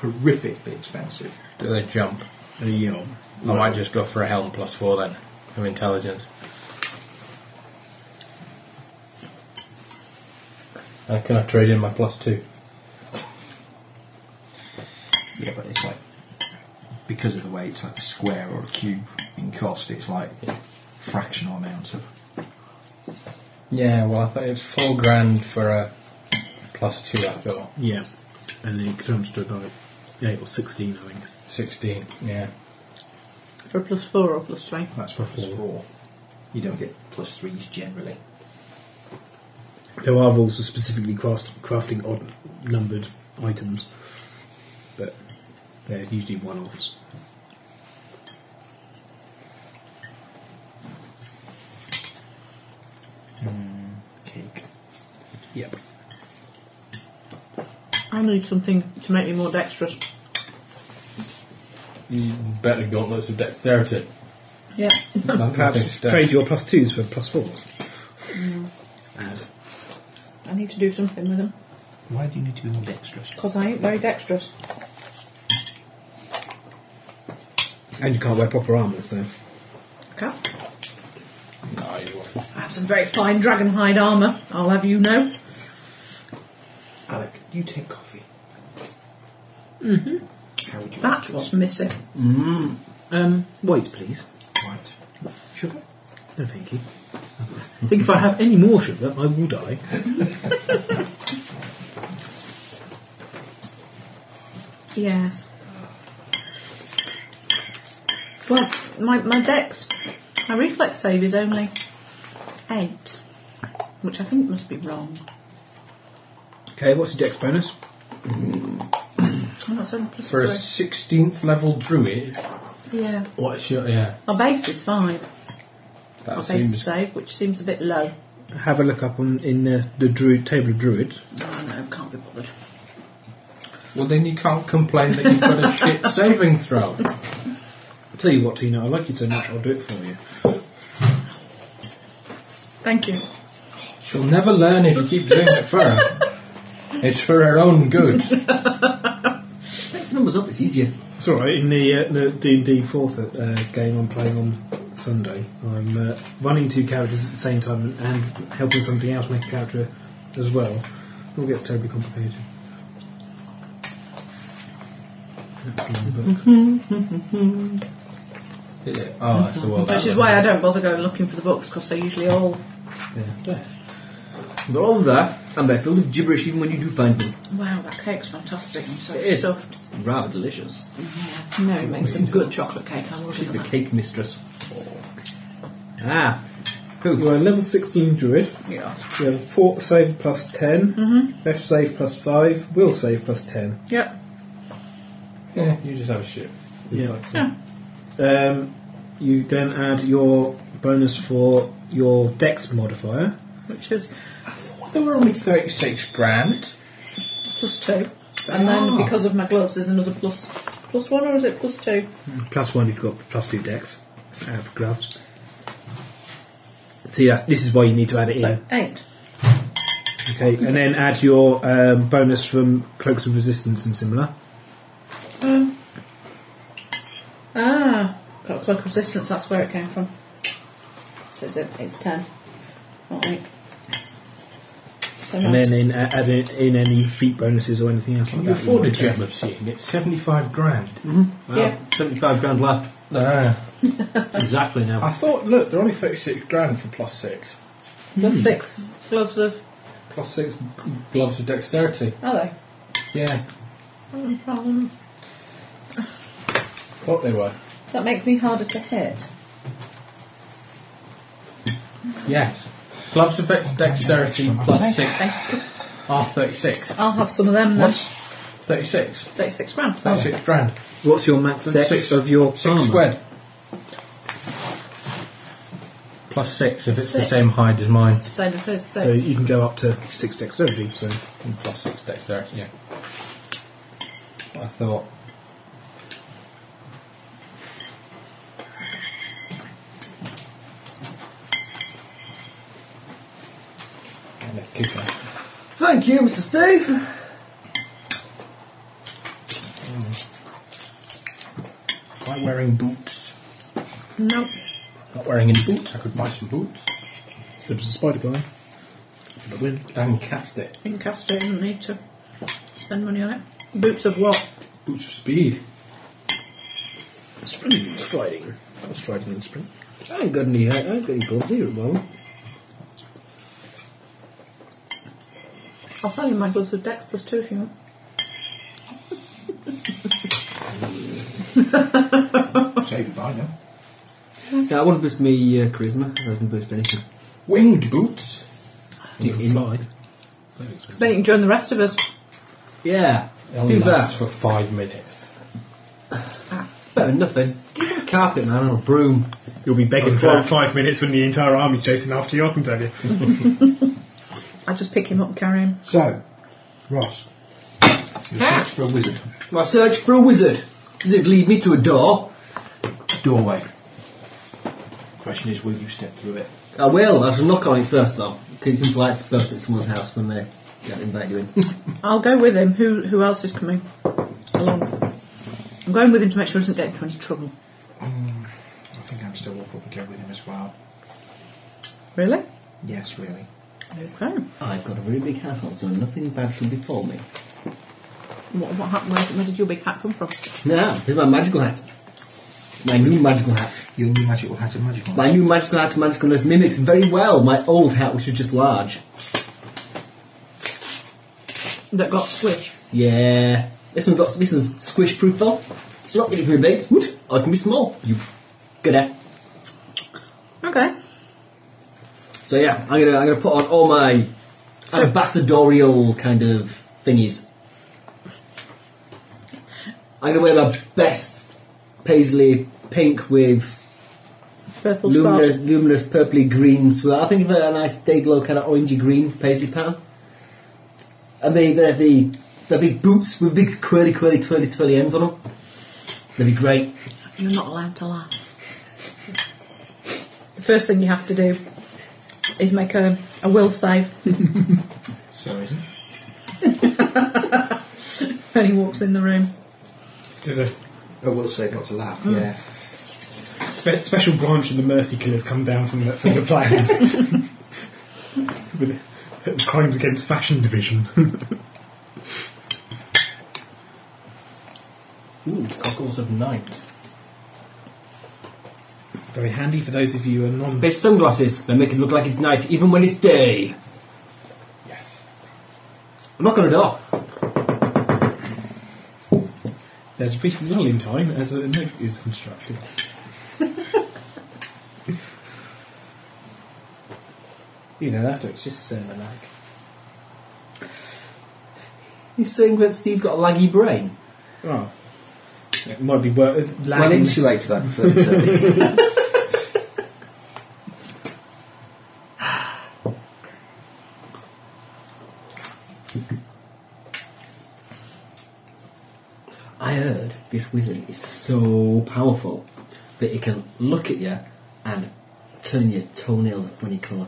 [SPEAKER 3] horrifically expensive.
[SPEAKER 4] do they jump?
[SPEAKER 6] Yeah.
[SPEAKER 4] I might just go for a helm plus four then, of intelligence. And can I trade in my plus two?
[SPEAKER 3] Yeah, but it's like because of the way it's like a square or a cube in cost, it's like fractional amounts of.
[SPEAKER 4] Yeah, well, I thought it's four grand for a plus two, I thought.
[SPEAKER 6] Yeah, and it comes to about 8 or 16, I think.
[SPEAKER 4] 16, yeah.
[SPEAKER 5] For a plus four or plus three?
[SPEAKER 3] That's for four. You don't get plus threes generally.
[SPEAKER 6] There are rules for specifically craft, crafting odd numbered items, but they're usually one offs.
[SPEAKER 3] Cake.
[SPEAKER 6] Yep.
[SPEAKER 5] I need something to make me more dexterous.
[SPEAKER 4] You better gauntlets of dexterity.
[SPEAKER 5] Yeah.
[SPEAKER 6] Hmm, Perhaps trade your plus twos for plus fours. As
[SPEAKER 5] I need to do something with them
[SPEAKER 3] Why do you need to be more dexterous?
[SPEAKER 5] because I ain't very dexterous.
[SPEAKER 6] And you can't wear proper armour, so.
[SPEAKER 5] Okay.
[SPEAKER 4] No, you won't.
[SPEAKER 5] I have some very fine dragon hide armour, I'll have you know. Mm-hmm.
[SPEAKER 3] Alec, you take coffee. How would you
[SPEAKER 5] That's what's missing.
[SPEAKER 6] Um, white, please.
[SPEAKER 3] white sugar?
[SPEAKER 6] No, thank you. I think if I have any more sugar, I will die.
[SPEAKER 5] Yes. Well, my, my dex, my reflex save is only eight, which I think must be wrong.
[SPEAKER 6] Okay, what's the dex bonus?
[SPEAKER 5] I'm not seven plus
[SPEAKER 4] For a
[SPEAKER 5] three.
[SPEAKER 4] 16th level druid,
[SPEAKER 5] Yeah.
[SPEAKER 4] what's your. Yeah,
[SPEAKER 5] Our base is five.
[SPEAKER 4] that
[SPEAKER 5] Our base
[SPEAKER 4] seems.
[SPEAKER 5] save, which seems a bit low.
[SPEAKER 6] Have a look up on in the, the druid table of druids.
[SPEAKER 5] I know, can't be bothered.
[SPEAKER 4] Well, then you can't complain that you've
[SPEAKER 5] (laughs)
[SPEAKER 4] got a shit saving throw.
[SPEAKER 6] I'll tell you what, Tina, I like you so much, I'll do it for you.
[SPEAKER 5] Thank you.
[SPEAKER 4] She'll never learn if you keep doing it for her. It's for her own
[SPEAKER 5] (laughs)
[SPEAKER 4] good.
[SPEAKER 2] Numbers up, it's easier.
[SPEAKER 6] It's all right. In the uh, the D and D fourth uh, game I'm playing on Sunday, I'm uh, running two characters at the same time and helping somebody else make a character as well. It all gets terribly complicated. That's my book.
[SPEAKER 4] Yeah. Oh, that's the world.
[SPEAKER 5] Which is why I don't bother going looking for the books because they're usually all.
[SPEAKER 6] Yeah.
[SPEAKER 2] They're all there, and they're filled with gibberish even when you do find them.
[SPEAKER 5] Wow, that cake's fantastic. I'm so
[SPEAKER 2] It is.
[SPEAKER 5] stuffed.
[SPEAKER 2] Rather delicious.
[SPEAKER 5] Yeah. No, it makes some good chocolate cake. I will do
[SPEAKER 2] She's the
[SPEAKER 5] that.
[SPEAKER 2] cake mistress. Ah.
[SPEAKER 6] You're a level sixteen druid.
[SPEAKER 5] Yeah.
[SPEAKER 6] You have fort save plus 10 mm-hmm. F save plus five, will save plus ten.
[SPEAKER 5] Yep.
[SPEAKER 4] Yeah, you just have a shit.
[SPEAKER 6] Yeah. Um, you then add your bonus for your dex modifier.
[SPEAKER 5] Which is
[SPEAKER 4] They were only 36 grand.
[SPEAKER 5] plus two. And then
[SPEAKER 2] Ah.
[SPEAKER 5] because of my gloves, there's another plus plus one, or is it plus two?
[SPEAKER 6] Plus one, you've got plus two decks. Uh, gloves. See, that's, this is why you need to add it in.
[SPEAKER 5] Eight.
[SPEAKER 6] Okay, and then add your um, bonus from cloaks of resistance and similar.
[SPEAKER 5] Um, ah, got a cloak of resistance. That's where it came from. So is it? It's ten. Not eight. So
[SPEAKER 6] And
[SPEAKER 5] nine.
[SPEAKER 6] then in, uh, add in, in any feat bonuses or anything else
[SPEAKER 4] Can
[SPEAKER 6] like
[SPEAKER 4] you
[SPEAKER 6] that.
[SPEAKER 4] afford a
[SPEAKER 6] might get.
[SPEAKER 4] gem of seeing? It's 75 grand.
[SPEAKER 5] Yeah.
[SPEAKER 2] 75 grand left.
[SPEAKER 4] Ah.
[SPEAKER 2] Exactly now.
[SPEAKER 4] I thought, look, they're only 36 grand for plus 6.
[SPEAKER 5] plus six gloves of
[SPEAKER 4] Plus 6 g- gloves of dexterity.
[SPEAKER 5] are they?
[SPEAKER 4] Yeah,
[SPEAKER 5] Um,
[SPEAKER 4] thought they were.
[SPEAKER 5] that make me harder to hit.
[SPEAKER 4] Yes. Gloves of dex- dexterity plus Ah, 6
[SPEAKER 5] Okay.
[SPEAKER 4] are 36.
[SPEAKER 5] I'll have some of them then.
[SPEAKER 4] What's 36?
[SPEAKER 5] Thirty-six grand.
[SPEAKER 6] Oh,
[SPEAKER 4] 36 grand.
[SPEAKER 6] What's your max dex
[SPEAKER 4] Six-
[SPEAKER 6] of your armor?
[SPEAKER 4] 6 squared. Plus 6 if it's the
[SPEAKER 5] Six.
[SPEAKER 4] same height as mine.
[SPEAKER 5] It's the same as hers.
[SPEAKER 6] So
[SPEAKER 5] Six.
[SPEAKER 6] you can go up to six dexterity. So
[SPEAKER 4] And plus 6 dexterity, yeah. I thought. And a kicker.
[SPEAKER 2] Thank you, Mr. Steve.
[SPEAKER 4] Am I Hmm. wearing boots?
[SPEAKER 5] No.
[SPEAKER 4] Not wearing any boots, I could buy some boots.
[SPEAKER 6] slips a spider by.
[SPEAKER 4] For the wind. And cast it.
[SPEAKER 5] In Castro, you don't need to spend money on it. Boots of what?
[SPEAKER 4] Boots of speed.
[SPEAKER 6] Sprinting, striding, Not striding and sprint.
[SPEAKER 2] I ain't got any, I ain't got any gloves here at the moment.
[SPEAKER 5] I'll sell you my gloves of Dex plus two if you want.
[SPEAKER 3] Saved by them.
[SPEAKER 2] Yeah, I want to boost me uh, charisma. I haven't boosted anything.
[SPEAKER 4] Winged boots.
[SPEAKER 6] You can
[SPEAKER 2] In-
[SPEAKER 6] fly.
[SPEAKER 5] Then you can join the rest of us.
[SPEAKER 2] Yeah.
[SPEAKER 4] It only
[SPEAKER 2] Do that.
[SPEAKER 4] lasts for five minutes.
[SPEAKER 2] Better than nothing. Give some carpet, man, or a broom.
[SPEAKER 6] You'll be begging
[SPEAKER 7] For about five minutes when the entire army's chasing after you, I can tell you.
[SPEAKER 5] I just pick him up and carry him.
[SPEAKER 3] So, Ross, you're search for a wizard.
[SPEAKER 2] My search for a wizard. Does it lead me to a door?
[SPEAKER 3] Doorway. Question is, will you step through it?
[SPEAKER 2] I will. I shall knock on it first, though. Because it's impolite to burst at someone's house when they don't invite you in.
[SPEAKER 5] I'll go with him. Who who else is coming along? I'm going with him to make sure he doesn't get into any trouble.
[SPEAKER 3] I think I'm still will probably go with him as well.
[SPEAKER 5] Really?
[SPEAKER 3] Yes, really.
[SPEAKER 5] Okay.
[SPEAKER 2] I've got a very big handhold, so nothing bad shall befall me.
[SPEAKER 5] What, what happened? Where, where did your big hat come from?
[SPEAKER 2] Now, here's my magical hat. My new magical hat.
[SPEAKER 3] Your new magical hat of magic
[SPEAKER 2] My new magical hat, magicalness, mimics very well my old hat, which is just large.
[SPEAKER 5] That got squished.
[SPEAKER 2] Yeah. This one's got this is squish proof though. It's not it can be big, wood, or it can be small. You good at.
[SPEAKER 5] Okay.
[SPEAKER 2] So yeah, I'm gonna I'm gonna put on all my ambassadorial kind of thingies. I'm gonna wear my best paisley pink with
[SPEAKER 5] Purple
[SPEAKER 2] luminous
[SPEAKER 5] scarf.
[SPEAKER 2] luminous purpley green swirl. I think of a nice day glow kind of orangey green paisley pattern. And the the the, the big boots with big curly curly twirly twirly ends on them. That'd be great.
[SPEAKER 5] You're not allowed to laugh. The first thing you have to do is make a, a will save
[SPEAKER 3] So isn't it?
[SPEAKER 5] when he walks in the room.
[SPEAKER 7] There's a
[SPEAKER 3] I will say not to laugh. Yeah.
[SPEAKER 7] spe- special branch of the mercy killers come down from the, from the plains.
[SPEAKER 6] (laughs)
[SPEAKER 7] With the crimes against fashion division.
[SPEAKER 4] Ooh, cockles of night.
[SPEAKER 6] Very handy for those of you who are non.
[SPEAKER 2] But it's sunglasses, they make it look like it's night even when it's day.
[SPEAKER 6] Yes.
[SPEAKER 2] I'm not gonna door.
[SPEAKER 6] There's a brief lull in time as a note is constructed.
[SPEAKER 4] (laughs)
[SPEAKER 6] you know that, it's just sermon like.
[SPEAKER 2] You're saying that Steve got a laggy brain?
[SPEAKER 6] Oh. It might be worth.
[SPEAKER 3] Well insulated, I prefer to (laughs) say.
[SPEAKER 2] I heard this wizard is so powerful that it can look at you and turn your toenails a funny colour.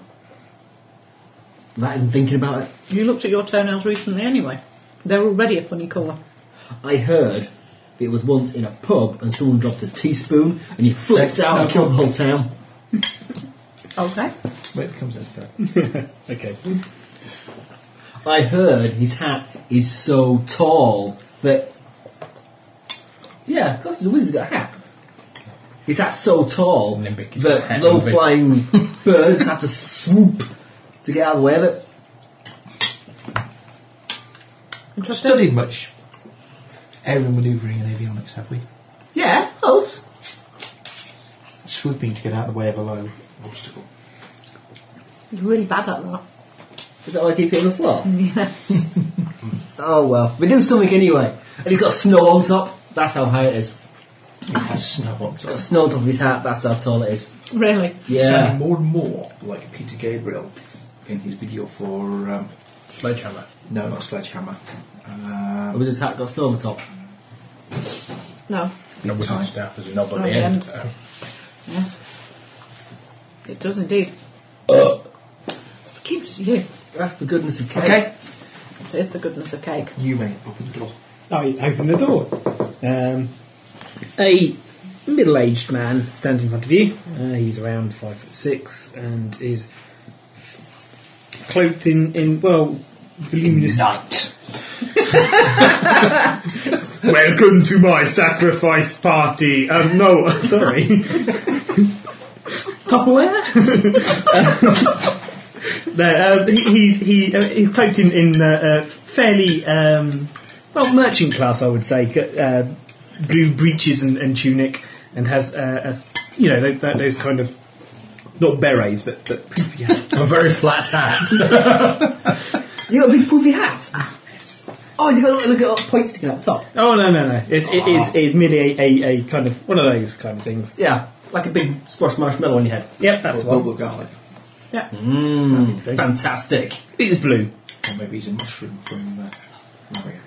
[SPEAKER 2] Without even thinking about it,
[SPEAKER 5] You looked at your toenails recently anyway. They're already a funny colour.
[SPEAKER 2] I heard that it was once in a pub and someone dropped a teaspoon and he flipped out and killed the whole town.
[SPEAKER 5] Okay.
[SPEAKER 3] When it becomes necessary.
[SPEAKER 6] Okay.
[SPEAKER 2] I heard his hat is so tall that. Yeah, of course, the wizard's got a hat. His hat's so tall
[SPEAKER 4] Olympic is a
[SPEAKER 2] that
[SPEAKER 4] hat,
[SPEAKER 2] low
[SPEAKER 4] isn't it?
[SPEAKER 2] flying
[SPEAKER 6] (laughs)
[SPEAKER 2] birds have to swoop to get out of the way of it.
[SPEAKER 5] Interesting.
[SPEAKER 3] Studied much aerial manoeuvring and avionics, have we?
[SPEAKER 2] Yeah, loads.
[SPEAKER 3] Swooping to get out of the way of a low obstacle.
[SPEAKER 5] You're really bad at that.
[SPEAKER 2] Is that why I keep it on the floor?
[SPEAKER 5] (laughs) Yes.
[SPEAKER 2] Oh well, we do something anyway. And he's got snow on top. That's how high it is.
[SPEAKER 3] It has snow on
[SPEAKER 2] He's got
[SPEAKER 3] top.
[SPEAKER 2] snow on top of his hat. That's how tall it is.
[SPEAKER 5] really.
[SPEAKER 2] Yeah.
[SPEAKER 3] Sounding more and more like Peter Gabriel in his video for um,
[SPEAKER 4] Sledgehammer.
[SPEAKER 3] no, not Sledgehammer.
[SPEAKER 2] And
[SPEAKER 3] Um,
[SPEAKER 2] with his hat got snow on top.
[SPEAKER 5] No.
[SPEAKER 4] No wizard staff as a knob on
[SPEAKER 5] Oh,
[SPEAKER 4] the
[SPEAKER 5] yeah.
[SPEAKER 4] end. Um,
[SPEAKER 5] Yes. It does indeed. Excuse you.
[SPEAKER 2] That's the goodness of cake.
[SPEAKER 3] okay,
[SPEAKER 5] It is the goodness of cake.
[SPEAKER 3] you may open the door.
[SPEAKER 6] I open the door. Um, a middle-aged man stands in front of you. Uh, he's around five foot six and is cloaked in, in well, voluminous. (laughs)
[SPEAKER 3] Night.
[SPEAKER 7] Welcome to my sacrifice party. Um, no,
[SPEAKER 6] (laughs)
[SPEAKER 7] sorry.
[SPEAKER 6] Tupperware. no, um, he, he, he, uh, he's cloaked in, in uh, uh, fairly um, well merchant class, I would say. c- Uh, blue breeches and, and tunic, and has uh, a s- you know tho- that, those kind of not berets, but but poofy
[SPEAKER 4] (laughs)
[SPEAKER 6] hat.
[SPEAKER 4] A very flat hat.
[SPEAKER 2] You got a big poofy hat. Oh, he's got a little, little point sticking out the top.
[SPEAKER 6] Oh no no no! It's, it is it is merely a, a, a kind of one of those kind of things.
[SPEAKER 2] Yeah, like a big squash marshmallow on your head.
[SPEAKER 6] Yep, that's
[SPEAKER 3] Or
[SPEAKER 6] the one.
[SPEAKER 3] bulb of garlic.
[SPEAKER 5] Yeah.
[SPEAKER 2] Mmm,
[SPEAKER 6] Okay.
[SPEAKER 2] fantastic.
[SPEAKER 6] It is blue.
[SPEAKER 3] Or maybe he's a mushroom from uh, Mario.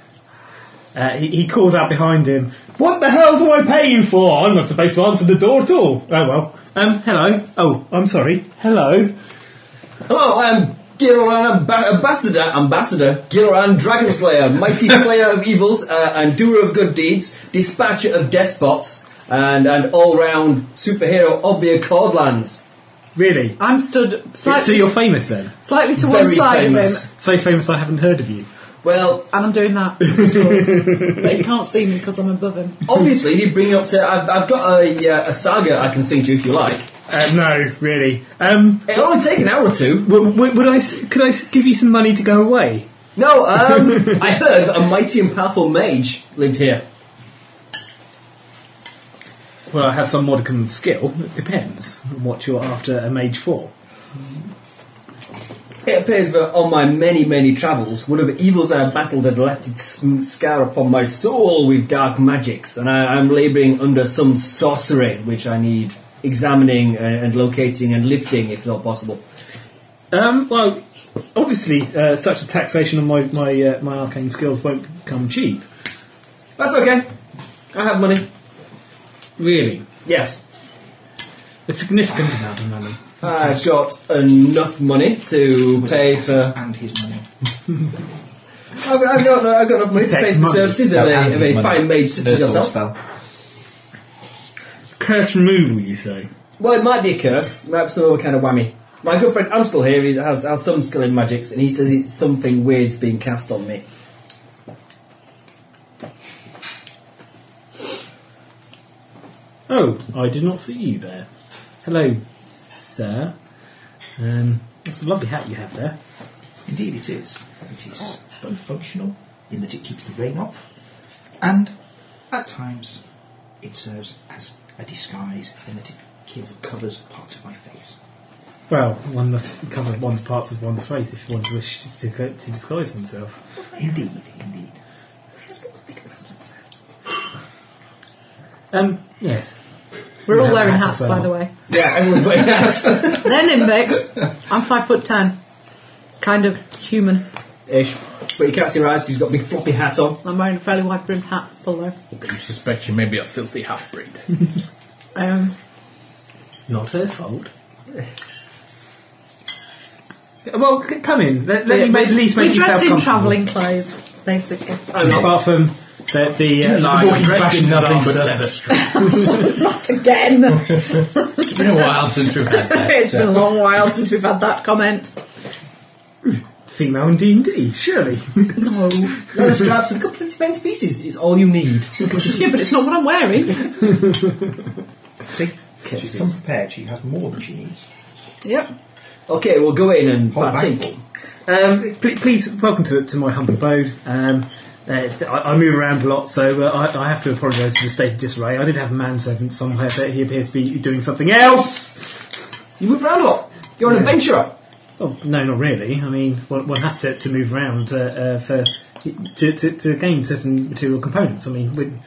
[SPEAKER 6] Uh, he, he calls out behind him, What the hell do I pay you for? I'm not supposed to answer the door at all. Oh well. Um, hello. Oh, I'm sorry. Hello.
[SPEAKER 2] Hello, I'm Gilran Amba- Ambassador, Ambassador Gilran Dragon Slayer, (laughs) mighty slayer of evils uh, and doer of good deeds, dispatcher of despots, and an all-round superhero of the Accordlands.
[SPEAKER 6] Really?
[SPEAKER 5] I'm stood
[SPEAKER 6] So
[SPEAKER 5] slightly,
[SPEAKER 6] you're famous then?
[SPEAKER 5] slightly to
[SPEAKER 2] Very
[SPEAKER 5] one side
[SPEAKER 2] famous.
[SPEAKER 5] of him.
[SPEAKER 6] So famous I haven't heard of you.
[SPEAKER 2] Well,
[SPEAKER 5] And I'm doing that. as he talks. (laughs) but he can't see me because I'm above him.
[SPEAKER 2] obviously, you bring up to. I've, I've got a, uh, a saga I can sing to you if you like.
[SPEAKER 7] Uh, no, really. Um,
[SPEAKER 2] It'll only take an hour or two.
[SPEAKER 6] Would, would, would I? s- Could I s- give you some money to go away?
[SPEAKER 2] No, um, I heard that a mighty and powerful mage lived here.
[SPEAKER 6] Well, I have some modicum of skill. It depends on what you're after a mage for.
[SPEAKER 2] It appears that on my many, many travels, one of the evils I have battled had left its sm- scar upon my soul with dark magics, and I, I'm labouring under some sorcery which I need examining and, and locating and lifting if not possible.
[SPEAKER 6] Um, well, obviously, uh, such a taxation on my my, uh, my arcane skills won't come cheap.
[SPEAKER 2] That's okay. I have money.
[SPEAKER 6] Really,
[SPEAKER 2] Yes.
[SPEAKER 6] a significant amount of money.
[SPEAKER 2] I got enough money to pay for.
[SPEAKER 3] and his money.
[SPEAKER 2] I've, I've, got, I've got enough money to pay for
[SPEAKER 6] money.
[SPEAKER 2] services of
[SPEAKER 3] No,
[SPEAKER 2] a,
[SPEAKER 3] and
[SPEAKER 2] of
[SPEAKER 3] his
[SPEAKER 2] a
[SPEAKER 3] money.
[SPEAKER 2] fine mage such as
[SPEAKER 3] First
[SPEAKER 2] yourself.
[SPEAKER 3] spell.
[SPEAKER 6] Curse removal, you say?
[SPEAKER 2] Well, it might be a curse. It might be some other kind of whammy. My good friend Amstel here he has, has some skill in magics, and he says it's something weird's being cast on me.
[SPEAKER 6] Oh, I did not see you there. Hello, sir. Um, that's a lovely hat you have there.
[SPEAKER 3] Indeed, it is. It is both functional in that it keeps the rain off, and at times it serves as a disguise in that it ki- covers parts of my face.
[SPEAKER 6] Well, one must cover one's parts of one's face if one wishes to, go- to disguise oneself.
[SPEAKER 3] Indeed, indeed.
[SPEAKER 6] Um, yes.
[SPEAKER 5] We're all
[SPEAKER 6] Yeah,
[SPEAKER 5] wearing
[SPEAKER 6] that's
[SPEAKER 5] hats,
[SPEAKER 6] as
[SPEAKER 5] by
[SPEAKER 6] well.
[SPEAKER 5] the way.
[SPEAKER 2] Yeah, everyone's wearing hats.
[SPEAKER 5] (laughs) They're Nimbics. I'm five foot ten. Kind of human.
[SPEAKER 2] Ish. But you can't see her eyes 'cause she's got a big floppy hat on.
[SPEAKER 5] I'm wearing a fairly wide brimmed hat full though.
[SPEAKER 4] You suspect you may be a filthy half breed.
[SPEAKER 5] Um,
[SPEAKER 6] Not her fault. Well, c- come in. Let, let me ma- at least make
[SPEAKER 5] we're dressed in
[SPEAKER 6] yourself comfortable.
[SPEAKER 5] travelling clothes, basically. (laughs)
[SPEAKER 2] I'm not.
[SPEAKER 6] Apart from the the, uh,
[SPEAKER 4] Lie,
[SPEAKER 6] the walking
[SPEAKER 4] dressed in
[SPEAKER 6] fashion
[SPEAKER 4] nothing
[SPEAKER 6] disaster.
[SPEAKER 4] but leather straps.
[SPEAKER 5] Not (laughs) again.
[SPEAKER 4] It's been a while since we've
[SPEAKER 5] (laughs)
[SPEAKER 4] had that.
[SPEAKER 5] it's been a
[SPEAKER 4] so-
[SPEAKER 5] long while since we've had that comment.
[SPEAKER 6] female in D and
[SPEAKER 2] (laughs)
[SPEAKER 6] D. Surely.
[SPEAKER 5] No.
[SPEAKER 2] Leather straps and a couple of defense pieces is all you need.
[SPEAKER 5] yeah, but it's not what I'm wearing.
[SPEAKER 3] See, she's unprepared. She has more than she needs.
[SPEAKER 5] Yep.
[SPEAKER 2] Okay, we'll go in and
[SPEAKER 3] Hold back
[SPEAKER 2] partake.
[SPEAKER 6] Um, pl- please welcome to, to my humble abode. Um, uh, I, I move around a lot, so uh, I, I have to apologise for the state of disarray. I did have a manservant somewhere, but he appears to be doing something else.
[SPEAKER 2] You move around a lot. You're an adventurer.
[SPEAKER 6] Oh no, not really. I mean, one, one has to, to move around uh, uh, for to, to, to gain certain material components. I mean, with,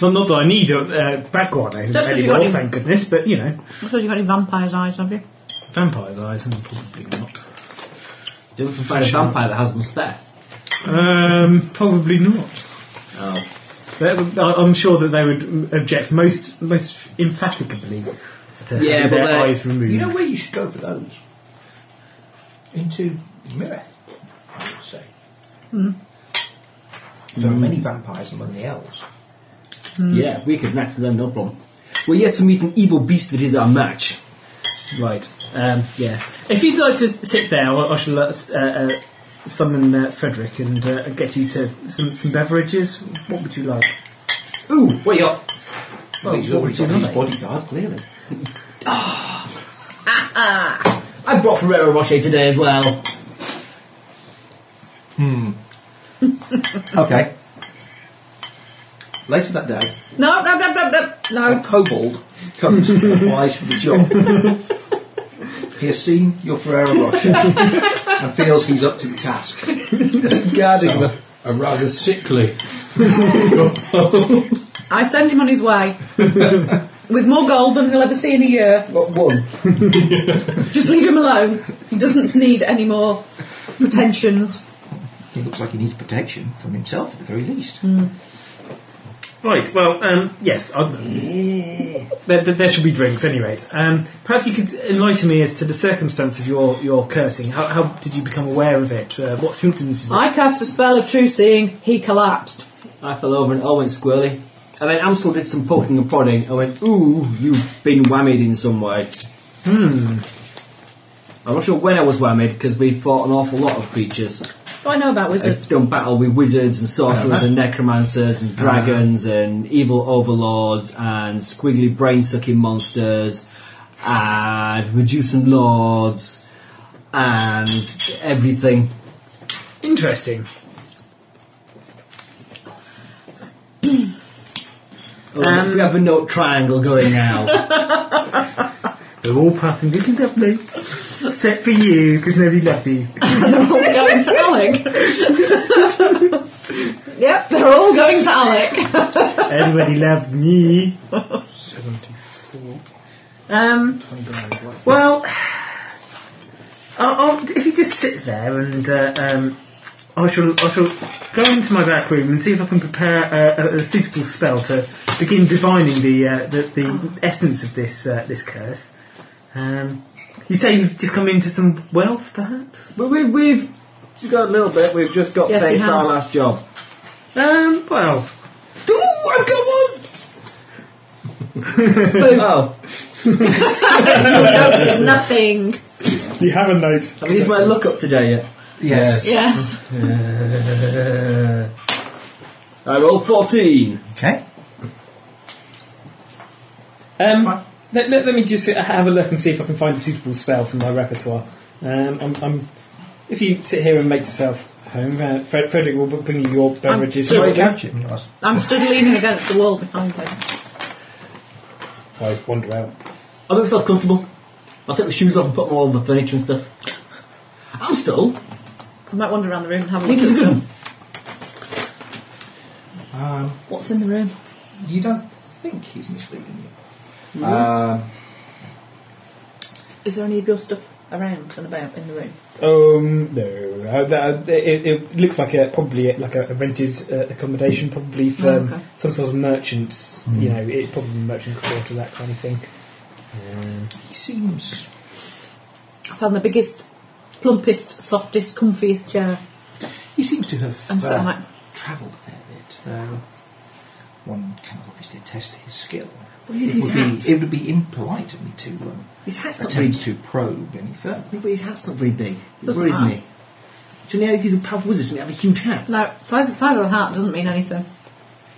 [SPEAKER 6] not, not that I need a uh, background
[SPEAKER 5] That's what you
[SPEAKER 6] anymore,
[SPEAKER 5] got in-
[SPEAKER 6] thank goodness. But you know,
[SPEAKER 5] I suppose you've got any vampire's eyes, have you?
[SPEAKER 6] vampire's eyes, hmm, probably not.
[SPEAKER 2] You can find a vampire that has one spare.
[SPEAKER 6] Um, probably not.
[SPEAKER 2] Oh.
[SPEAKER 6] That- I- I'm sure that they would object most most emphatically
[SPEAKER 2] Yeah,
[SPEAKER 6] to having
[SPEAKER 2] but
[SPEAKER 6] their
[SPEAKER 2] they're-
[SPEAKER 6] eyes removed.
[SPEAKER 3] You know where you should go for those? Into Mireth, I would say. There are many vampires among the elves.
[SPEAKER 2] Yeah, we could next them, no problem. Hmm. We're yet to meet an evil beast that is our match.
[SPEAKER 6] Right. Um, yes. If you'd like to sit there, I I shall uh, s- uh, uh, summon uh, Frederick and uh, get you to some, some beverages. What would you like?
[SPEAKER 2] Ooh, what you got?
[SPEAKER 3] Well, he's already got
[SPEAKER 6] what do you
[SPEAKER 3] his
[SPEAKER 6] like?
[SPEAKER 3] bodyguard, clearly.
[SPEAKER 2] I brought Ferrero Rocher today as well.
[SPEAKER 3] Okay. Later that day,
[SPEAKER 5] No, no, no, no, no.
[SPEAKER 3] a
[SPEAKER 5] No.
[SPEAKER 3] kobold comes and applies for the job. He has seen your Ferrero Rocher and feels he's up to the task.
[SPEAKER 2] Guarding
[SPEAKER 3] So-
[SPEAKER 2] the-
[SPEAKER 4] A rather sickly.
[SPEAKER 5] I send him on his (laughs) way. With more gold than he'll ever see in a year.
[SPEAKER 2] Got one.
[SPEAKER 5] (laughs) Just leave him alone. He doesn't need any more pretensions.
[SPEAKER 3] He looks like he needs protection from himself at the very least.
[SPEAKER 6] Right. Well, um, yes. I'd, there, there, there should be drinks, at any rate. Um, perhaps you could enlighten me as to the circumstance of your, your cursing. How, how did you become aware of it? Uh, what symptoms? Is it?
[SPEAKER 5] I cast a spell of true seeing. He collapsed.
[SPEAKER 2] I fell over and all went squirrely. And then Amstel did some poking and prodding and went, Ooh, you've been whammied in some way. Hmm. I'm not sure when I was whammied because we fought an awful lot of creatures.
[SPEAKER 5] What Oh, I know about
[SPEAKER 2] I
[SPEAKER 5] wizards.
[SPEAKER 2] don't battle with wizards and sorcerers and necromancers and dragons and evil overlords and squiggly brain sucking monsters and Medusan lords and everything.
[SPEAKER 6] Interesting.
[SPEAKER 2] Oh, we have a note triangle going now.
[SPEAKER 6] They're all passing. This is (laughs) lovely. Except for you, because nobody loves you.
[SPEAKER 5] They're all going to Alec. yep, they're all going to (laughs) Alec.
[SPEAKER 6] Everybody loves me.
[SPEAKER 5] Um,
[SPEAKER 6] Well, I'll, I'll, if you just sit there and uh, um, I shall I shall go into my back room and see if I can prepare a, a, a suitable spell to begin divining the uh, the, the essence of this uh, this curse. Um, you say you've just come into some wealth, perhaps?
[SPEAKER 2] but we, we've just got a little bit, we've just got
[SPEAKER 5] Yes, he
[SPEAKER 2] paid for our
[SPEAKER 5] has.
[SPEAKER 2] last job.
[SPEAKER 6] Um, well,
[SPEAKER 2] Ooh, I've got one! oh,
[SPEAKER 5] notice nothing.
[SPEAKER 7] You have a note.
[SPEAKER 2] I've used my look up today yet.
[SPEAKER 3] Yes.
[SPEAKER 5] (laughs) Yes.
[SPEAKER 2] I rolled 14.
[SPEAKER 3] Okay.
[SPEAKER 8] Um,
[SPEAKER 3] Fine.
[SPEAKER 8] let, let, let me just have a look and see if I can find a suitable spell from my repertoire. Um, I'm, I'm, if you sit here and make yourself home, uh, Fred, Frederick will b- bring you your beverages.
[SPEAKER 5] still-
[SPEAKER 3] Sorry, catch it. Yes.
[SPEAKER 5] I'm stood leaning against the wall behind him.
[SPEAKER 8] I wander out.
[SPEAKER 2] I'll make myself comfortable. I'll take my shoes off and put them all on my furniture and stuff. I'm still.
[SPEAKER 5] I might uh, wander around the room and have a look at stuff. What's in the room?
[SPEAKER 3] Um, You don't think he's misleading you. Um,
[SPEAKER 5] Is there any of your stuff around and about in the room?
[SPEAKER 8] Um, no, uh, that, it, it looks like a probably like a, a rented uh, accommodation, probably for um,
[SPEAKER 5] Oh, okay.
[SPEAKER 8] some sort of merchants.
[SPEAKER 3] Mm.
[SPEAKER 8] You know, it's probably merchant quarter, that kind of thing. Um,
[SPEAKER 3] he seems
[SPEAKER 5] I found the biggest, plumpest, softest, comfiest chair
[SPEAKER 3] he seems to have
[SPEAKER 5] and sat
[SPEAKER 3] uh,
[SPEAKER 5] on it.
[SPEAKER 3] travelled a fair bit. Though one can obviously test his skill.
[SPEAKER 2] Well,
[SPEAKER 3] It would, be, it would be impolite of me to um,
[SPEAKER 2] His hat's not very.
[SPEAKER 3] attempt to probe any further.
[SPEAKER 2] but his hat's not very big. It
[SPEAKER 5] Doesn't
[SPEAKER 2] worries
[SPEAKER 5] matter.
[SPEAKER 2] me. Shouldn't he, if he's a powerful wizard, shouldn't he have a huge hat?
[SPEAKER 5] No, size, size of the heart doesn't mean anything.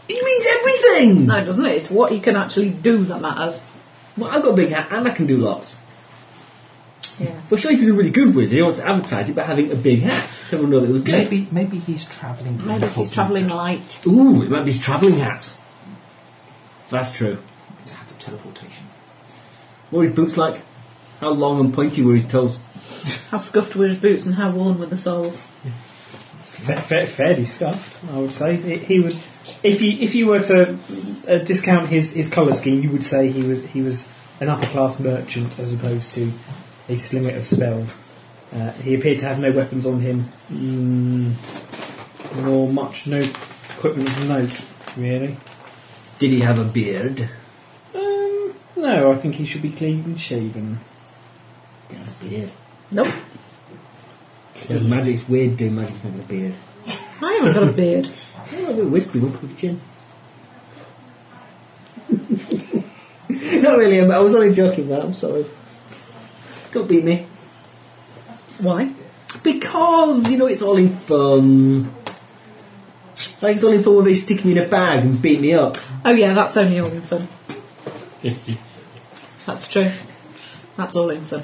[SPEAKER 2] It means everything!
[SPEAKER 5] No, it doesn't it? It's what you can actually do that matters.
[SPEAKER 2] Well, I've got a big hat and I can do lots.
[SPEAKER 5] Yeah.
[SPEAKER 2] Well, surely if he's a really good wizard, he wants to advertise it by having a big hat so everyone knows it was good.
[SPEAKER 3] Maybe maybe he's travelling.
[SPEAKER 5] Maybe he's travelling light.
[SPEAKER 2] Ooh, it might be his travelling hat. That's true.
[SPEAKER 3] It's a hat of teleportation.
[SPEAKER 2] What were his boots like? How long and pointy were his toes?
[SPEAKER 5] How scuffed were his boots and how worn were the soles?
[SPEAKER 8] Fa- fa- fairly stuffed, I would say. He- He would, if you if you were to uh, discount his, his colour scheme, you would say he was he was an upper class merchant as opposed to a slinger of spells. Uh, he appeared to have no weapons on him, mm, nor much no equipment of note, really.
[SPEAKER 2] Did he have a beard?
[SPEAKER 8] Um, no, I think he should be clean shaven.
[SPEAKER 2] He had a beard.
[SPEAKER 5] Nope.
[SPEAKER 2] Does magic, it's weird doing magic with a beard.
[SPEAKER 5] I haven't got a beard.
[SPEAKER 2] Yeah, a little bit wispy, won't come to chin. (laughs) Not really, I was only joking, man. I'm sorry. Don't beat me.
[SPEAKER 5] Why?
[SPEAKER 2] Because, you know, it's all in fun. Like, it's all in fun when they stick me in a bag and beat me up.
[SPEAKER 5] Oh yeah, that's only all in fun. That's true. That's all in fun.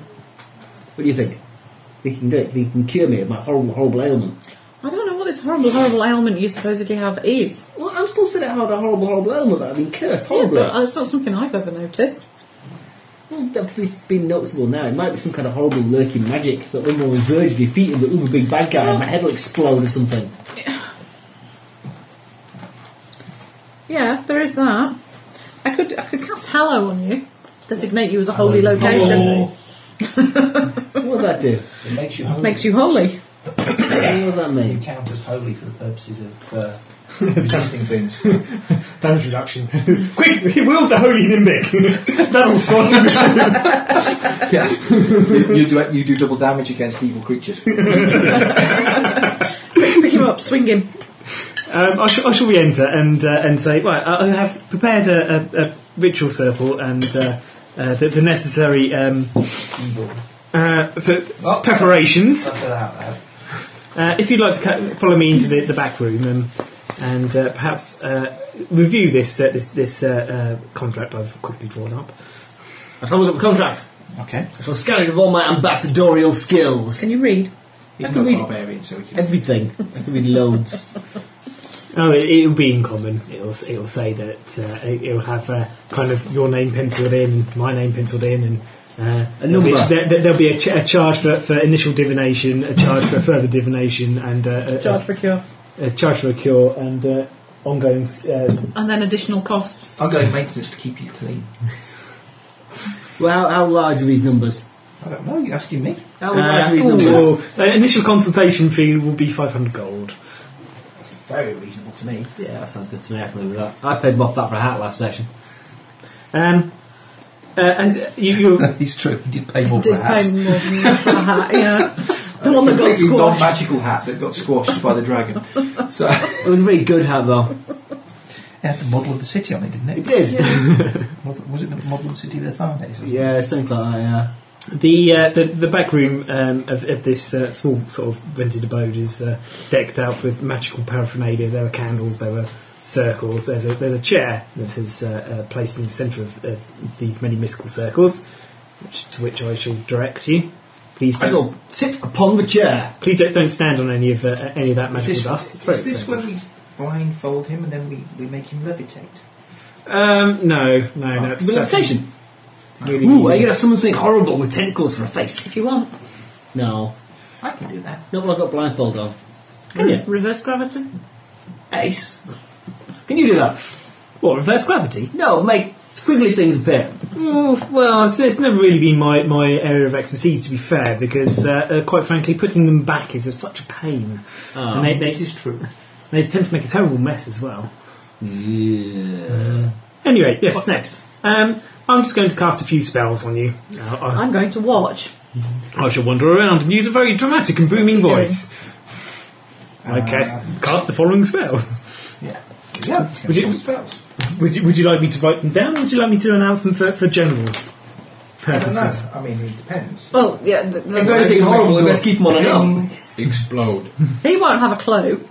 [SPEAKER 2] What do you think? They can do it. They can cure me of my horrible, horrible ailment.
[SPEAKER 5] I don't know what this horrible, horrible ailment you supposedly have is.
[SPEAKER 2] Well, I'm still sitting out a horrible, horrible ailment that I've been cursed horribly.
[SPEAKER 5] Yeah, but Uh, it's not something I've ever noticed.
[SPEAKER 2] Well, that- it's been noticeable now. It might be some kind of horrible lurking magic that when we're on the verge of defeating the uber big bad guy, my head will explode or something.
[SPEAKER 5] Yeah, there is that. I could I could cast Hallow on you, (coughs) designate you as a holy location.
[SPEAKER 2] What does that (coughs) do?
[SPEAKER 3] It makes you holy.
[SPEAKER 5] Makes you holy.
[SPEAKER 2] what does that
[SPEAKER 3] you
[SPEAKER 2] mean?
[SPEAKER 3] count as holy for the purposes of uh, (laughs) resisting things. It
[SPEAKER 6] Damage reduction.
[SPEAKER 8] (laughs)
[SPEAKER 6] Quick, wield the holy nimbic. That'll sort him.
[SPEAKER 3] Yeah, you, you do you do double damage against evil creatures.
[SPEAKER 5] Pick him up, swing him.
[SPEAKER 6] Um, I, shall, I shall re-enter and uh, and say, right, I I have prepared a, a, a ritual circle and uh, uh, the, the necessary um,
[SPEAKER 3] Evil.
[SPEAKER 6] uh, pre-
[SPEAKER 3] Oh.
[SPEAKER 6] preparations.
[SPEAKER 3] Cut that out. There.
[SPEAKER 6] Uh, if you'd like to ca- follow me into the, the back room um, and uh, perhaps uh, review this uh, this, this uh, uh, contract I've quickly drawn up.
[SPEAKER 2] I shall look at the contract.
[SPEAKER 3] Okay.
[SPEAKER 2] I shall scan it with all my ambassadorial skills.
[SPEAKER 5] Can you read?
[SPEAKER 3] He's
[SPEAKER 2] I
[SPEAKER 3] not
[SPEAKER 2] can
[SPEAKER 3] a
[SPEAKER 2] read-
[SPEAKER 3] barbarian, so we can.
[SPEAKER 2] Everything. I can read loads.
[SPEAKER 6] Oh, it, it'll be in common. It'll it'll say that uh, it, it'll have uh, kind of your name penciled in, my name penciled in, and uh,
[SPEAKER 2] A
[SPEAKER 6] there'll be-
[SPEAKER 2] number.
[SPEAKER 6] There, there, will be a, ch- a charge for, for initial divination, a charge for further divination, and uh, a,
[SPEAKER 5] Charge for cure.
[SPEAKER 6] a, a charge for a cure, and uh, ongoing. s- Uh,
[SPEAKER 5] And then additional costs.
[SPEAKER 3] I'll go maintenance to keep you clean.
[SPEAKER 2] Well, how, how large are these numbers?
[SPEAKER 3] I don't know. You're asking me.
[SPEAKER 2] How large
[SPEAKER 6] uh,
[SPEAKER 2] are these numbers?
[SPEAKER 6] ooh, uh, initial consultation fee will be five hundred gold.
[SPEAKER 3] That's very reasonable to me.
[SPEAKER 2] Yeah, that sounds good to me. I can live with that. I paid more for that for a hat last session.
[SPEAKER 6] Um, uh, as you,
[SPEAKER 2] (laughs)
[SPEAKER 3] (laughs)
[SPEAKER 6] you,
[SPEAKER 3] That is true. He did pay more for
[SPEAKER 5] Did
[SPEAKER 3] a hat.
[SPEAKER 5] pay more than a hat, (laughs) yeah. The one that got
[SPEAKER 3] Completely
[SPEAKER 5] squashed.
[SPEAKER 3] non-magical hat that got squashed by the
[SPEAKER 5] (laughs)
[SPEAKER 3] dragon. So
[SPEAKER 2] It was a really good hat, though.
[SPEAKER 3] had the model of the city on it, didn't
[SPEAKER 2] It
[SPEAKER 3] it?
[SPEAKER 2] did. Yeah,
[SPEAKER 3] Model- Was it the model of the city of the Tharnes? or
[SPEAKER 2] something like that, uh, yeah.
[SPEAKER 6] The, uh, the the back room um, of, of this uh, small sort of rented abode is uh, decked out with magical paraphernalia. There are candles, there are circles. There's a there's a chair that is uh, uh, placed in the centre of, of these many mystical circles, which, to which I shall direct you. Please
[SPEAKER 2] I
[SPEAKER 6] don't
[SPEAKER 2] shall sit upon the chair.
[SPEAKER 6] please don't, don't stand on any of uh, any of that
[SPEAKER 3] Is
[SPEAKER 6] magical
[SPEAKER 3] this,
[SPEAKER 6] dust. It's very
[SPEAKER 3] is this
[SPEAKER 6] expensive.
[SPEAKER 3] when we blindfold him and then we, we make him levitate?
[SPEAKER 6] Um, no, no, no. That's,
[SPEAKER 2] The levitation.
[SPEAKER 6] that's really
[SPEAKER 2] Ooh, are
[SPEAKER 6] easy.
[SPEAKER 2] you gonna summon something horrible with tentacles for a face?
[SPEAKER 5] If you want.
[SPEAKER 2] No.
[SPEAKER 3] I can do that.
[SPEAKER 2] Not when I've got blindfold on. Can you?
[SPEAKER 5] Reverse gravity.
[SPEAKER 2] Ace. Can you do that?
[SPEAKER 6] What reverse gravity?
[SPEAKER 2] No, make squiggly things appear.
[SPEAKER 6] Oh, well, it's, it's never really been my, my area of expertise, to be fair, because uh, uh, quite frankly, putting them back is such a pain.
[SPEAKER 2] Um,
[SPEAKER 6] and they,
[SPEAKER 3] This
[SPEAKER 6] they,
[SPEAKER 3] is true.
[SPEAKER 6] they tend to make a terrible mess as well. Uh,
[SPEAKER 2] yeah.
[SPEAKER 6] Anyway, yes.
[SPEAKER 2] What's next?
[SPEAKER 6] Um, I'm just going to cast a few spells on you. Uh,
[SPEAKER 5] I'm going to watch.
[SPEAKER 6] I, I shall wander around and use a very dramatic and booming
[SPEAKER 5] What's he doing?
[SPEAKER 6] voice. I cast, cast the following spells.
[SPEAKER 3] Yeah. Yeah, he's going
[SPEAKER 6] Would you-
[SPEAKER 3] to cast spells.
[SPEAKER 6] Would you, would you like me to write them down, or would you like me to announce them for, for general
[SPEAKER 3] I don't
[SPEAKER 6] purposes?
[SPEAKER 3] know. I mean, it depends.
[SPEAKER 5] Well, yeah. th- th-
[SPEAKER 2] If anything horrible, we best keep them on a knob.
[SPEAKER 4] Explode.
[SPEAKER 5] he won't have a clue,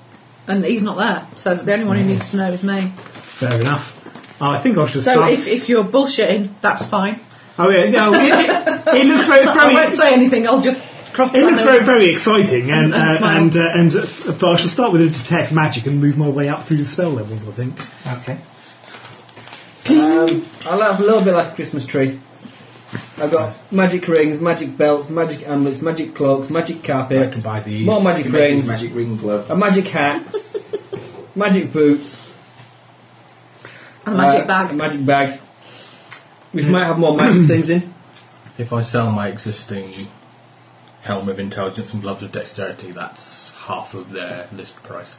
[SPEAKER 5] and he's not there, so the only one who needs to know is me.
[SPEAKER 6] Fair enough. Oh, I think I shall
[SPEAKER 5] So
[SPEAKER 6] start.
[SPEAKER 5] if, if you're bullshitting, that's fine.
[SPEAKER 6] Oh yeah, no, it, it, it looks very,
[SPEAKER 5] (laughs) I
[SPEAKER 6] very
[SPEAKER 5] won't say anything, I'll just cross
[SPEAKER 6] It
[SPEAKER 5] that
[SPEAKER 6] looks
[SPEAKER 5] out.
[SPEAKER 6] very, very exciting, and
[SPEAKER 5] And-
[SPEAKER 6] uh,
[SPEAKER 5] and smile.
[SPEAKER 6] and uh, and, uh, but I shall start with a detect magic and move my way up through the spell levels. I think.
[SPEAKER 3] Okay.
[SPEAKER 2] Um, I like a little bit like a Christmas tree. I've got magic rings, magic belts, magic amulets, magic cloaks, magic
[SPEAKER 4] I
[SPEAKER 2] carpet,
[SPEAKER 4] can buy these.
[SPEAKER 2] more
[SPEAKER 3] You
[SPEAKER 2] magic
[SPEAKER 3] make his
[SPEAKER 2] rings,
[SPEAKER 3] magic ring glove.
[SPEAKER 2] a magic (laughs) hat, magic boots,
[SPEAKER 5] And a magic
[SPEAKER 2] uh,
[SPEAKER 5] bag.
[SPEAKER 2] a magic bag, which might have more magic things in.
[SPEAKER 4] If I sell my existing helm of intelligence and gloves of dexterity, that's half of their list price.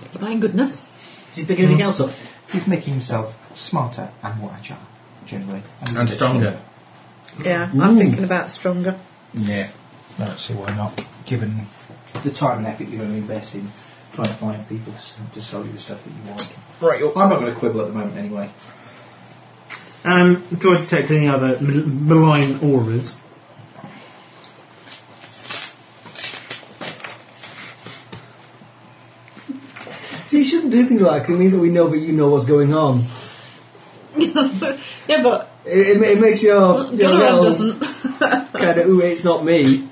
[SPEAKER 5] Thank goodness.
[SPEAKER 2] Did you pick anything else up?
[SPEAKER 3] He's making himself smarter and more agile, generally.
[SPEAKER 4] And stronger.
[SPEAKER 5] Yeah, I'm thinking about stronger.
[SPEAKER 4] Yeah.
[SPEAKER 3] I don't see why not, given the time and effort you're going to invest in trying to find people to, s- to sell you the stuff that you want.
[SPEAKER 4] Right, you're
[SPEAKER 3] I'm not going to quibble at the moment anyway.
[SPEAKER 6] Um, do I detect any other mal- malign auras?
[SPEAKER 2] See, you shouldn't do things like that 'cause it means that we know that you know what's going on.
[SPEAKER 5] Yeah, but
[SPEAKER 2] It, it, ma- it makes your,
[SPEAKER 5] the
[SPEAKER 2] your
[SPEAKER 5] other one
[SPEAKER 2] little
[SPEAKER 5] doesn't.
[SPEAKER 2] kind of, ooh, it's not me.
[SPEAKER 5] It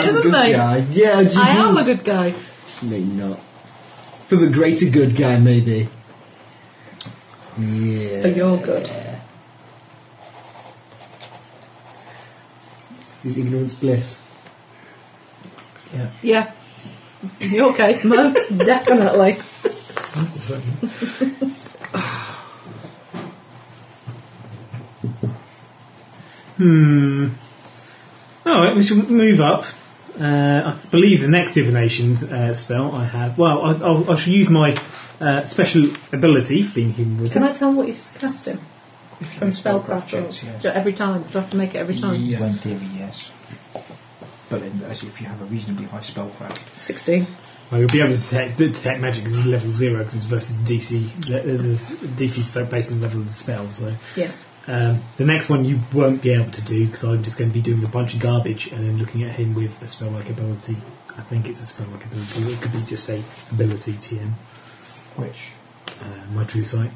[SPEAKER 2] I'm a
[SPEAKER 5] isn't
[SPEAKER 2] good
[SPEAKER 5] me.
[SPEAKER 2] guy." Yeah, do you
[SPEAKER 5] (laughs) I am a good guy.
[SPEAKER 2] Maybe not. For the greater good guy, maybe. Yeah.
[SPEAKER 5] For your good.
[SPEAKER 2] Is ignorance bliss?
[SPEAKER 5] Yeah. In your case, Mo, (laughs) definitely.
[SPEAKER 6] Hmm. All right, we shall move up. Uh, I believe the next divination uh, spell I have. Well, I, I'll, I shall use my uh, special ability for being human wizard.
[SPEAKER 5] Can I tell what you're casting? From spellcraft,
[SPEAKER 3] checks,
[SPEAKER 5] or
[SPEAKER 3] yes.
[SPEAKER 5] do it every time? Do I have to make it every
[SPEAKER 4] Oh,
[SPEAKER 5] time?
[SPEAKER 3] Well, in theory, yes. But in, as if you have a reasonably high spellcraft.
[SPEAKER 5] 16.
[SPEAKER 6] Well, you'll be able to detect, detect magic because it's uh, level zero because it's versus DC. The, the, the DC's based on level of the spell, so
[SPEAKER 5] Yes.
[SPEAKER 6] Um, the next one you won't be able to do because I'm just going to be doing a bunch of garbage and then looking at him with a spell like ability. I think it's a spell like ability. or It could be just a ability TM.
[SPEAKER 3] Which?
[SPEAKER 6] Uh, my true sight.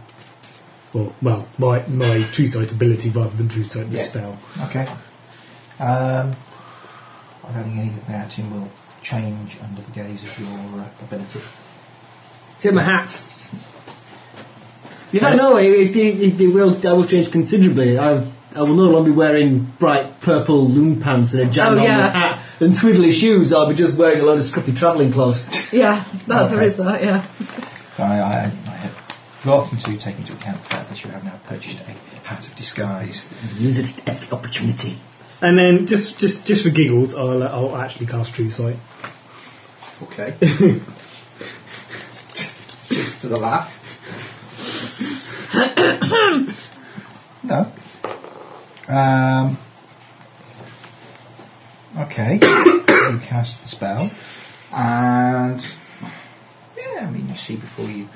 [SPEAKER 6] Or, well, my, my true sight ability rather than true sight the
[SPEAKER 3] Yeah.
[SPEAKER 6] spell.
[SPEAKER 3] Okay. Um, I don't think anything about him will change under the gaze of your uh, ability.
[SPEAKER 2] Take my hat. You don't know. It, it, it, it will. I will change considerably. I, I will no longer be wearing bright purple loom pants and a ginormous
[SPEAKER 5] Oh, yeah.
[SPEAKER 2] hat and twiddly shoes. I'll be just wearing a load of scruffy travelling clothes.
[SPEAKER 5] Yeah, that, there
[SPEAKER 3] Okay.
[SPEAKER 5] is that, yeah.
[SPEAKER 3] I, I, I had forgotten to take into account the fact that you have now purchased a hat of disguise.
[SPEAKER 2] Use it at every opportunity.
[SPEAKER 6] And then just just just for giggles, I'll uh, I'll actually cast true sight.
[SPEAKER 3] Okay. (laughs) Just for the laugh. no. Um, okay. (coughs) you cast the spell. And. Yeah, I mean, you see before you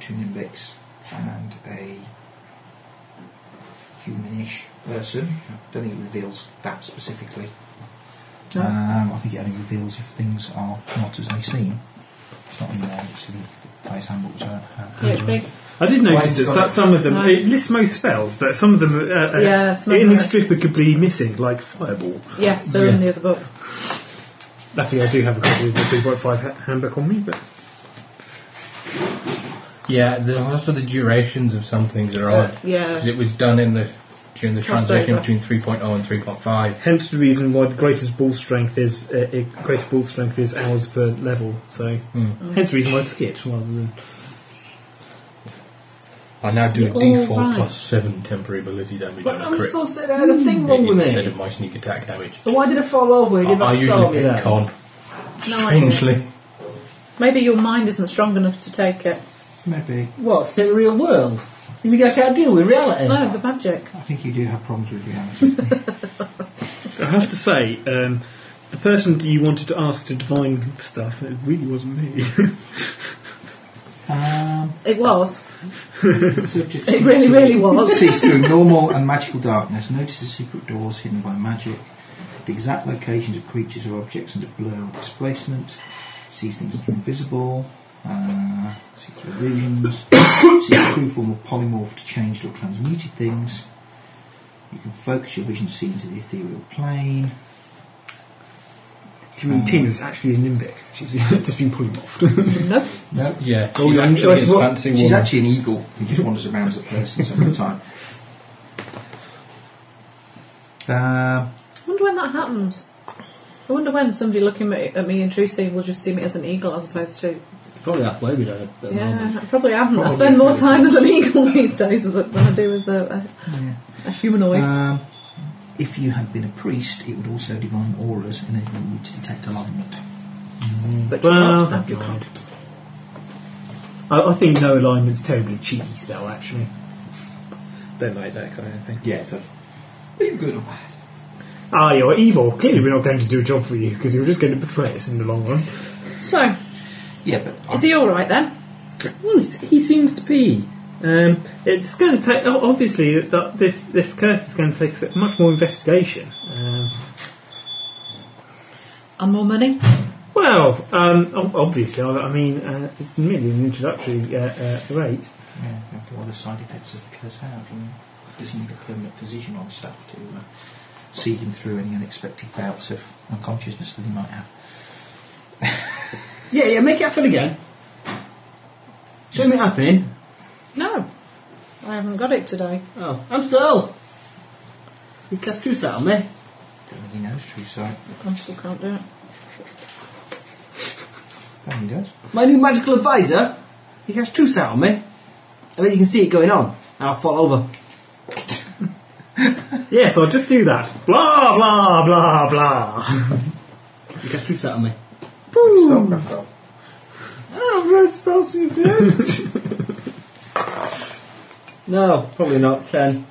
[SPEAKER 3] two Nimbics and a humanish person. I don't think it reveals that specifically.
[SPEAKER 5] No.
[SPEAKER 3] Um, I think it only reveals if things are not as they seem. It's not in there. It's in the player's handbook, uh, which I don't have.
[SPEAKER 5] Yeah, it's big.
[SPEAKER 6] I did notice
[SPEAKER 3] Why
[SPEAKER 6] that
[SPEAKER 3] it's
[SPEAKER 6] so-
[SPEAKER 3] got-
[SPEAKER 6] some of them
[SPEAKER 5] No.
[SPEAKER 6] it lists most spells, but some of them are uh,
[SPEAKER 5] Yeah,
[SPEAKER 6] uh,
[SPEAKER 5] some of them are-
[SPEAKER 6] inextricably missing, like fireball.
[SPEAKER 5] Yes, they're in the other book.
[SPEAKER 6] Luckily, I do have a copy of the three point five handbook on me, but
[SPEAKER 4] Yeah, the, also the durations of some things are odd.
[SPEAKER 5] Yeah.
[SPEAKER 4] Because it was done in the during the
[SPEAKER 5] Crossover.
[SPEAKER 4] transition between 3.0 and 3.5.
[SPEAKER 6] hence the reason why the greatest ball strength is uh, uh, greater ball strength is hours per level. So
[SPEAKER 3] Hmm.
[SPEAKER 6] hence the reason why I took it rather than
[SPEAKER 4] I now do a
[SPEAKER 5] You're all
[SPEAKER 4] D4
[SPEAKER 5] right.
[SPEAKER 4] plus 7 temporary ability damage
[SPEAKER 2] But
[SPEAKER 4] on
[SPEAKER 2] I'm
[SPEAKER 4] a crit
[SPEAKER 2] supposed to.
[SPEAKER 5] Hmm.
[SPEAKER 2] I had a thing wrong with
[SPEAKER 4] instead
[SPEAKER 2] me.
[SPEAKER 4] of my sneak attack damage.
[SPEAKER 2] So why did I fall over?
[SPEAKER 4] I,
[SPEAKER 2] Did
[SPEAKER 4] I
[SPEAKER 2] I stop
[SPEAKER 4] usually
[SPEAKER 2] me
[SPEAKER 4] pick
[SPEAKER 2] there?
[SPEAKER 4] con.
[SPEAKER 5] No
[SPEAKER 4] Strangely.
[SPEAKER 5] Maybe your mind isn't strong enough to take it.
[SPEAKER 3] Maybe.
[SPEAKER 2] What? It's in the real world. You think I can't deal with reality?
[SPEAKER 5] No, the magic.
[SPEAKER 3] I think you do have problems with reality.
[SPEAKER 6] I have to say, um, the person that you wanted to ask to divine stuff, it really wasn't me. (laughs)
[SPEAKER 3] um,
[SPEAKER 5] It was.
[SPEAKER 3] so just
[SPEAKER 5] (laughs) It (laughs) really, really was.
[SPEAKER 3] sees through normal and magical darkness, notices secret doors hidden by magic, the exact locations of creatures or objects under blur or displacement, sees things that are invisible, uh, sees through illusions, sees the true form of polymorphed, changed or transmuted things. You can focus your vision seen to the ethereal plane.
[SPEAKER 6] Tina Tina's actually a Nimbic. She's (laughs) just been polymorphed.
[SPEAKER 5] no.
[SPEAKER 3] No,
[SPEAKER 4] Yeah,
[SPEAKER 6] Oh,
[SPEAKER 4] she's
[SPEAKER 6] yeah,
[SPEAKER 4] actually
[SPEAKER 6] that's
[SPEAKER 4] his
[SPEAKER 6] what-
[SPEAKER 4] fancy
[SPEAKER 3] she's
[SPEAKER 4] woman.
[SPEAKER 3] actually an eagle who just wanders around as a person some of the time. Um,
[SPEAKER 5] I wonder when that happens. I wonder when somebody looking at at me intrusive will just see me as an eagle as opposed to.
[SPEAKER 2] Probably halfway we don't. at the moment.
[SPEAKER 5] Yeah, I probably am. I spend more time as an eagle (laughs) these days as a- than I do as a,
[SPEAKER 3] yeah.
[SPEAKER 5] a, a humanoid.
[SPEAKER 3] Um, if you had been a priest, it would also divine auras and enable you to detect alignment. Mm.
[SPEAKER 5] but you're
[SPEAKER 6] well-
[SPEAKER 5] not. You can't.
[SPEAKER 6] I, I think no alignment's a terribly cheeky spell, actually. Don't like that kind of thing.
[SPEAKER 3] Yes. Are you good or bad?
[SPEAKER 6] Ah, you're evil. Clearly, we're not going to do a job for you because you're just going to betray us in the long run.
[SPEAKER 5] So,
[SPEAKER 3] Yeah, but
[SPEAKER 5] is he alright then?
[SPEAKER 6] Well, he's- he seems to be. Um, it's going to take o- obviously that this this curse is going to take much more investigation. Um,
[SPEAKER 5] And more money?
[SPEAKER 6] Well, um, ob- obviously, I, I mean, uh, it's merely an introductory uh, uh, rate.
[SPEAKER 3] yeah, after all the side effects of the curse have, and does he need a permanent physician on staff to uh, see him through any unexpected bouts of unconsciousness that he might have?
[SPEAKER 2] Yeah, yeah. Make it happen again. Show me it happening.
[SPEAKER 5] No. I haven't got it today.
[SPEAKER 2] Oh, I'm still. You cast two set on me.
[SPEAKER 3] Don't think he knows true sight.
[SPEAKER 5] I still can't do it.
[SPEAKER 3] Don't think he does.
[SPEAKER 2] My new magical advisor. He cast two set on me. I bet you can see it going on. And I'll fall over.
[SPEAKER 6] Yes, I'll just do that. Blah blah blah blah.
[SPEAKER 2] He cast two set on me.
[SPEAKER 3] Spellcraft roll.
[SPEAKER 2] Oh, I've read spells you do. no, probably not. Ten.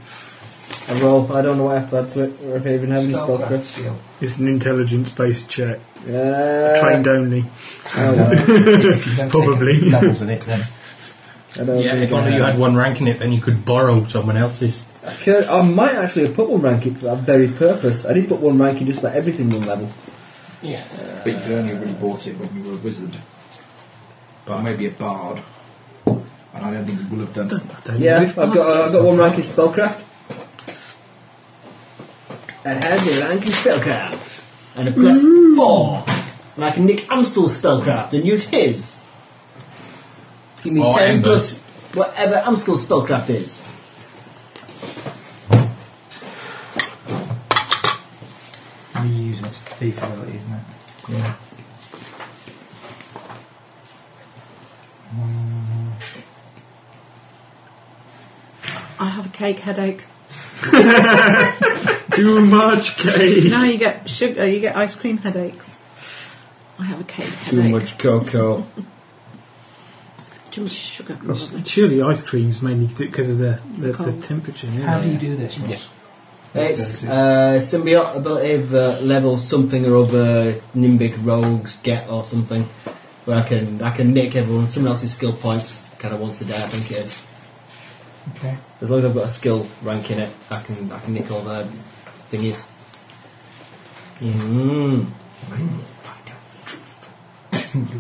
[SPEAKER 2] I roll. I don't know what I have to add to it, or if I even have any
[SPEAKER 3] Spellcraft
[SPEAKER 2] spellcraft.
[SPEAKER 3] skill.
[SPEAKER 6] It's an intelligence based check,
[SPEAKER 2] Uh,
[SPEAKER 6] trained only.
[SPEAKER 2] Oh, well,
[SPEAKER 3] If you don't take
[SPEAKER 6] Probably.
[SPEAKER 3] levels in it, then
[SPEAKER 2] I don't
[SPEAKER 4] yeah,
[SPEAKER 2] think
[SPEAKER 4] if
[SPEAKER 2] I
[SPEAKER 4] only you
[SPEAKER 2] have.
[SPEAKER 4] had one rank in it, then you could borrow someone else's.
[SPEAKER 9] I, could, I might actually have put one ranking for that very purpose. I did put one ranking just for everything one level.
[SPEAKER 3] But you could only really bought it when you were a wizard. But maybe a bard. And I don't think you will have done
[SPEAKER 9] Yeah, I've got, I've got one ranking spellcraft. I have a ranking spellcraft.
[SPEAKER 2] And a plus four. And I can nick Amstel's spellcraft and use his. Give me
[SPEAKER 4] Or
[SPEAKER 2] ten
[SPEAKER 4] Ember's.
[SPEAKER 2] plus whatever Amstel's spellcraft is.
[SPEAKER 3] You use it to thief ability, isn't it?
[SPEAKER 4] Yeah.
[SPEAKER 5] I have a cake headache.
[SPEAKER 6] Too much cake.
[SPEAKER 5] Now you get sugar, you get ice cream headaches. I have a cake
[SPEAKER 4] Too
[SPEAKER 5] headache.
[SPEAKER 4] much cocoa.
[SPEAKER 5] Too much sugar, probably.
[SPEAKER 6] Surely ice cream's mainly because of the, the, the
[SPEAKER 5] Cold.
[SPEAKER 6] temperature.
[SPEAKER 3] How
[SPEAKER 6] Yeah.
[SPEAKER 3] do you do this, Ross?
[SPEAKER 2] It's uh, symbiote ability of uh, level something or other Nimbic rogues get or something. Where I can I can nick everyone someone else's skill points kind of once a day I think it is.
[SPEAKER 3] Okay.
[SPEAKER 2] As long as I've got a skill rank in it, I can I can nick all their thingies. Mm.
[SPEAKER 3] you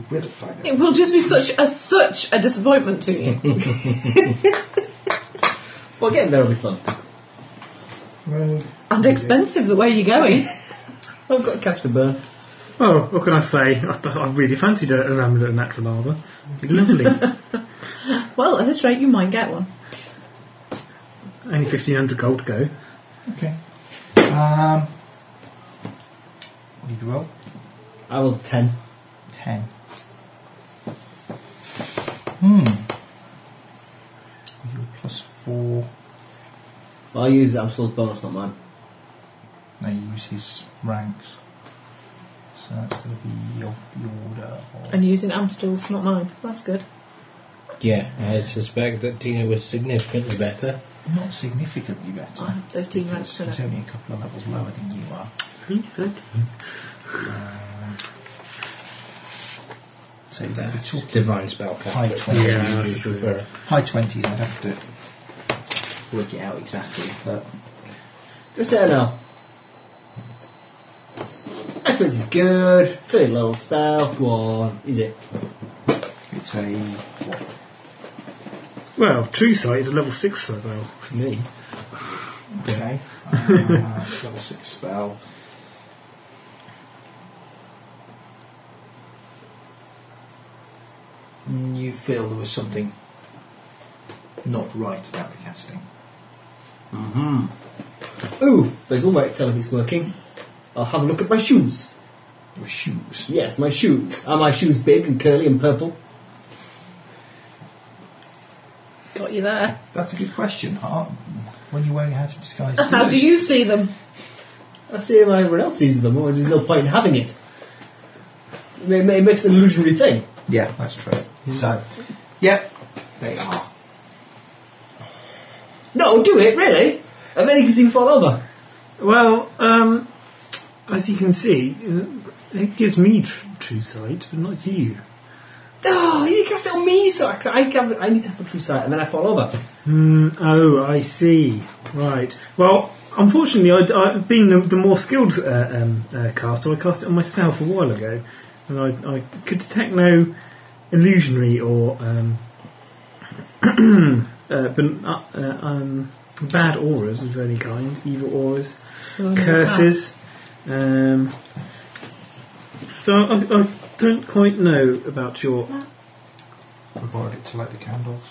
[SPEAKER 3] will find out.
[SPEAKER 5] It will just be such a such a disappointment to you.
[SPEAKER 2] Well, again, that'll be fun.
[SPEAKER 5] and expensive the way you're (laughs) going.
[SPEAKER 2] I've got cash to burn.
[SPEAKER 6] Well, what can I say? I, th- I really fancied a, an amulet of natural lava. Lovely.
[SPEAKER 5] Well, at this rate, you might get one.
[SPEAKER 6] Only 1500 gold to go.
[SPEAKER 3] Okay. Um, what did you roll?
[SPEAKER 2] I will ten.
[SPEAKER 3] Ten. Hmm. You were plus four.
[SPEAKER 2] Well, I use absolute bonus, not mine.
[SPEAKER 3] No, you use his ranks. So that's going to be of the order of.
[SPEAKER 5] And using Amstel's, not mine. That's good.
[SPEAKER 4] Yeah, I suspect that Tina was significantly better.
[SPEAKER 3] Not significantly better.
[SPEAKER 5] I have 13 ranks
[SPEAKER 3] It's
[SPEAKER 5] in
[SPEAKER 3] it's
[SPEAKER 5] it.
[SPEAKER 3] only a couple of levels lower than you are. Um, so you'd be talking
[SPEAKER 4] Divine spellcast.
[SPEAKER 3] high twenties.
[SPEAKER 6] that's true.
[SPEAKER 3] High twenties. I'd have to work it out exactly, but
[SPEAKER 2] Just say now. Actually, this is good. Silly little spell. Go on. Is it?
[SPEAKER 3] it's a what?
[SPEAKER 6] Well, True Sight is a level 6 sight, though. For me.
[SPEAKER 3] (laughs) Okay. Uh, level six spell. Mm, You feel there was something not right about the casting.
[SPEAKER 2] Ooh, there's one way to tell if it's working. I'll have a look at my shoes.
[SPEAKER 3] There were shoes.
[SPEAKER 2] Yes, my shoes. Are my shoes big and curly and purple?
[SPEAKER 5] Got you there.
[SPEAKER 3] That's a good question. Huh? When you're wearing how to disguise.
[SPEAKER 5] How do you see them?
[SPEAKER 2] I see how everyone else sees them, otherwise there's no point in having it. It, ma- it makes an illusionary thing.
[SPEAKER 3] (laughs) Yeah, that's true. So, yep, they are.
[SPEAKER 2] No, do it, really. And then you can see them fall over.
[SPEAKER 6] Well, um, as you can see, uh, it gives me tr- True Sight, but not you.
[SPEAKER 2] Oh, you cast it on me, so I, I, can, I need to have a true sight, and then I fall over.
[SPEAKER 6] Mm, oh, I see. Right. Well, unfortunately, I'd, i being the, the more skilled uh, um, uh, caster, I cast it on myself a while ago, and I, I could detect no illusionary or um, (clears throat) uh, ban- uh, uh, um, bad auras of any kind, evil auras,
[SPEAKER 5] Oh,
[SPEAKER 6] curses. Um, so I, I don't quite know about your
[SPEAKER 3] We borrowed it to light the candles.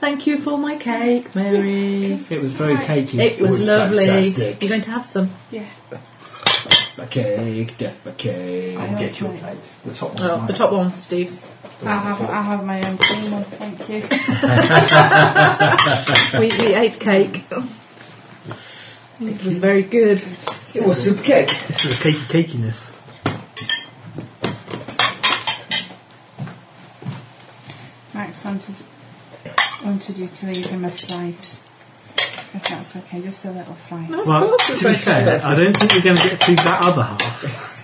[SPEAKER 5] Thank you for my cake, Mary.
[SPEAKER 6] It was very cakey.
[SPEAKER 5] It was,
[SPEAKER 2] was
[SPEAKER 5] lovely.
[SPEAKER 2] fantastic.
[SPEAKER 5] You're going to have some.
[SPEAKER 2] My cake, death my cake.
[SPEAKER 3] I'll get your plate. The top one.
[SPEAKER 5] Oh, the top one, (laughs) Steve's.
[SPEAKER 10] I'll have, I'll have my own cream one, thank you.
[SPEAKER 5] We, we ate cake. It was very good.
[SPEAKER 2] It was super cake.
[SPEAKER 6] This is cakey cakiness.
[SPEAKER 10] Max wanted, wanted you to leave him a slice. If that's okay, just a little slice.
[SPEAKER 6] Well,
[SPEAKER 5] course
[SPEAKER 6] to
[SPEAKER 5] it's
[SPEAKER 6] be
[SPEAKER 5] okay.
[SPEAKER 6] fair, I don't think we're going to get through that other half.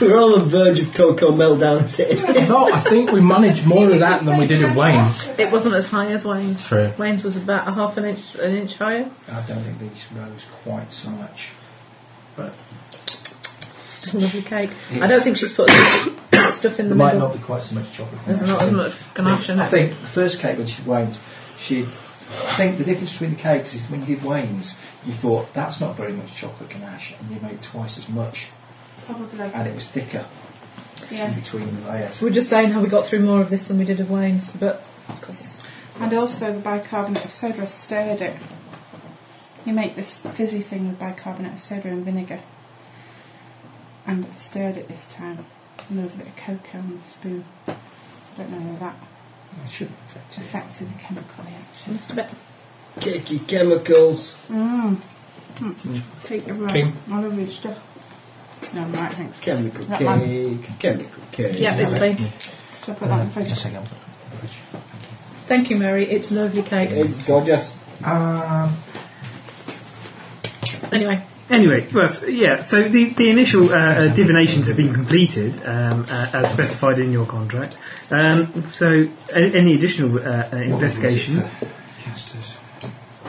[SPEAKER 2] We're on the verge of Coco meltdown as it is.
[SPEAKER 4] No, I think we managed more of that than we did at Wayne's.
[SPEAKER 5] It wasn't as high as Wayne's.
[SPEAKER 4] True.
[SPEAKER 5] Wayne's was about a half an inch, an inch higher.
[SPEAKER 3] I don't think these rose quite so much. But
[SPEAKER 5] Still lovely cake. I don't think she's put (coughs) stuff in
[SPEAKER 3] there
[SPEAKER 5] the
[SPEAKER 3] might
[SPEAKER 5] middle.
[SPEAKER 3] not be quite so much chocolate. in
[SPEAKER 5] There's
[SPEAKER 3] there,
[SPEAKER 5] not as
[SPEAKER 3] actually.
[SPEAKER 5] much ganache in
[SPEAKER 3] I
[SPEAKER 5] it.
[SPEAKER 3] think the first cake when she did Wayne's, she. I think the difference between the cakes is when you did Wayne's, you thought that's not very much chocolate ganache, and you made twice as much,
[SPEAKER 10] Probably.
[SPEAKER 3] and it was thicker in
[SPEAKER 10] Yeah.
[SPEAKER 3] between the layers.
[SPEAKER 5] We're just saying how we got through more of this than we did of Wayne's, but that's because it's.
[SPEAKER 10] And also the bicarbonate of soda I stirred it. You make this fizzy thing with bicarbonate of soda and vinegar. And I stirred it this time. And there was a bit of cocoa on the spoon. So I don't know whether that
[SPEAKER 3] It shouldn't affect it.
[SPEAKER 10] affected the chemical reaction.
[SPEAKER 5] Must have been.
[SPEAKER 2] Cakey chemicals.
[SPEAKER 5] Mm.
[SPEAKER 10] Mmm. Take your right.
[SPEAKER 4] King.
[SPEAKER 10] I love your stuff. No, I'm right, I think.
[SPEAKER 2] Chemical
[SPEAKER 10] That
[SPEAKER 2] cake. Chemical cake.
[SPEAKER 5] Yeah, it's big.
[SPEAKER 10] Should I put that in the fridge?
[SPEAKER 3] Just a second.
[SPEAKER 5] Thank you, Mary. It's lovely cake.
[SPEAKER 2] It's gorgeous.
[SPEAKER 3] Um,
[SPEAKER 5] Anyway,
[SPEAKER 6] Anyway, well, s- yeah. So the the initial uh, uh, divinations have been completed um, uh, as specified in your contract. Um, so a- any additional uh, uh,
[SPEAKER 3] what level is it
[SPEAKER 6] investigation?
[SPEAKER 3] for Casters.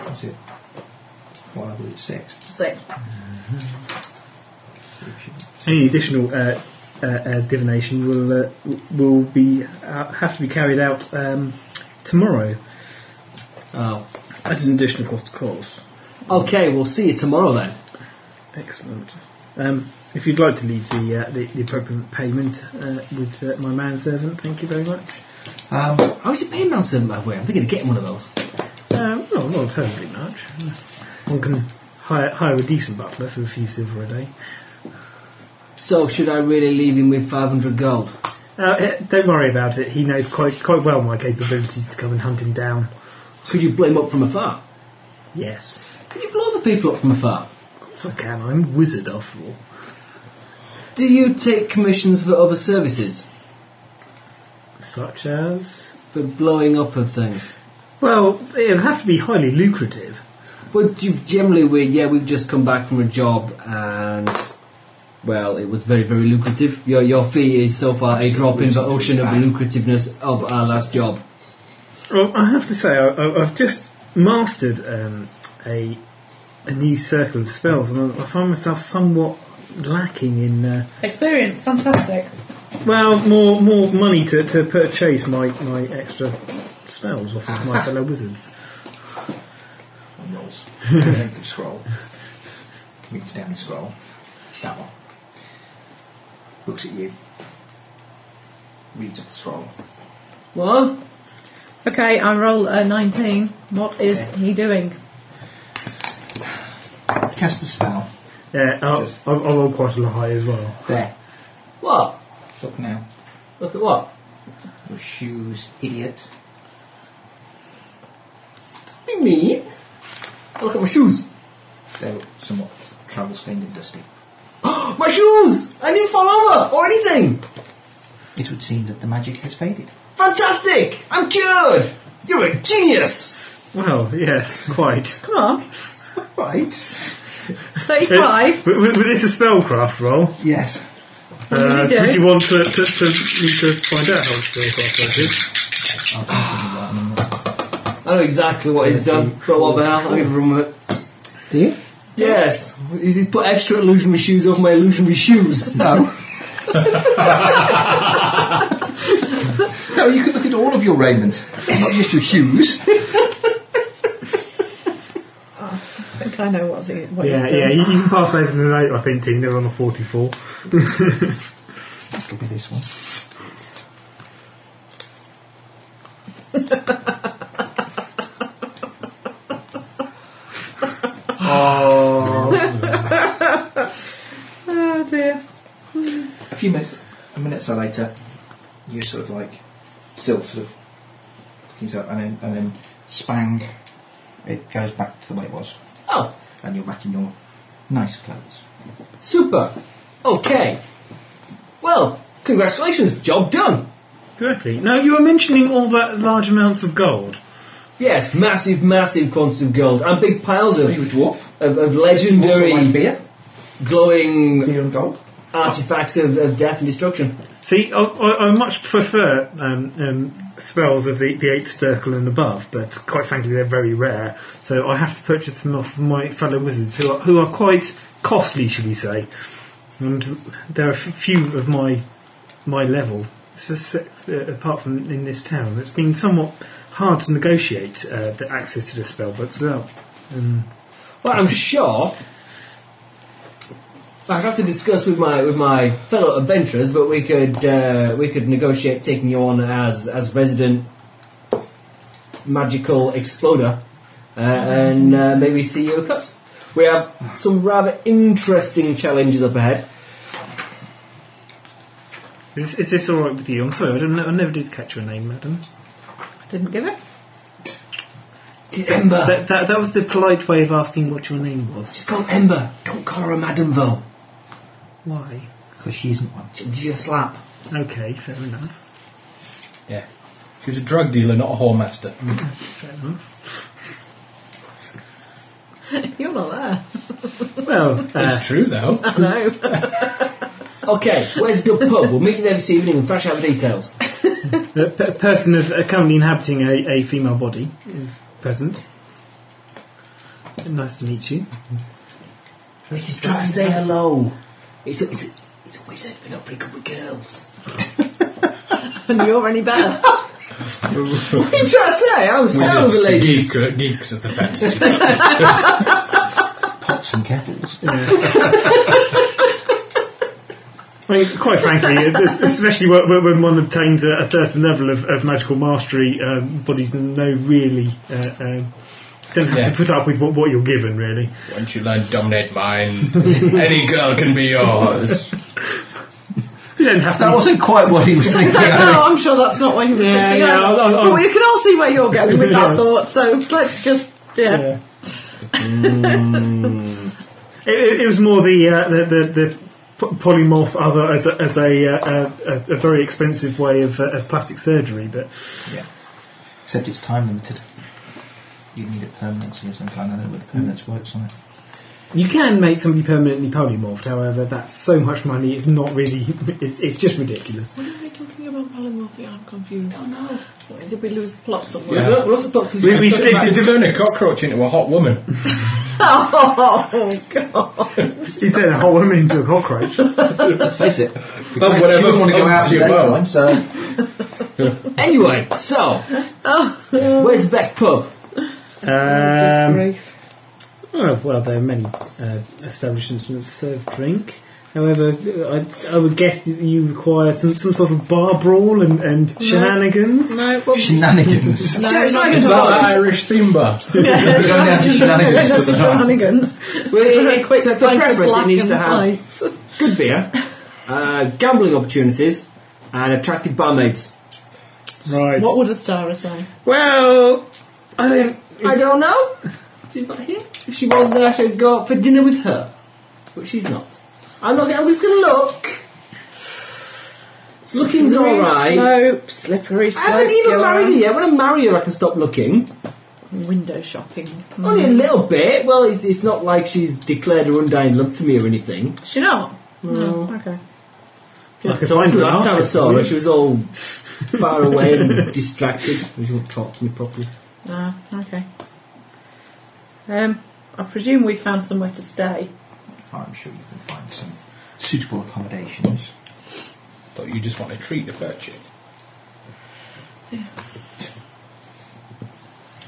[SPEAKER 3] Was it? What level is sixth?
[SPEAKER 5] so it-
[SPEAKER 3] So if you-
[SPEAKER 6] Any additional uh, uh, uh, divination will uh, w- will be uh, have to be carried out um, tomorrow
[SPEAKER 2] Oh.
[SPEAKER 6] at an additional cost, of course.
[SPEAKER 2] Okay, we'll see you tomorrow then.
[SPEAKER 6] Excellent. Um, if you'd like to leave the uh, the, the appropriate payment uh, with uh, my manservant, thank you very much.
[SPEAKER 3] Um,
[SPEAKER 2] How's your payment system, by the way? I'm thinking of getting one of those.
[SPEAKER 6] Uh, well, not terribly much. One can hire, hire a decent butler for a few silver a day.
[SPEAKER 2] So, should I really leave him with 500 gold?
[SPEAKER 6] Uh, eh, don't worry about it. He knows quite quite well my capabilities to come and hunt him down.
[SPEAKER 2] Could you blow him up from afar?
[SPEAKER 6] Yes,
[SPEAKER 2] Could you blow other people up from afar?
[SPEAKER 6] of course I can. I'm a wizard after all.
[SPEAKER 2] Do you take commissions for other services?
[SPEAKER 6] Such as
[SPEAKER 2] For blowing up of things?
[SPEAKER 6] well, it'll have to be highly lucrative.
[SPEAKER 2] Well, g- generally, we yeah, we've just come back from a job, and well, it was very, very lucrative. Your your fee is so far a drop in the ocean of the lucrativeness of our last job.
[SPEAKER 6] Well, I have to say, I, I- I've just mastered um, a a new circle of spells, and I I find myself somewhat lacking in. Uh,
[SPEAKER 5] experience, fantastic.
[SPEAKER 6] Well, more more money to, to purchase my, my extra spells off of my fellow wizards.
[SPEAKER 3] rolls. Length of scroll. Reads down the scroll. That one. Looks at you. Reads up the scroll.
[SPEAKER 2] What?
[SPEAKER 5] Okay, I roll a 19. What is he doing?
[SPEAKER 3] Cast the spell.
[SPEAKER 6] Yeah, I'll,
[SPEAKER 3] Says-
[SPEAKER 6] I'll, I'll roll quite a lot high as well.
[SPEAKER 3] There.
[SPEAKER 2] What?
[SPEAKER 3] Look now.
[SPEAKER 2] Look at what?
[SPEAKER 3] Your shoes, idiot.
[SPEAKER 2] What do you mean? I Oh, look at my shoes. (gasps)
[SPEAKER 3] They're somewhat travel stained and dusty.
[SPEAKER 2] my shoes! I didn't fall over or anything.
[SPEAKER 3] It would seem that the magic has faded.
[SPEAKER 2] Fantastic! I'm cured. You're a genius.
[SPEAKER 6] Well, yes, quite.
[SPEAKER 5] Come on,
[SPEAKER 3] Right.
[SPEAKER 5] 35.
[SPEAKER 6] W- w- was this a spellcraft roll?
[SPEAKER 3] Yes.
[SPEAKER 5] What did he do?
[SPEAKER 6] Would you want to, to, to, me to find out how a spellcraft work is?
[SPEAKER 3] I'll continue that in a minute.
[SPEAKER 2] I know exactly what he's done. But what about? I'll give him it.
[SPEAKER 3] Do you?
[SPEAKER 2] Yes, he's he's put extra illusionary shoes over my illusionary shoes.
[SPEAKER 3] (laughs) No. no, you could look at all of your raiment, not just your shoes.
[SPEAKER 5] I think I know what's he, what
[SPEAKER 6] Yeah,
[SPEAKER 5] he's doing.
[SPEAKER 6] yeah, you, you can pass over the note, I think, Tina, on a 44.
[SPEAKER 3] It'll be this one.
[SPEAKER 5] Oh dear.
[SPEAKER 3] A few minutes, a minute or so later, you sort of like, still sort of looking so, and then and then spang, it goes back to the way it was,
[SPEAKER 2] Oh,
[SPEAKER 3] and you're back in your nice clothes.
[SPEAKER 2] Super. Okay. Well, congratulations. Job done.
[SPEAKER 6] Directly. Now, you were mentioning all that large amounts of gold.
[SPEAKER 2] Yes, massive, massive quantities of gold and big piles
[SPEAKER 3] Are you
[SPEAKER 2] of
[SPEAKER 3] a dwarf?
[SPEAKER 2] of, of
[SPEAKER 3] Also like
[SPEAKER 2] legendary
[SPEAKER 3] beer,
[SPEAKER 2] glowing
[SPEAKER 3] beer and gold.
[SPEAKER 2] artifacts of, of death and destruction.
[SPEAKER 6] See, I, I, I much prefer um, um, spells of the, the eighth circle and above, but quite frankly, they're very rare. So I have to purchase them off my fellow wizards, who are, who are quite costly, should we say. And there are f- few of my my level, so, s- uh, apart from in this town. It's been somewhat hard to negotiate uh, the access to the spell books without. Um,
[SPEAKER 2] Well, I'm sure. I'd have to discuss with my with my fellow adventurers, but we could uh, we could negotiate taking you on as as resident magical exploder, uh, and uh, maybe see you a cut. We have some rather interesting challenges up ahead.
[SPEAKER 6] is, is this all right with you? I'm sorry, I, don't, know- I never did catch your name, madam.
[SPEAKER 5] Didn't give it.
[SPEAKER 2] It's Ember.
[SPEAKER 6] That, that, that was the polite way of asking what your name was.
[SPEAKER 2] Just call her Ember. Don't call her Madam Vo.
[SPEAKER 6] Why?
[SPEAKER 3] Because she isn't one.
[SPEAKER 2] She'll give you a slap.
[SPEAKER 6] Okay, fair enough.
[SPEAKER 4] Yeah. She was a drug dealer, not a whoremaster.
[SPEAKER 6] Fair enough.
[SPEAKER 5] You're not there. (laughs)
[SPEAKER 6] Well, uh,
[SPEAKER 4] It's true,
[SPEAKER 3] (laughs)
[SPEAKER 4] though.
[SPEAKER 5] I know.
[SPEAKER 2] Okay, where's a good pub? We'll meet you there this evening and thrash out the details.
[SPEAKER 6] a pe- person of uh, currently inhabiting a, a female body is present. Nice to meet you.
[SPEAKER 2] They just try to say hello. It's a, it's a, it's a wizard, but not pretty good with girls.
[SPEAKER 5] and you're
[SPEAKER 4] (laughs)
[SPEAKER 5] any better.
[SPEAKER 2] What are you trying to say? I was sound of the
[SPEAKER 4] the
[SPEAKER 2] ladies.
[SPEAKER 4] geek, uh, geeks of the fantasy. (laughs)
[SPEAKER 3] Pots and kettles.
[SPEAKER 6] I mean, quite frankly, (laughs) it- it's- especially when- when when one obtains a, a certain level of, of magical mastery, um, bodies know really uh, um, don't have
[SPEAKER 4] Yeah.
[SPEAKER 6] to put up with what, what you're given, really.
[SPEAKER 4] Once you learn to dominate mine, any girl can be yours.
[SPEAKER 6] You don't have to.
[SPEAKER 3] That
[SPEAKER 6] be-
[SPEAKER 3] wasn't quite what he was thinking.
[SPEAKER 5] (laughs) no, I'm sure that's not what you were
[SPEAKER 6] Yeah,
[SPEAKER 5] thinking.
[SPEAKER 6] yeah,
[SPEAKER 5] either.
[SPEAKER 6] I'll- I'll-
[SPEAKER 5] but we can all see where you're going with that
[SPEAKER 6] Yeah.
[SPEAKER 5] thought, so let's just. Yeah.
[SPEAKER 6] Yeah. Mm. It, (laughs) it, it was more the uh, the, the, the po- polymorph other as a, as a, uh, a, a very expensive way of, uh, of plastic surgery, but
[SPEAKER 3] Yeah. Except it's time limited. You need a permanency of some kind. I don't know what the permanence works on it.
[SPEAKER 6] you can make somebody permanently polymorphed. However, that's so much money; it's not really. It's, it's just ridiculous.
[SPEAKER 5] What are we talking about polymorphy? I'm confused. Oh no. Did we lose the plot somewhere?
[SPEAKER 4] Yeah.
[SPEAKER 2] Lots of plots we
[SPEAKER 4] We, we
[SPEAKER 2] talking about-
[SPEAKER 4] did turn a cockroach into a hot woman.
[SPEAKER 5] Oh god.
[SPEAKER 6] You turn a whole woman into a cockroach.
[SPEAKER 3] Let's face it. We
[SPEAKER 4] Well,
[SPEAKER 3] can't-
[SPEAKER 4] whatever
[SPEAKER 3] she wouldn't want to go
[SPEAKER 4] floats
[SPEAKER 3] out in
[SPEAKER 4] your boat.
[SPEAKER 3] daytime, so
[SPEAKER 2] Anyway,
[SPEAKER 5] (laughs)
[SPEAKER 2] so
[SPEAKER 5] Oh.
[SPEAKER 2] where's the best pub?
[SPEAKER 6] Um, oh, well, there are many uh, establishments that serve drink. However, I, I would guess that you require some, some sort of bar brawl and, and shenanigans.
[SPEAKER 5] No, well,
[SPEAKER 3] shenanigans.
[SPEAKER 5] no,
[SPEAKER 2] Sure,
[SPEAKER 5] not
[SPEAKER 2] sorry,
[SPEAKER 5] the
[SPEAKER 2] it's
[SPEAKER 4] It's
[SPEAKER 2] not
[SPEAKER 4] not
[SPEAKER 2] like-
[SPEAKER 4] an Irish theme bar.
[SPEAKER 5] Yeah,
[SPEAKER 3] We don't have the shenanigans for the night.
[SPEAKER 5] shenanigans.
[SPEAKER 2] Well, (laughs) it- it- the, the
[SPEAKER 5] Pints of
[SPEAKER 2] preference it
[SPEAKER 5] black
[SPEAKER 2] needs to
[SPEAKER 5] and
[SPEAKER 2] have
[SPEAKER 5] white.
[SPEAKER 2] good
[SPEAKER 5] (laughs)
[SPEAKER 2] beer, uh, gambling opportunities, and attractive barmaids.
[SPEAKER 11] Right.
[SPEAKER 5] What would a star say?
[SPEAKER 6] Well, I don't.
[SPEAKER 2] I don't know. She's not here. If she was, then I should go out for dinner with her. But she's not. I'm not. I'm just going to look. Looking's all right.
[SPEAKER 5] Slope, slippery slope.
[SPEAKER 2] I haven't even
[SPEAKER 5] Gillian.
[SPEAKER 2] married her yet. When I marry her, I can stop looking.
[SPEAKER 5] Window shopping.
[SPEAKER 6] Mm.
[SPEAKER 2] Only a little bit. Well, it's, it's not like she's declared her undying love to me or anything.
[SPEAKER 5] She not? No. Okay.
[SPEAKER 6] I could
[SPEAKER 2] So
[SPEAKER 6] find her and
[SPEAKER 2] last
[SPEAKER 6] ask
[SPEAKER 2] time I
[SPEAKER 6] her,
[SPEAKER 2] saw her,
[SPEAKER 6] couldn't
[SPEAKER 2] she was all far away and (laughs) distracted. She won't talk to me properly.
[SPEAKER 5] No. Ah, Okay. Um, I presume we found somewhere to stay.
[SPEAKER 3] I'm sure you can find some suitable accommodations.
[SPEAKER 4] Thought you just want a treat to purchase.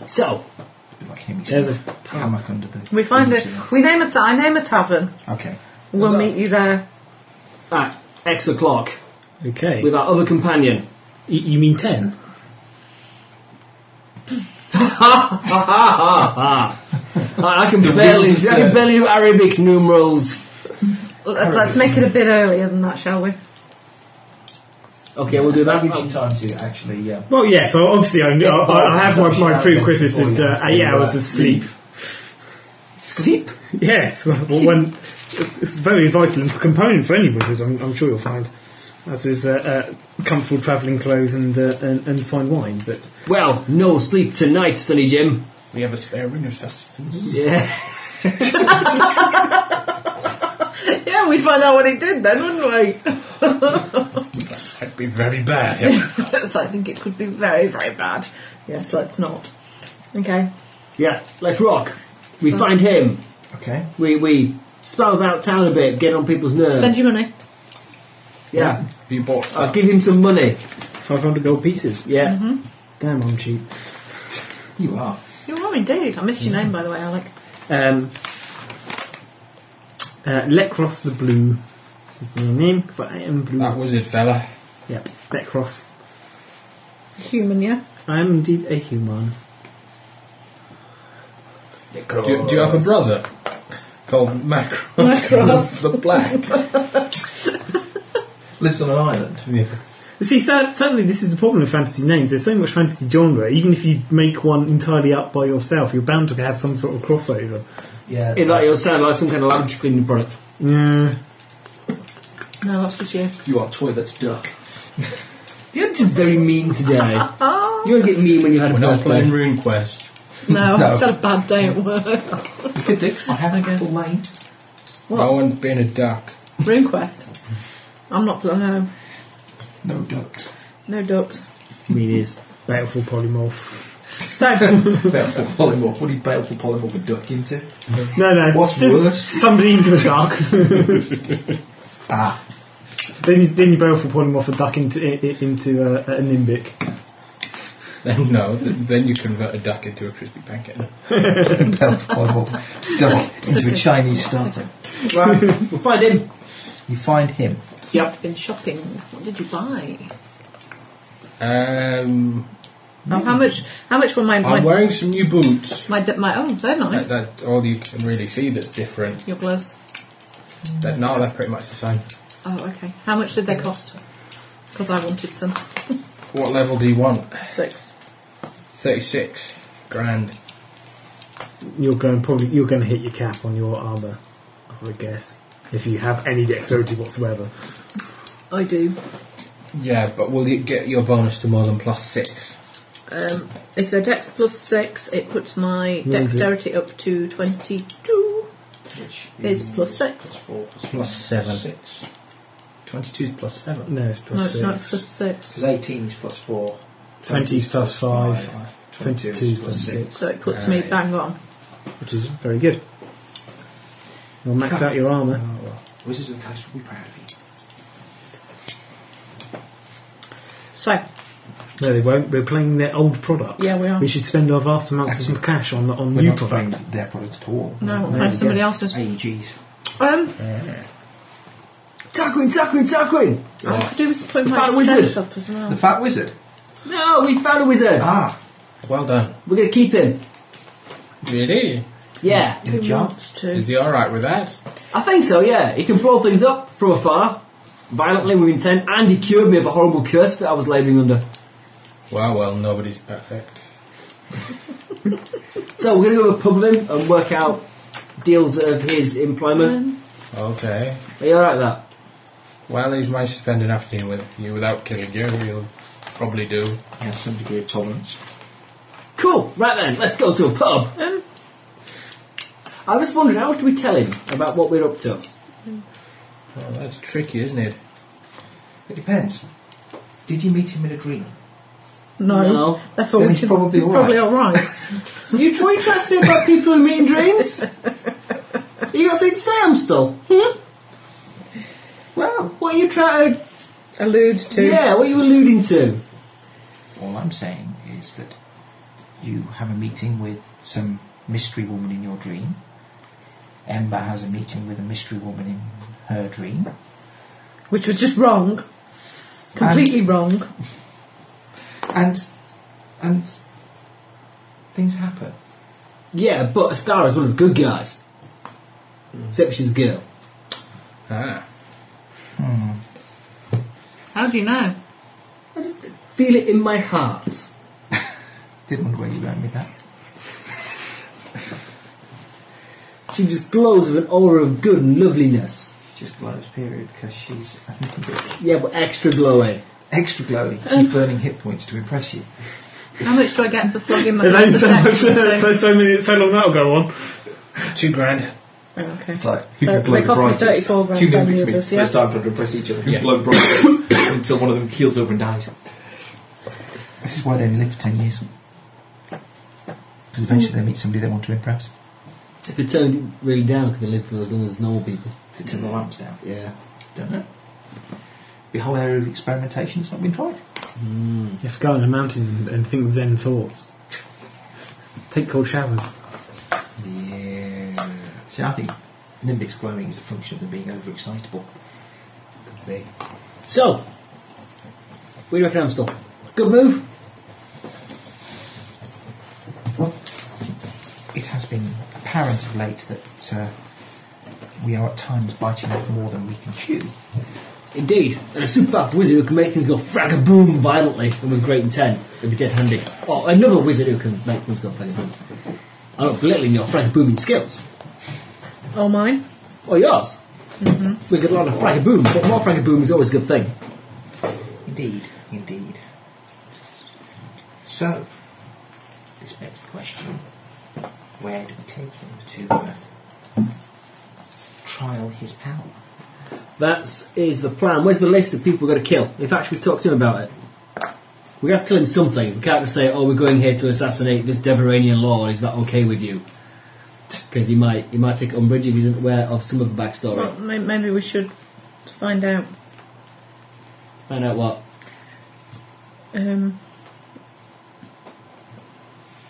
[SPEAKER 2] So,
[SPEAKER 3] Be Like him, he's
[SPEAKER 6] There's a
[SPEAKER 3] hammock under the.
[SPEAKER 5] We find it. We name a. ta- I name a tavern.
[SPEAKER 3] Okay.
[SPEAKER 5] We'll meet you there.
[SPEAKER 2] at X o'clock
[SPEAKER 6] Okay.
[SPEAKER 2] with our other companion.
[SPEAKER 6] Y- you mean ten?
[SPEAKER 2] I, I can barely, I can barely do Arabic numerals.
[SPEAKER 5] L- Let's make it a bit earlier than that, shall we?
[SPEAKER 2] Okay, we'll do
[SPEAKER 3] That
[SPEAKER 2] that.
[SPEAKER 3] gives you time to actually. Yeah.
[SPEAKER 6] Well, yeah. So obviously, I, I, I have my, my prerequisite uh, eight hours of sleep.
[SPEAKER 2] Sleep.
[SPEAKER 6] (laughs) Yes, well, well, one it's it's a very vital component for any wizard. I'm, I'm sure you'll find, as is uh, uh, comfortable travelling clothes and, uh, and and fine wine. But
[SPEAKER 2] Well, no sleep tonight, Sonny Jim.
[SPEAKER 4] We have a spare ring of sustenance.
[SPEAKER 2] Yeah.
[SPEAKER 5] (laughs) Yeah, we'd find out what it did then, wouldn't we? (laughs)
[SPEAKER 4] That'd be very bad.
[SPEAKER 3] (laughs)
[SPEAKER 4] Yeah.
[SPEAKER 5] so I think it could be very, very bad. Yes, let's not. Okay.
[SPEAKER 2] Yeah, let's rock. We find him.
[SPEAKER 3] Okay.
[SPEAKER 2] We we spell about town a bit, get on people's nerves.
[SPEAKER 5] Spend your money.
[SPEAKER 2] Yeah,
[SPEAKER 4] you bought
[SPEAKER 2] I'll give him some money.
[SPEAKER 6] 500 gold pieces.
[SPEAKER 2] Yeah,
[SPEAKER 5] Mm-hmm.
[SPEAKER 6] Damn, I'm cheap.
[SPEAKER 3] You are.
[SPEAKER 5] You are indeed. I missed your name, by the way, Alec.
[SPEAKER 6] Um, uh, Lecross the Blue is my name, but I am blue.
[SPEAKER 3] Ah.
[SPEAKER 4] That wizard fella.
[SPEAKER 6] Yep, Lecross.
[SPEAKER 5] Human,
[SPEAKER 6] (laughs)
[SPEAKER 5] yeah?
[SPEAKER 6] I am indeed a human.
[SPEAKER 4] Do, you- do you have a brother called Macross?
[SPEAKER 5] Macross.
[SPEAKER 4] the (laughs) Black.
[SPEAKER 3] Lives on an island.
[SPEAKER 6] You See, sad, sadly, this is the problem with fantasy names. There's so much fantasy genre. Even if you make one entirely up by yourself, you're bound to have some sort of crossover.
[SPEAKER 3] Yeah.
[SPEAKER 2] it like it'll sound like some kind of laboratory cleaning product.
[SPEAKER 6] Yeah.
[SPEAKER 5] No, that's
[SPEAKER 6] (laughs)
[SPEAKER 5] just you.
[SPEAKER 3] You are toilet duck.
[SPEAKER 2] You're just very mean
[SPEAKER 5] (laughs)
[SPEAKER 2] today. you
[SPEAKER 5] Oh.
[SPEAKER 2] always get mean when you had a
[SPEAKER 4] We're not playing
[SPEAKER 2] birthday.
[SPEAKER 4] RuneQuest.
[SPEAKER 5] No, I just had a bad day at work.
[SPEAKER 3] Good thing I have
[SPEAKER 5] Okay.
[SPEAKER 3] a little lane.
[SPEAKER 4] No one's been a duck.
[SPEAKER 5] RuneQuest. I'm not playing no,
[SPEAKER 3] No (laughs) ducks.
[SPEAKER 5] no ducks.
[SPEAKER 2] Mean is
[SPEAKER 6] Baleful polymorph. (laughs)
[SPEAKER 5] So,
[SPEAKER 3] Baleful polymorph. What do you baleful polymorph a duck into?
[SPEAKER 6] No, no.
[SPEAKER 3] What's
[SPEAKER 6] just
[SPEAKER 3] worse?
[SPEAKER 6] Somebody into
[SPEAKER 3] (laughs)
[SPEAKER 6] a dark.
[SPEAKER 3] Ah.
[SPEAKER 6] then, you, then you baleful polymorph a duck into, i- i- into a, a nimbic.
[SPEAKER 4] Then no, th- then you convert a duck into a crispy pancake.
[SPEAKER 3] Baleful polymorph duck into a Chinese starter.
[SPEAKER 2] right. We'll find him.
[SPEAKER 3] You find him.
[SPEAKER 5] you've been shopping. What did you buy?
[SPEAKER 4] Um,
[SPEAKER 5] How much? How much were my
[SPEAKER 4] I'm
[SPEAKER 5] my
[SPEAKER 4] wearing some new boots.
[SPEAKER 5] my, d- my? Oh, they're
[SPEAKER 4] That,
[SPEAKER 5] (laughs) nice.
[SPEAKER 4] that's all you can really see that's different.
[SPEAKER 5] Your gloves.
[SPEAKER 4] That, no, they're pretty much the same.
[SPEAKER 5] Oh, okay. How much did they cost? Because I wanted some.
[SPEAKER 4] What level do you want?
[SPEAKER 5] Six.
[SPEAKER 4] 36 grand.
[SPEAKER 6] You're going probably you're going to hit your cap on your armor, I would guess, if you have any dexterity whatsoever.
[SPEAKER 5] I do.
[SPEAKER 4] Yeah, but will you get your bonus to more than plus six?
[SPEAKER 5] Um, if they're dex plus six, it puts my
[SPEAKER 6] it?
[SPEAKER 5] dexterity up to twenty-two.
[SPEAKER 3] Which
[SPEAKER 5] Is plus six.
[SPEAKER 3] Four plus,
[SPEAKER 4] Plus seven.
[SPEAKER 3] Six.
[SPEAKER 4] 22 is plus seven.
[SPEAKER 6] No, it's
[SPEAKER 5] No,
[SPEAKER 6] plus
[SPEAKER 5] it's
[SPEAKER 6] six.
[SPEAKER 5] not. It's plus six.
[SPEAKER 3] Because 18 is plus four.
[SPEAKER 6] 20 is plus five,
[SPEAKER 3] 22
[SPEAKER 6] 22
[SPEAKER 3] is plus
[SPEAKER 6] plus
[SPEAKER 3] six.
[SPEAKER 5] So it puts me
[SPEAKER 4] Alright.
[SPEAKER 5] bang on.
[SPEAKER 6] which is very good. You'll max out your armor.
[SPEAKER 3] Oh, well. Wizards of the Coast will be proud of you.
[SPEAKER 5] So
[SPEAKER 6] No, they won't. We're playing their old product.
[SPEAKER 5] Yeah, we are.
[SPEAKER 6] We should spend our vast amounts of cash on on
[SPEAKER 3] We're
[SPEAKER 6] new
[SPEAKER 3] not
[SPEAKER 6] product.
[SPEAKER 3] playing their product at all.
[SPEAKER 5] No,
[SPEAKER 3] There
[SPEAKER 5] and
[SPEAKER 3] you
[SPEAKER 5] somebody
[SPEAKER 3] go.
[SPEAKER 5] else's.
[SPEAKER 3] AEGs.
[SPEAKER 5] um,
[SPEAKER 2] Tackling, tackling, tackling.
[SPEAKER 5] I could do with putting my
[SPEAKER 2] Fat
[SPEAKER 5] extra
[SPEAKER 2] wizard.
[SPEAKER 5] up as well.
[SPEAKER 3] The Fat Wizard.
[SPEAKER 2] No, we found a wizard.
[SPEAKER 3] Ah.
[SPEAKER 4] Well done.
[SPEAKER 2] We're gonna keep him.
[SPEAKER 4] Really?
[SPEAKER 2] Yeah,
[SPEAKER 3] In a
[SPEAKER 5] Who
[SPEAKER 3] jar.
[SPEAKER 5] wants to?
[SPEAKER 4] Is he alright with that?
[SPEAKER 2] I think so. Yeah, he can blow things up from afar, violently with intent, and he cured me of a horrible curse that I was labouring under.
[SPEAKER 4] Well, well, nobody's perfect.
[SPEAKER 2] So we're gonna go to a pub with him and work out deals of his employment.
[SPEAKER 4] Okay.
[SPEAKER 2] Are you alright with that?
[SPEAKER 4] Well, he's managed to spend an afternoon with you without killing you. He'll probably do.
[SPEAKER 3] He has some degree of tolerance.
[SPEAKER 2] Cool. Right then, let's go to a pub.
[SPEAKER 5] Um,
[SPEAKER 2] I was wondering how much do we tell him about what we're up to?
[SPEAKER 4] Well, that's tricky, isn't it?
[SPEAKER 3] It depends. Did you meet him in a dream?
[SPEAKER 5] no.
[SPEAKER 2] No.
[SPEAKER 5] Therefore,
[SPEAKER 3] Then
[SPEAKER 5] we
[SPEAKER 3] he's
[SPEAKER 5] should-
[SPEAKER 3] probably
[SPEAKER 5] he's
[SPEAKER 3] all
[SPEAKER 5] probably
[SPEAKER 3] right.
[SPEAKER 5] all right.
[SPEAKER 2] (laughs) You try you trying to say about people who meet in dreams? you got something to say, I'm still? Hmm? Well, what are you trying to?
[SPEAKER 5] (laughs) Allude to.
[SPEAKER 2] Yeah, what are you alluding to?
[SPEAKER 3] All I'm saying is that you have a meeting with some mystery woman in your dream. Ember has a meeting with a mystery woman in her dream.
[SPEAKER 5] Which was just wrong. Completely wrong.
[SPEAKER 3] And and things happen.
[SPEAKER 2] Yeah, but Astara's one of the good guys. Except she's a girl.
[SPEAKER 4] Ah.
[SPEAKER 5] How do you know?
[SPEAKER 2] I just feel it in my heart.
[SPEAKER 3] Did wonder where you were going with that.
[SPEAKER 2] She just glows with an aura of good and loveliness.
[SPEAKER 3] She just glows, period, because she's a nimbic.
[SPEAKER 2] Yeah, but extra glowing.
[SPEAKER 3] extra glowy. She's burning hit points to impress you.
[SPEAKER 5] How much do I get for flogging my (laughs)
[SPEAKER 6] There's only (laughs) so much.
[SPEAKER 5] detectives
[SPEAKER 6] So,
[SPEAKER 5] too?
[SPEAKER 6] so many. So long that'll go on.
[SPEAKER 4] Two grand.
[SPEAKER 5] Oh, Okay.
[SPEAKER 3] It's like who
[SPEAKER 5] They-
[SPEAKER 3] can blow
[SPEAKER 5] they
[SPEAKER 3] the
[SPEAKER 5] cost me
[SPEAKER 3] brightest.
[SPEAKER 5] 34 grand
[SPEAKER 3] Two
[SPEAKER 5] for
[SPEAKER 3] nimbics
[SPEAKER 5] any of
[SPEAKER 3] means
[SPEAKER 5] us, yeah?
[SPEAKER 3] first time trying to impress each other. Who
[SPEAKER 4] Yeah.
[SPEAKER 3] can blow the brightest (coughs) until one of them keels over and dies. This is why they only live for ten years. Because eventually they meet somebody they want to impress.
[SPEAKER 2] If they turn it really down, can they live for as long as normal people?
[SPEAKER 3] They turn the lamps down.
[SPEAKER 2] Yeah.
[SPEAKER 3] Don't know. The whole area of experimentation has not been tried.
[SPEAKER 12] You have to go on a mountain and, and think Zen thoughts. Take cold showers.
[SPEAKER 3] Yeah. See, I think Nimbic's glowing is a function of them being overexcitable.
[SPEAKER 2] Could be. So, what do you reckon, Amstel? Good move.
[SPEAKER 3] It has been apparent of late that uh, we are at times biting off more than we can chew.
[SPEAKER 2] Indeed, and a superb wizard who can make things go fragaboom violently and with great intent would be dead handy. Or another wizard who can make things go fragaboom. I'm not belittling your fragabooming skills.
[SPEAKER 5] Or mine.
[SPEAKER 2] Or yours. We get a lot of fragaboom, but more fragaboom is always a good thing.
[SPEAKER 3] Indeed, indeed. So, this begs the question where do we take him to uh, trial his power?
[SPEAKER 2] That is the plan. Where's the list of people we're going to kill? In fact, we talked to him about it. We're going to have to tell him something. We can't just say, oh, we're going here to assassinate this Deveranian lord. Is that okay with you? Because you might, you might take umbrage if he isn't aware of some of the backstory.
[SPEAKER 5] Well, may- maybe we should find out.
[SPEAKER 2] Find out what.
[SPEAKER 5] Um,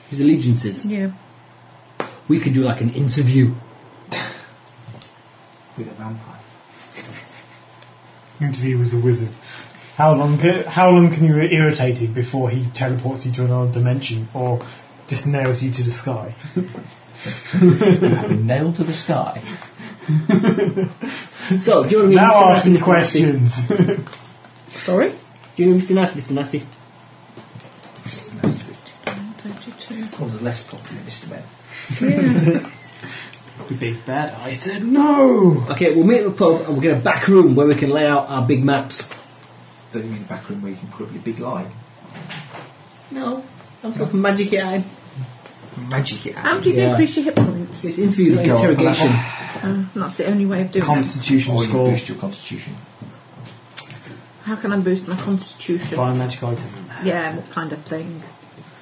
[SPEAKER 2] His allegiances.
[SPEAKER 5] yeah.
[SPEAKER 2] We could do like an interview.
[SPEAKER 3] With a vampire.
[SPEAKER 6] Interview with the wizard. How long? Can, how long can you irritate him before he teleports you to another dimension or just nails you to the sky?
[SPEAKER 3] Nailed to the sky.
[SPEAKER 2] So, do you want to be
[SPEAKER 6] Now
[SPEAKER 2] Mr. Nasty, Mr.
[SPEAKER 6] asking
[SPEAKER 2] Nasty?
[SPEAKER 6] questions.
[SPEAKER 2] (laughs)
[SPEAKER 5] Sorry?
[SPEAKER 2] Do you want to be Mr. Nasty, Mr. Nasty?
[SPEAKER 3] Mr. Nesbitt.
[SPEAKER 5] Don't you too.
[SPEAKER 3] One of the less popular Mr. Men.
[SPEAKER 5] Yeah.
[SPEAKER 6] Big bad. I said no.
[SPEAKER 2] Okay, we'll meet at the pub and we'll get a back room where we can lay out our big maps.
[SPEAKER 3] Don't you mean the back room where you can put up your big lie?
[SPEAKER 2] No, I'm talking magic it out.
[SPEAKER 3] Magic it
[SPEAKER 5] How
[SPEAKER 3] out.
[SPEAKER 5] do you
[SPEAKER 2] Yeah.
[SPEAKER 5] increase your hit points?
[SPEAKER 2] It's interview, not
[SPEAKER 3] Go on,
[SPEAKER 2] interrogation.
[SPEAKER 5] Um, that's the only way of doing
[SPEAKER 6] Constitution
[SPEAKER 3] Or you
[SPEAKER 6] score.
[SPEAKER 3] boost your constitution.
[SPEAKER 5] it. How can I boost my constitution?
[SPEAKER 6] Buy a magic item.
[SPEAKER 5] Yeah, what kind of thing?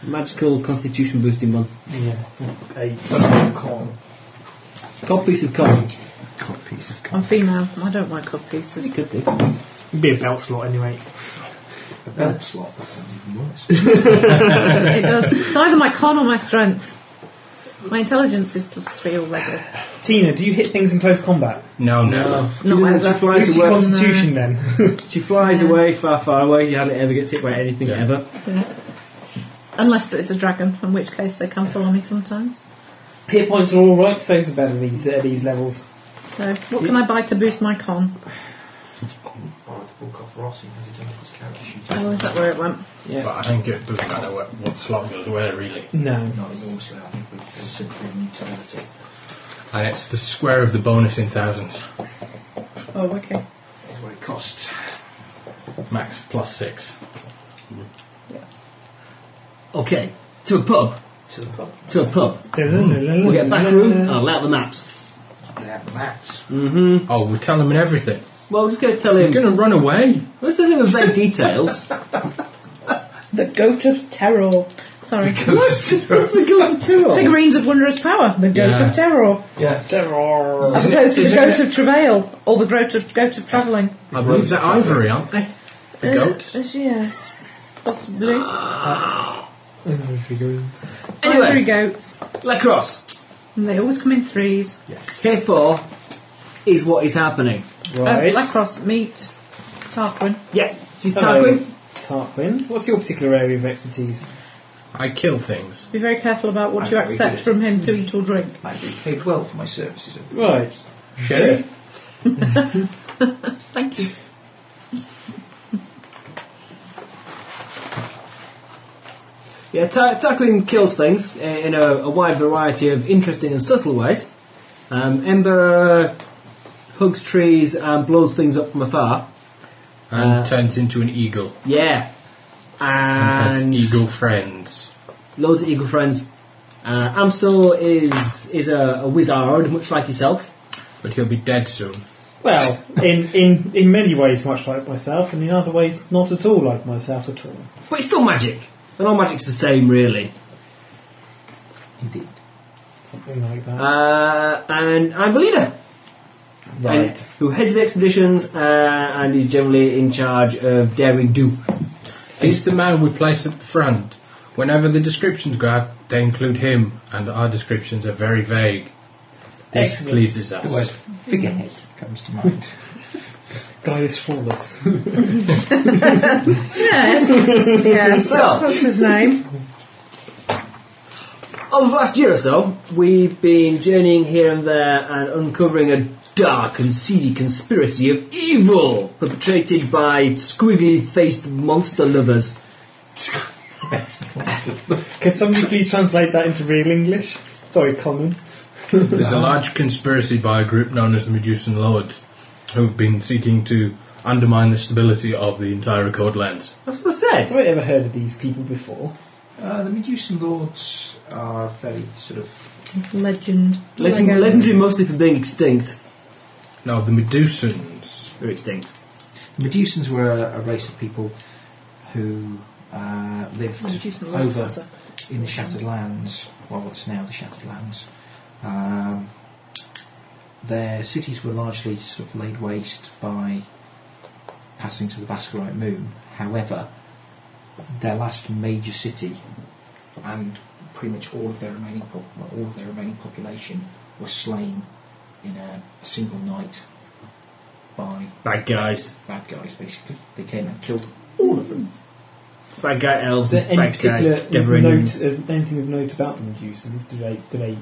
[SPEAKER 2] Magical constitution boosting one.
[SPEAKER 6] Yeah. Eight.
[SPEAKER 3] Corn.
[SPEAKER 2] Cod piece of cod.
[SPEAKER 3] God, piece of corn.
[SPEAKER 5] I'm female. I don't like cod pieces.
[SPEAKER 2] Could be.
[SPEAKER 6] It'd be a belt slot anyway.
[SPEAKER 3] A belt slot. That sounds even worse.
[SPEAKER 5] it does. It's either my con or my strength. My intelligence is plus three already.
[SPEAKER 13] Tina, do you hit things in close combat?
[SPEAKER 4] No, no.
[SPEAKER 2] She doesn't- she
[SPEAKER 5] ever.
[SPEAKER 2] flies
[SPEAKER 13] Use your
[SPEAKER 2] away.
[SPEAKER 13] constitution then.
[SPEAKER 2] She flies away far, far away. She hardly ever gets hit by anything
[SPEAKER 4] Yeah.
[SPEAKER 2] ever.
[SPEAKER 5] Unless it's a dragon, in which case they can follow me sometimes.
[SPEAKER 13] Hit points are all right, so's about at these at these levels.
[SPEAKER 5] So, what can I buy to boost my con?
[SPEAKER 3] Borrow the book off Rossi has it done his character sheet.
[SPEAKER 5] Oh, is that where it went?
[SPEAKER 4] But I think it doesn't matter what, what slot goes where, really.
[SPEAKER 13] No.
[SPEAKER 3] Not enormously. I think we can simply neutrality.
[SPEAKER 4] And it's the square of the bonus in thousands.
[SPEAKER 5] Oh, okay.
[SPEAKER 3] That's what it costs.
[SPEAKER 4] Max plus six.
[SPEAKER 2] Okay, to a pub.
[SPEAKER 3] To the pub.
[SPEAKER 2] To a pub.
[SPEAKER 13] We'll
[SPEAKER 2] We'll get a back room and I'll lay out the maps.
[SPEAKER 3] They have mats.
[SPEAKER 4] Oh, we tell him and (laughs) everything.
[SPEAKER 2] Well, we're just going to tell him.
[SPEAKER 4] He's going to run away.
[SPEAKER 2] We're just going to tell him vague (laughs) details.
[SPEAKER 5] The Goat of Terror. Sorry.
[SPEAKER 2] What's the go to two on?
[SPEAKER 5] Figurines of wondrous power. The Goat
[SPEAKER 4] Yeah.
[SPEAKER 5] of Terror.
[SPEAKER 3] Yeah.
[SPEAKER 5] As opposed to the
[SPEAKER 4] is it-
[SPEAKER 5] Goat of Travail or the Goat of, goat of Travelling.
[SPEAKER 4] I believe they're ivory, aren't they? The goats.
[SPEAKER 5] Uh, yes. Possibly.
[SPEAKER 4] Ah.
[SPEAKER 2] Anyway.
[SPEAKER 5] Ivory goats.
[SPEAKER 2] Lacrosse.
[SPEAKER 5] And they always come in threes.
[SPEAKER 2] K4 is what is happening.
[SPEAKER 13] Right.
[SPEAKER 5] Um, lacrosse, meat, tarquin.
[SPEAKER 2] Yeah, she's
[SPEAKER 13] Hello,
[SPEAKER 2] Tarquin.
[SPEAKER 13] Tarquin. What's your particular area of expertise?
[SPEAKER 4] I kill things.
[SPEAKER 5] Be very careful about what
[SPEAKER 3] I'm
[SPEAKER 5] you
[SPEAKER 3] very
[SPEAKER 5] accept
[SPEAKER 3] good.
[SPEAKER 5] from him to eat or drink.
[SPEAKER 3] I've been paid well for my services. over
[SPEAKER 13] Right.
[SPEAKER 4] Sheriff?
[SPEAKER 5] Thank you.
[SPEAKER 2] Yeah, Tar- Tarquin kills things uh, in a, a wide variety of interesting and subtle ways. Um, Ember hugs trees and blows things up from afar.
[SPEAKER 4] And
[SPEAKER 2] Uh,
[SPEAKER 4] turns into an eagle.
[SPEAKER 2] Yeah.
[SPEAKER 4] Has
[SPEAKER 2] And
[SPEAKER 4] eagle friends.
[SPEAKER 2] loads of eagle friends. Uh, Amstel is is a, a wizard, much like yourself.
[SPEAKER 4] but he'll be dead soon.
[SPEAKER 6] Well, in, in, in many ways, much like myself, and in other ways, not at all like myself at all.
[SPEAKER 2] But it's still magic. And all magic's the same, really.
[SPEAKER 3] Indeed.
[SPEAKER 6] Something like that.
[SPEAKER 2] Uh, and I'm the leader. And who heads the expeditions uh, and is generally in charge of daring do.
[SPEAKER 4] He's the man we place at the front. Whenever the descriptions go out, they include him, and our descriptions are very vague. This
[SPEAKER 6] Excellent.
[SPEAKER 4] pleases
[SPEAKER 3] The word
[SPEAKER 4] us.
[SPEAKER 3] figurehead Uh, comes to mind.
[SPEAKER 6] Gaius Fawless.
[SPEAKER 5] Yes. yes.
[SPEAKER 4] Oh.
[SPEAKER 5] That's, that's his name.
[SPEAKER 2] Over the last year or so, we've been journeying here and there and uncovering a dark and seedy conspiracy of evil perpetrated by squiggly faced monster lovers.
[SPEAKER 6] Could somebody please translate that into real English? Sorry, common.
[SPEAKER 4] There's a large conspiracy by a group known as the Medusan Lords, who've been seeking to undermine the stability of the entire record lands.
[SPEAKER 2] That's what I said.
[SPEAKER 6] Have I ever heard of these people before?
[SPEAKER 3] (laughs) Uh, the Medusan lords are very sort of.
[SPEAKER 5] Legend.
[SPEAKER 2] Listen,
[SPEAKER 6] um,
[SPEAKER 5] Legend.
[SPEAKER 2] legendary mostly for being extinct.
[SPEAKER 4] No, the Medusans.
[SPEAKER 2] They're extinct.
[SPEAKER 3] Medusans were a, a race of people who uh, lived
[SPEAKER 5] Medusan Lord,
[SPEAKER 3] over
[SPEAKER 5] that's a-
[SPEAKER 3] in the Shattered Lands, well, what's now the Shattered Lands. Um, their cities were largely sort of laid waste by passing to the Bascarite moon. However, their last major city and pretty much all of their remaining pop- well, all of their remaining population were slain in a, a single night by
[SPEAKER 2] Bad guys.
[SPEAKER 3] bad guys. Basically, they came and killed all of them.
[SPEAKER 2] Bad guy elves.
[SPEAKER 6] Is there any
[SPEAKER 2] bad
[SPEAKER 6] particular
[SPEAKER 2] guy Deveranians.
[SPEAKER 6] note of, anything of note about the Medusans? Do they do they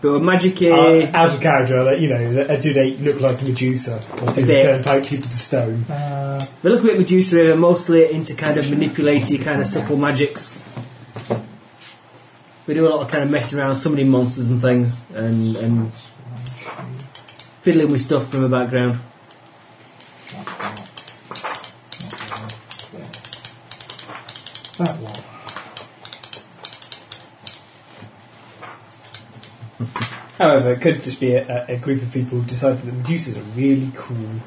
[SPEAKER 2] They were magic
[SPEAKER 6] are
[SPEAKER 2] uh,
[SPEAKER 6] out of character? Are they, you know, th- do they look like a Medusa, or do they
[SPEAKER 2] They-
[SPEAKER 6] turn pa- people to stone?
[SPEAKER 3] Uh,
[SPEAKER 2] They look a bit Medusa, they're mostly into kind of manipulating, kind of subtle magics. We do a lot of kind of messing around, summoning monsters and things, and, and fiddling with stuff from the background.
[SPEAKER 3] that one.
[SPEAKER 6] However, it could just be a, a a group of people who decided that Medusas are really cool.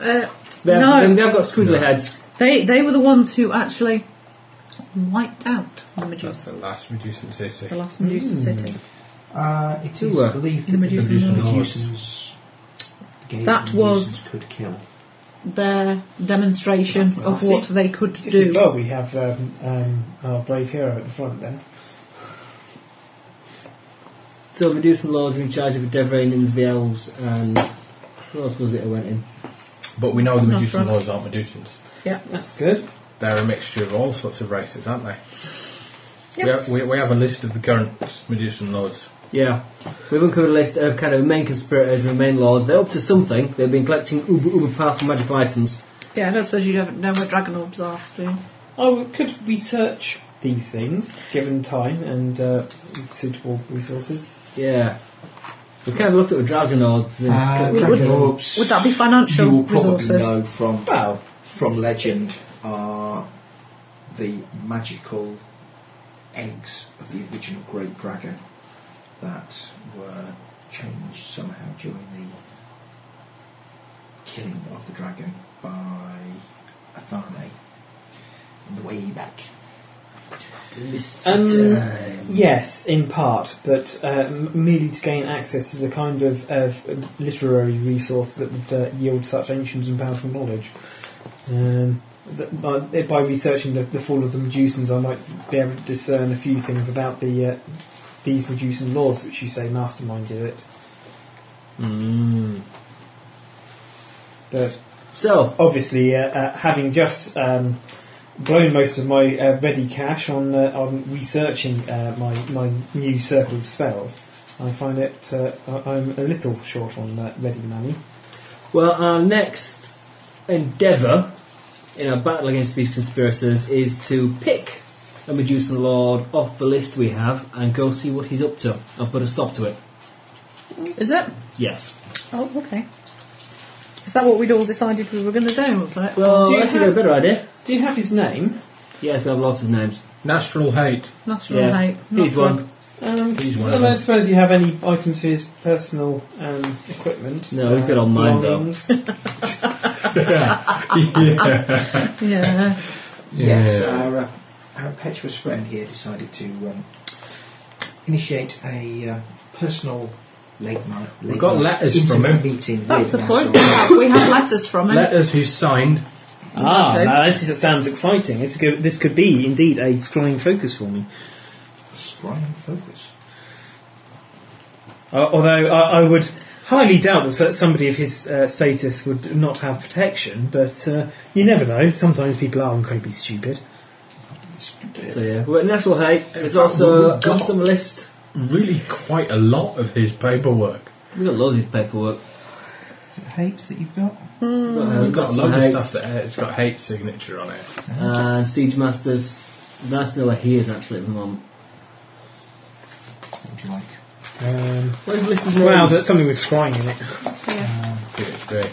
[SPEAKER 5] Uh,
[SPEAKER 2] They've,
[SPEAKER 5] No.
[SPEAKER 2] they've got squiggly heads.
[SPEAKER 5] they they were the ones who actually wiped out the Medusa,
[SPEAKER 4] That's the last Medusan
[SPEAKER 5] the
[SPEAKER 4] city.
[SPEAKER 5] last Medusa
[SPEAKER 3] Hmm.
[SPEAKER 5] city.
[SPEAKER 3] Uh, it is
[SPEAKER 2] Who were?
[SPEAKER 3] believed
[SPEAKER 5] The
[SPEAKER 3] that
[SPEAKER 5] Medusan
[SPEAKER 3] the
[SPEAKER 4] Lords.
[SPEAKER 3] Medusans gave
[SPEAKER 5] That
[SPEAKER 3] the Medusans
[SPEAKER 5] was-
[SPEAKER 3] could kill.
[SPEAKER 5] Their demonstration
[SPEAKER 3] That's
[SPEAKER 5] of what they could
[SPEAKER 6] Just as
[SPEAKER 5] do.
[SPEAKER 6] well, we have um, um, our brave hero at the front there.
[SPEAKER 2] So Medusa and Lords were in charge of the Deveranians, the elves, and who else was it I went in?
[SPEAKER 4] But we know the
[SPEAKER 5] Not
[SPEAKER 4] Medusan
[SPEAKER 5] from-
[SPEAKER 4] Lords aren't Medusans.
[SPEAKER 6] That's good.
[SPEAKER 4] They're a mixture of all sorts of races, aren't they? We,
[SPEAKER 5] Yes.
[SPEAKER 4] have, we, we have a list of the current Medusan Lords.
[SPEAKER 2] Yeah. We've uncovered a list of kind of main conspirators and main lords. They're up to something. They've been collecting uber uber powerful magical items.
[SPEAKER 5] Yeah, I don't suppose you don't know where dragon orbs are, do you?
[SPEAKER 6] I w- Oh, could research these things, given time and uh, suitable resources.
[SPEAKER 2] Yeah. We kind of looked at the dragon lords. and-
[SPEAKER 3] Uh,
[SPEAKER 5] Would-
[SPEAKER 3] Dragon
[SPEAKER 5] would-
[SPEAKER 3] Orbs.
[SPEAKER 5] Would that be
[SPEAKER 3] you
[SPEAKER 5] financial
[SPEAKER 3] will probably
[SPEAKER 5] resources?
[SPEAKER 3] know from
[SPEAKER 6] Wow.
[SPEAKER 3] from legend are the magical eggs of the original great dragon that were changed somehow during the killing of the dragon by Athane on the way back.
[SPEAKER 6] Um,
[SPEAKER 2] time.
[SPEAKER 6] Yes, in part, but uh, m- merely to gain access to the kind of, of literary resource that would uh, yield such ancient and powerful knowledge. Um, th- by, by researching the, the fall of the Medusans, I might be able to discern a few things about the uh, these Medusan laws, which you say masterminded it.
[SPEAKER 2] Mm.
[SPEAKER 6] But
[SPEAKER 2] So,
[SPEAKER 6] obviously, uh, uh, having just um, blown most of my uh, ready cash on uh, on researching uh, my my new circle of spells, I find it uh, I- I'm a little short on uh, ready money.
[SPEAKER 2] well, our next endeavour in our battle against these conspirators is to pick a Medusan Lord off the list we have and go see what he's up to and put a stop to it.
[SPEAKER 5] Is it?
[SPEAKER 2] Yes.
[SPEAKER 5] Oh, okay. Is that what we'd all decided we were going to do, wasn't it?
[SPEAKER 2] Well,
[SPEAKER 6] Do you
[SPEAKER 2] that's a
[SPEAKER 6] have-
[SPEAKER 2] better idea.
[SPEAKER 6] Do you have his name?
[SPEAKER 2] Yes, we have lots of names.
[SPEAKER 4] Natural hate. (laughs)
[SPEAKER 5] Natural
[SPEAKER 2] yeah.
[SPEAKER 5] hate.
[SPEAKER 2] He's
[SPEAKER 5] natural-
[SPEAKER 2] one.
[SPEAKER 6] Um,
[SPEAKER 4] He's one
[SPEAKER 6] I
[SPEAKER 4] of
[SPEAKER 6] don't
[SPEAKER 4] them.
[SPEAKER 6] suppose you have any items for his personal um, equipment.
[SPEAKER 14] No, he's got all mine, though.
[SPEAKER 6] belongings?
[SPEAKER 4] yeah.
[SPEAKER 2] (laughs)
[SPEAKER 5] Yeah.
[SPEAKER 3] Yes, our, uh, our impetuous friend here decided to um, initiate a uh, personal late night. Late
[SPEAKER 4] We got
[SPEAKER 3] night
[SPEAKER 4] letters from
[SPEAKER 3] intimate
[SPEAKER 4] him.
[SPEAKER 3] Meeting
[SPEAKER 5] That's the
[SPEAKER 3] with
[SPEAKER 5] point.
[SPEAKER 3] Nassau.
[SPEAKER 5] we have letters from him.
[SPEAKER 4] Letters who signed.
[SPEAKER 6] (laughs) Ah,
[SPEAKER 5] Okay.
[SPEAKER 6] now this is, sounds exciting. This could, this could be indeed a scrying focus for me.
[SPEAKER 3] Scrying focus.
[SPEAKER 6] Uh, although I, I would highly doubt that so- somebody of his uh, status would not have protection, but uh, you never know. Sometimes people are incredibly stupid.
[SPEAKER 3] Stupid.
[SPEAKER 2] So yeah, we're at Nestle Height. There's
[SPEAKER 4] fact,
[SPEAKER 2] also
[SPEAKER 4] we've got-
[SPEAKER 2] custom list.
[SPEAKER 4] Really, quite a lot of his paperwork.
[SPEAKER 2] We've got loads of paperwork.
[SPEAKER 3] Is it hates that you've got?
[SPEAKER 2] We've got, uh,
[SPEAKER 4] We've got a
[SPEAKER 2] custom
[SPEAKER 4] load of
[SPEAKER 2] heights,
[SPEAKER 4] stuff that uh, it's got hate signature on it.
[SPEAKER 2] Uh, Siege Masters. Nice to know where he is actually at the moment.
[SPEAKER 3] What would you like?
[SPEAKER 6] Um,
[SPEAKER 2] Where's the list of
[SPEAKER 6] wow,
[SPEAKER 2] names?
[SPEAKER 6] that's something with scrying in it.
[SPEAKER 5] So, yeah.
[SPEAKER 4] Yeah, It's great.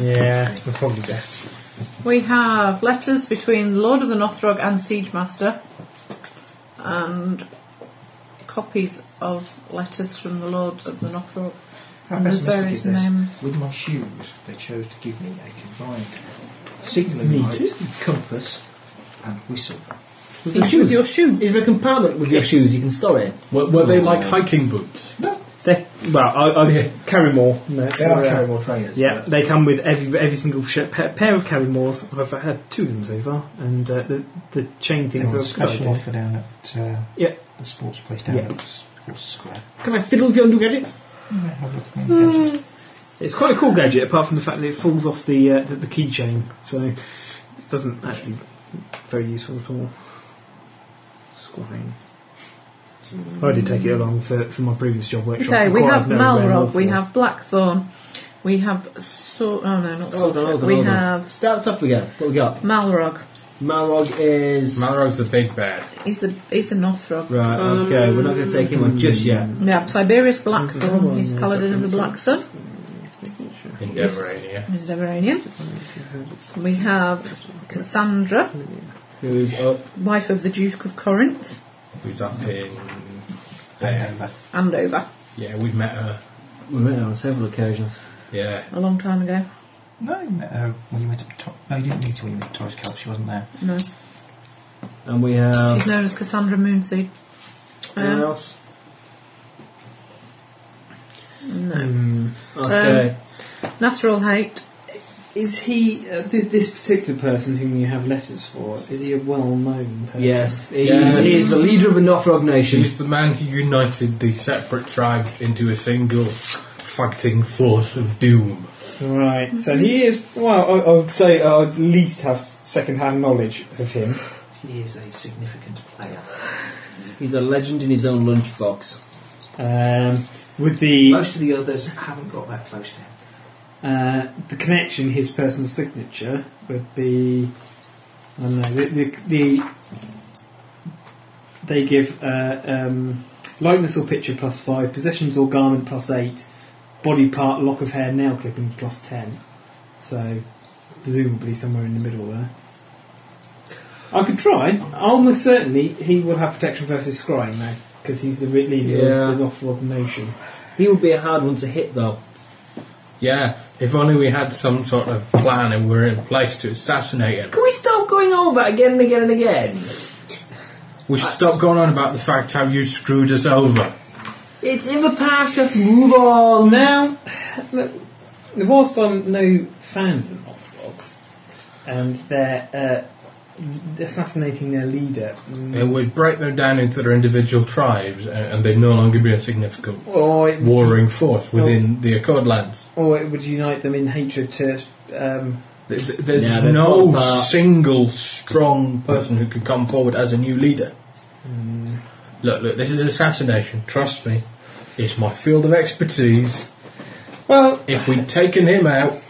[SPEAKER 6] Yeah, (laughs) we're probably best.
[SPEAKER 5] We have letters between Lord of the Northrog and Siege Master, and copies of letters from the Lord of the Northrog.
[SPEAKER 3] How
[SPEAKER 5] And there's
[SPEAKER 3] pessimistic is
[SPEAKER 5] various
[SPEAKER 3] this?
[SPEAKER 5] names.
[SPEAKER 3] With my shoes, they chose to give me a combined signalling light, compass, and whistle.
[SPEAKER 2] With your
[SPEAKER 5] Each with
[SPEAKER 2] shoes.
[SPEAKER 5] your shoe.
[SPEAKER 2] Is there a compartment with your shoes you can store it in?
[SPEAKER 4] Were, were they like hiking boots?
[SPEAKER 15] They, well, I, I carry more. No, it's
[SPEAKER 3] They
[SPEAKER 15] all
[SPEAKER 3] are
[SPEAKER 6] uh,
[SPEAKER 15] right.
[SPEAKER 3] carryable trainers.
[SPEAKER 15] Yeah,
[SPEAKER 3] but
[SPEAKER 15] they come with every every single sh- pa- pair of carry mores. I've had two of them so far, and uh, the the chain
[SPEAKER 3] They
[SPEAKER 15] things
[SPEAKER 3] were
[SPEAKER 15] are
[SPEAKER 3] a special
[SPEAKER 15] special.
[SPEAKER 3] offer down at uh,
[SPEAKER 15] Yeah.
[SPEAKER 3] the sports place down
[SPEAKER 15] Yeah.
[SPEAKER 3] at Forster Square.
[SPEAKER 15] Can I fiddle with your new gadget?
[SPEAKER 3] You might have a look at me and gadget.
[SPEAKER 15] It's quite a cool gadget, apart from the fact that it falls off the uh, the, the keychain, so it doesn't actually very useful at all. Squine. I did take it along for, for my previous job workshop.
[SPEAKER 5] Okay, we
[SPEAKER 15] Quite
[SPEAKER 5] have
[SPEAKER 15] no rare
[SPEAKER 5] Malrog, we
[SPEAKER 15] mouthfuls.
[SPEAKER 5] have Blackthorn, we have so oh no, not
[SPEAKER 2] Hold on,
[SPEAKER 5] Sorcerer.
[SPEAKER 2] hold on,
[SPEAKER 5] We
[SPEAKER 2] hold on.
[SPEAKER 5] have
[SPEAKER 2] Start at the top again. What we got?
[SPEAKER 5] Malrog.
[SPEAKER 2] Malrog is.
[SPEAKER 4] Malrog's the big bad.
[SPEAKER 5] He's the he's the Northrog.
[SPEAKER 2] right, okay, we're not going to take him on just yet.
[SPEAKER 5] We have Tiberius Blackthorn. He's Paladin of the Black Sun.
[SPEAKER 4] Endeavourania.
[SPEAKER 5] He's Deveranian. We have Cassandra,
[SPEAKER 2] Who's up?
[SPEAKER 5] wife of the Duke of Corinth,
[SPEAKER 4] Who's up in there?
[SPEAKER 3] Handover.
[SPEAKER 5] Andover.
[SPEAKER 4] Yeah, we've met her.
[SPEAKER 2] We met her on several occasions.
[SPEAKER 4] Yeah.
[SPEAKER 5] a long time ago.
[SPEAKER 3] No, you met her when you went up to. No, you didn't meet her when you went to Torres Kelp. She wasn't there.
[SPEAKER 5] No,
[SPEAKER 2] And we have.
[SPEAKER 5] she's known as Cassandra Moonseed.
[SPEAKER 2] Anyone
[SPEAKER 5] Um,
[SPEAKER 2] else?
[SPEAKER 5] no,
[SPEAKER 15] Um,
[SPEAKER 5] Um,
[SPEAKER 2] Okay.
[SPEAKER 5] Natural hate.
[SPEAKER 6] Is he uh, th- this particular person whom you have letters for? Is he a well-known person?
[SPEAKER 2] yes, he's,
[SPEAKER 4] Yeah.
[SPEAKER 2] he's the leader of the Northrog Nation.
[SPEAKER 4] She's the man who united the separate tribes into a single fighting force of doom.
[SPEAKER 6] Right. So he is. Well, I, I would say I at least have s- second-hand knowledge of him.
[SPEAKER 3] He is a significant player.
[SPEAKER 2] He's a legend in his own lunchbox.
[SPEAKER 6] Um, with the
[SPEAKER 3] Most of the others haven't got that close to him.
[SPEAKER 6] uh, the connection, his personal signature would be. I don't know. The, the, the they give uh, um, likeness or picture plus five, possessions or garment plus eight, body part, lock of hair, nail clipping plus ten. So presumably somewhere in the middle there. I could try. Almost certainly he will have protection versus scrying though, because he's the re- leader
[SPEAKER 2] Yeah.
[SPEAKER 6] of the Northrop Nation.
[SPEAKER 2] He would be a hard one to hit, though.
[SPEAKER 4] Yeah, if only we had some sort of plan and were in place to assassinate him.
[SPEAKER 2] Can we stop going over that again and again and again?
[SPEAKER 4] We should stop going on about the fact how you screwed us over.
[SPEAKER 2] It's in the past, you have to move on.
[SPEAKER 6] Now, look, whilst I'm no fan of the Northlogs, and they're uh, assassinating their leader, mm,
[SPEAKER 4] It would break them down into their individual tribes uh, and, and they'd no longer be a significant
[SPEAKER 6] or, it,
[SPEAKER 4] warring force within the Accord lands.
[SPEAKER 6] or it would unite them in hatred to. Um,
[SPEAKER 4] Th- th- There's
[SPEAKER 2] Yeah, they've
[SPEAKER 4] no
[SPEAKER 2] got that.
[SPEAKER 4] single strong person who could come forward as a new leader. Look, look, this is assassination, trust me. It's my field of expertise.
[SPEAKER 6] well,
[SPEAKER 4] If we'd taken him out,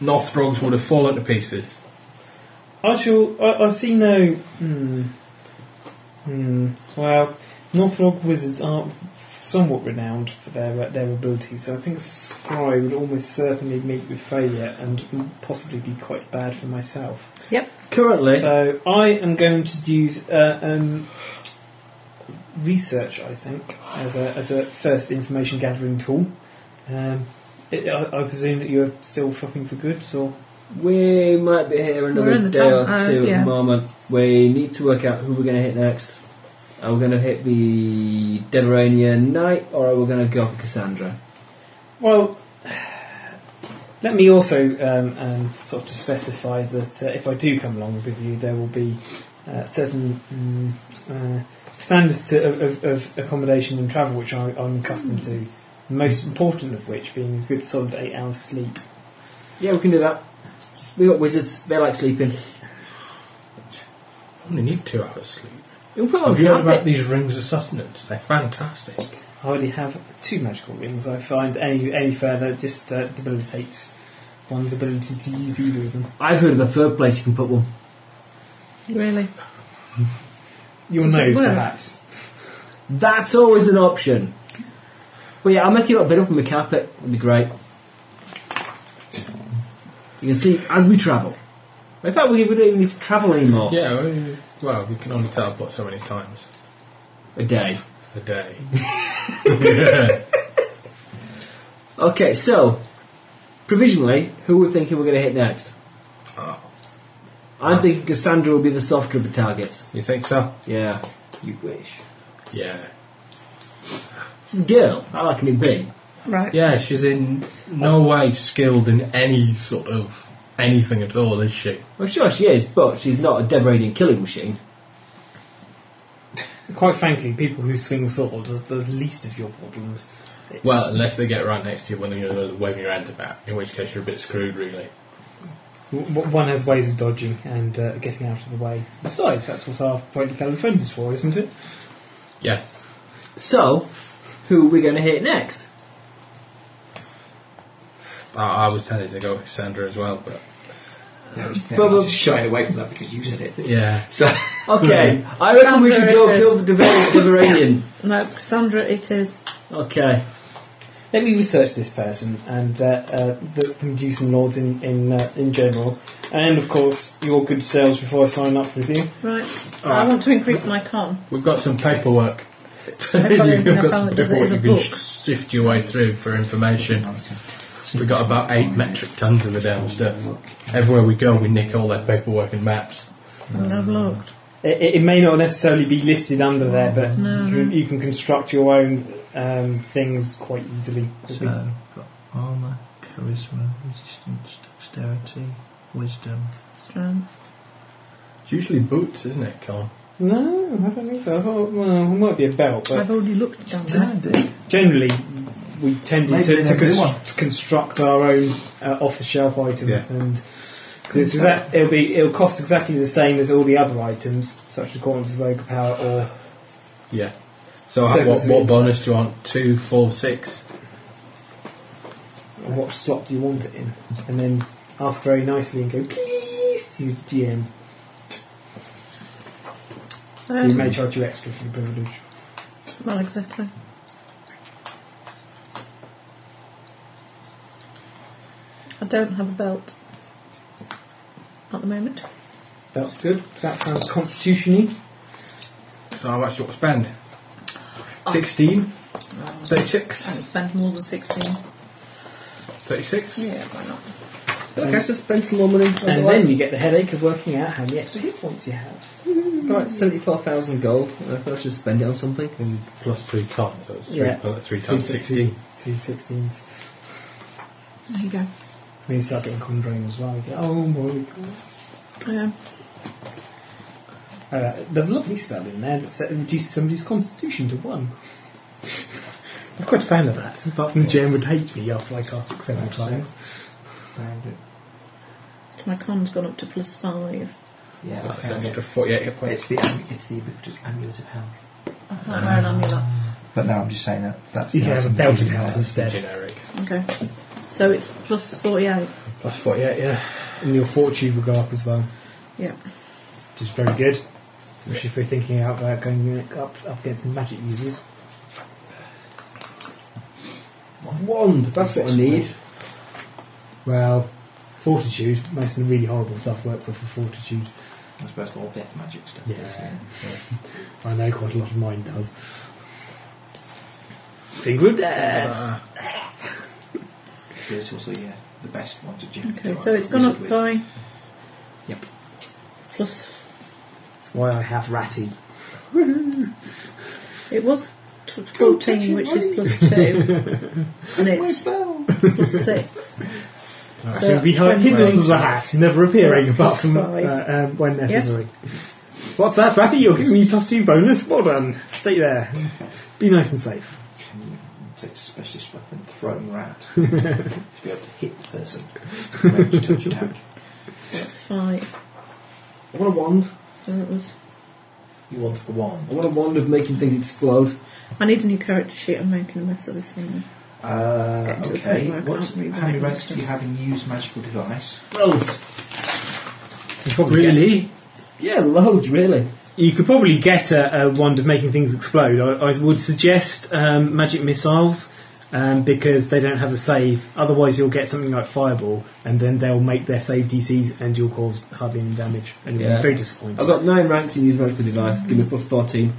[SPEAKER 4] Northrogs would have fallen to pieces.
[SPEAKER 6] I shall. I, I see no. Hmm. Hmm. Well, Northrog wizards are somewhat renowned for their uh, their abilities, so I think Scry would almost certainly meet with failure and possibly be quite bad for myself.
[SPEAKER 2] Currently,
[SPEAKER 6] So I am going to use uh, um, research, I think, as a, as a first information gathering tool. Um, it, I, I presume that you're still shopping for goods, or
[SPEAKER 2] We might be here
[SPEAKER 5] We're
[SPEAKER 2] another
[SPEAKER 5] in the
[SPEAKER 2] day
[SPEAKER 5] town,
[SPEAKER 2] or
[SPEAKER 5] uh,
[SPEAKER 2] two at
[SPEAKER 5] yeah.
[SPEAKER 2] the moment. We need to work out who we're going to hit next. Are we going to hit the Demeranian Knight or are we going to go for Cassandra?
[SPEAKER 6] Well, let me also um, um, sort of to specify that uh, if I do come along with you, there will be uh, certain mm uh, standards to, of, of accommodation and travel which I, I'm accustomed to. Most important of which being a good solid eight hours sleep.
[SPEAKER 2] Yeah, we can do that. We got wizards. They like sleeping.
[SPEAKER 4] I only need two hours sleep.
[SPEAKER 2] We'll put
[SPEAKER 4] Have you heard
[SPEAKER 2] on
[SPEAKER 4] about
[SPEAKER 2] carpet.
[SPEAKER 4] these rings of sustenance? They're fantastic.
[SPEAKER 6] I already have two magical rings. I find any any further just uh, debilitates one's ability to use either of them.
[SPEAKER 2] I've heard of a third place you can put one.
[SPEAKER 5] Really?
[SPEAKER 6] Your
[SPEAKER 5] Does it
[SPEAKER 6] nose,
[SPEAKER 5] work?
[SPEAKER 6] perhaps.
[SPEAKER 2] That's always an option. But yeah, I'll make you a little bit up on the carpet. It'd be great. You can sleep as we travel. In fact, we, we don't even need to travel anymore.
[SPEAKER 4] Yeah, well, well, you can only teleport so many times
[SPEAKER 2] A day.
[SPEAKER 4] a (laughs) day. yeah.
[SPEAKER 2] Okay, so provisionally, who we're thinking we're going to hit next?
[SPEAKER 4] Oh,
[SPEAKER 2] I'm thinking Cassandra will be the softer of the targets.
[SPEAKER 4] you think so?
[SPEAKER 2] Yeah,
[SPEAKER 3] You wish.
[SPEAKER 4] Yeah.
[SPEAKER 2] she's a girl. How hard can it be?
[SPEAKER 5] Right.
[SPEAKER 4] Yeah, she's in no way skilled in any sort of anything at all, is she?
[SPEAKER 2] Well, sure she is, but she's not a Debranian killing machine.
[SPEAKER 6] Quite frankly, people who swing swords are the least of your problems. It's-
[SPEAKER 4] Well, unless they get right next to you when you're waving your hand about, in which case you're a bit screwed, really.
[SPEAKER 6] W- w- One has ways of dodging and uh, getting out of the way. Besides, that's what our point of colour friend is for, isn't it?
[SPEAKER 4] Yeah.
[SPEAKER 2] So, who are we going to hit next?
[SPEAKER 4] I, I was telling you to go with Cassandra as well, but.
[SPEAKER 3] There is
[SPEAKER 2] But-
[SPEAKER 3] no need
[SPEAKER 2] but-
[SPEAKER 3] to shy away from that because you said it.
[SPEAKER 4] Yeah.
[SPEAKER 3] So
[SPEAKER 2] Okay, I reckon we should go
[SPEAKER 5] Cassandra it
[SPEAKER 2] kill the Dever- Deveranian.
[SPEAKER 5] No, Cassandra, it is.
[SPEAKER 2] Okay,
[SPEAKER 6] Let me research this person and uh, uh, the the Medusan lords in in, uh, in general, and of course your good sales before I sign up with you.
[SPEAKER 5] Right. I
[SPEAKER 4] Alright.
[SPEAKER 5] want to increase my con.
[SPEAKER 4] We've got some paperwork. (laughs)
[SPEAKER 5] I can't
[SPEAKER 4] You've
[SPEAKER 5] even
[SPEAKER 4] got
[SPEAKER 5] tell
[SPEAKER 4] some
[SPEAKER 5] it does it
[SPEAKER 4] paperwork
[SPEAKER 5] as a
[SPEAKER 4] you can
[SPEAKER 5] book.
[SPEAKER 4] sh- sift your way through for information. We've got about eight metric tons of it downstairs. Everywhere we go, we nick all their paperwork and maps.
[SPEAKER 5] And I've
[SPEAKER 3] Um,
[SPEAKER 5] looked.
[SPEAKER 6] It, it- it may not necessarily be listed under there, but
[SPEAKER 5] No,
[SPEAKER 6] you, can, you can construct your own um, things quite easily.
[SPEAKER 3] So, got armour, charisma, resistance, dexterity, wisdom.
[SPEAKER 5] Strength.
[SPEAKER 4] It's usually boots, isn't it, Colin?
[SPEAKER 6] No, I don't think so. I thought well, it might be a belt, but
[SPEAKER 5] I've already looked down there.
[SPEAKER 3] Dandy.
[SPEAKER 6] generally we tended
[SPEAKER 3] Maybe
[SPEAKER 6] to,
[SPEAKER 3] they
[SPEAKER 6] to
[SPEAKER 3] don't do
[SPEAKER 6] const-
[SPEAKER 3] one.
[SPEAKER 6] to construct our own uh, off-the-shelf item,
[SPEAKER 4] Yeah.
[SPEAKER 6] and 'cause it's exact, it'll be it'll cost exactly the same as all the other items, such as Corners of Rogue Power or
[SPEAKER 4] Yeah. So,
[SPEAKER 6] So
[SPEAKER 4] how- what,
[SPEAKER 6] it's-
[SPEAKER 4] what bonus do you want? Two, four, six?
[SPEAKER 6] or what slot do you want it in, and then ask very nicely and go please to your GM. He
[SPEAKER 5] Um,
[SPEAKER 6] may charge you extra for the privilege.
[SPEAKER 5] well, exactly. I don't have a belt at the moment.
[SPEAKER 6] That's good. That sounds constitutiony.
[SPEAKER 4] So, how much do you want to spend?
[SPEAKER 5] Oh.
[SPEAKER 4] 16?
[SPEAKER 5] I haven't
[SPEAKER 4] 36?
[SPEAKER 5] spent more than 16.
[SPEAKER 4] 36?
[SPEAKER 5] Yeah, why not?
[SPEAKER 2] okay, let's just spend some more money. on the
[SPEAKER 6] And
[SPEAKER 2] wine.
[SPEAKER 6] then you get the headache of working out how many extra hit points you have.
[SPEAKER 2] Got like 74,000 gold. I reckon I should spend it on something.
[SPEAKER 4] And plus three times, so it's three,
[SPEAKER 6] Yeah.
[SPEAKER 4] uh, three times 16.
[SPEAKER 6] Three sixteens.
[SPEAKER 5] There you go.
[SPEAKER 6] When you start getting conjuring as well, you go, oh my god.
[SPEAKER 5] Yeah.
[SPEAKER 6] Uh, there's a lovely spell in there that set- reduces somebody's constitution to one. (laughs) I'm quite a fan of that. Apart from the GM would hate me after I cast it several times.
[SPEAKER 3] Found it.
[SPEAKER 5] My con's gone up to plus five.
[SPEAKER 3] Yeah, I
[SPEAKER 4] That's an
[SPEAKER 3] found it.
[SPEAKER 4] extra 48 hit points.
[SPEAKER 3] It's the am- it's the ubiquitous amulet of health.
[SPEAKER 5] I can't wear an amulet.
[SPEAKER 3] But no, I'm just saying that that's
[SPEAKER 6] You
[SPEAKER 3] the
[SPEAKER 6] can have a
[SPEAKER 3] item
[SPEAKER 6] belt
[SPEAKER 3] that
[SPEAKER 6] of
[SPEAKER 3] you
[SPEAKER 6] health
[SPEAKER 3] have.
[SPEAKER 6] instead.
[SPEAKER 4] Generic.
[SPEAKER 5] Okay. So it's plus 48.
[SPEAKER 4] Plus 48, yeah.
[SPEAKER 6] And your fortune will go up as well,
[SPEAKER 5] Yeah.
[SPEAKER 6] which is very good. Especially if we're thinking out about going up, up against magic users.
[SPEAKER 2] Wand, that's what I need.
[SPEAKER 6] Well, fortitude, most of the really horrible stuff works off of fortitude.
[SPEAKER 3] I suppose the whole death magic stuff.
[SPEAKER 6] Yeah.
[SPEAKER 3] does,
[SPEAKER 6] I know quite a lot of mine does. Finger of death.
[SPEAKER 3] But it's also yeah, the best one to generally
[SPEAKER 5] Okay,
[SPEAKER 3] go
[SPEAKER 5] so
[SPEAKER 3] out
[SPEAKER 5] it's gone up
[SPEAKER 3] wizard with.
[SPEAKER 5] by.
[SPEAKER 3] Yep.
[SPEAKER 5] Plus,
[SPEAKER 6] That's why I have ratty.
[SPEAKER 5] it was t- 14, which is plus 2. and it's plus 6. So
[SPEAKER 6] So
[SPEAKER 5] that's
[SPEAKER 6] behind his
[SPEAKER 5] 20.
[SPEAKER 6] numbers are hat, never appearing
[SPEAKER 5] So that's
[SPEAKER 6] apart from uh,
[SPEAKER 5] five.
[SPEAKER 6] um, when
[SPEAKER 5] Yeah.
[SPEAKER 6] necessary. What's that, Ratty? You're giving me plus two bonus. Well done. Stay there. Be nice and safe.
[SPEAKER 3] Can you take a specialist weapon, thrown
[SPEAKER 6] (laughs)
[SPEAKER 3] rat, to be able to hit the person? Range touch attack.
[SPEAKER 5] That's 5.
[SPEAKER 2] I want a wand.
[SPEAKER 5] So it was.
[SPEAKER 3] You want the wand.
[SPEAKER 2] I want a wand of making things explode.
[SPEAKER 5] I need a new character sheet. I'm making a mess of this thing.
[SPEAKER 3] Uh,
[SPEAKER 5] Getting to the
[SPEAKER 3] okay.
[SPEAKER 5] point where I
[SPEAKER 3] What,
[SPEAKER 5] can't read
[SPEAKER 3] how many
[SPEAKER 5] it.
[SPEAKER 3] ranks do you have in use magical device?
[SPEAKER 2] Loads.
[SPEAKER 6] You probably get-
[SPEAKER 4] Really?
[SPEAKER 2] Yeah, loads, really.
[SPEAKER 6] you could probably get a, a wand of making things explode. I, I would suggest um, magic missiles um, because they don't have a save. Otherwise, you'll get something like fireball, and then they'll make their save DCs, and you'll cause hardly any damage. And you'll
[SPEAKER 2] Yeah.
[SPEAKER 6] be very disappointed.
[SPEAKER 2] I've got nine ranks in use magical device. Give me plus fourteen.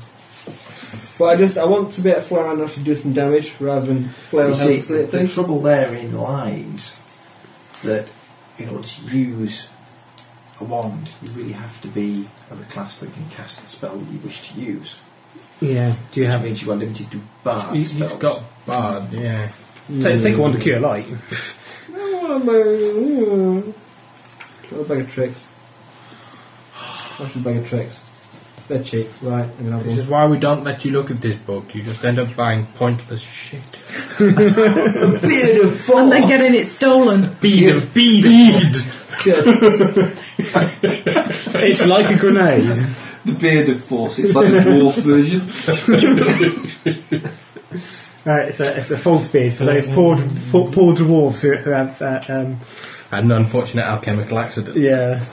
[SPEAKER 2] But I just I want to be able to fly around and actually do some damage rather than flail
[SPEAKER 3] You see,
[SPEAKER 2] helps
[SPEAKER 3] the,
[SPEAKER 2] it
[SPEAKER 3] the
[SPEAKER 2] things.
[SPEAKER 3] trouble therein lies that in order to use a wand, you really have to be of a class that can cast the spell that you wish to use.
[SPEAKER 6] yeah. Do you
[SPEAKER 3] Which
[SPEAKER 6] have?
[SPEAKER 3] means you are limited to
[SPEAKER 5] Oh,
[SPEAKER 3] bard
[SPEAKER 4] He,
[SPEAKER 3] spells.
[SPEAKER 4] he's got bard, yeah.
[SPEAKER 6] Take, take a wand of cure light.
[SPEAKER 2] Got a bag of tricks. (sighs) What's a bag of tricks? They're cheap, right? I'm gonna have
[SPEAKER 4] This
[SPEAKER 2] one.
[SPEAKER 4] is why we don't let you look at this book. You just end up buying pointless shit.
[SPEAKER 2] Beautiful.
[SPEAKER 5] And then getting it stolen.
[SPEAKER 6] Bead of bead. (laughs) It's like a grenade.
[SPEAKER 3] the beard of force. It's like the dwarf version.
[SPEAKER 6] Uh, it's, a, it's a false beard for those poor, poor, poor dwarves who, who have. Uh, um,
[SPEAKER 4] An unfortunate alchemical accident.
[SPEAKER 6] yeah.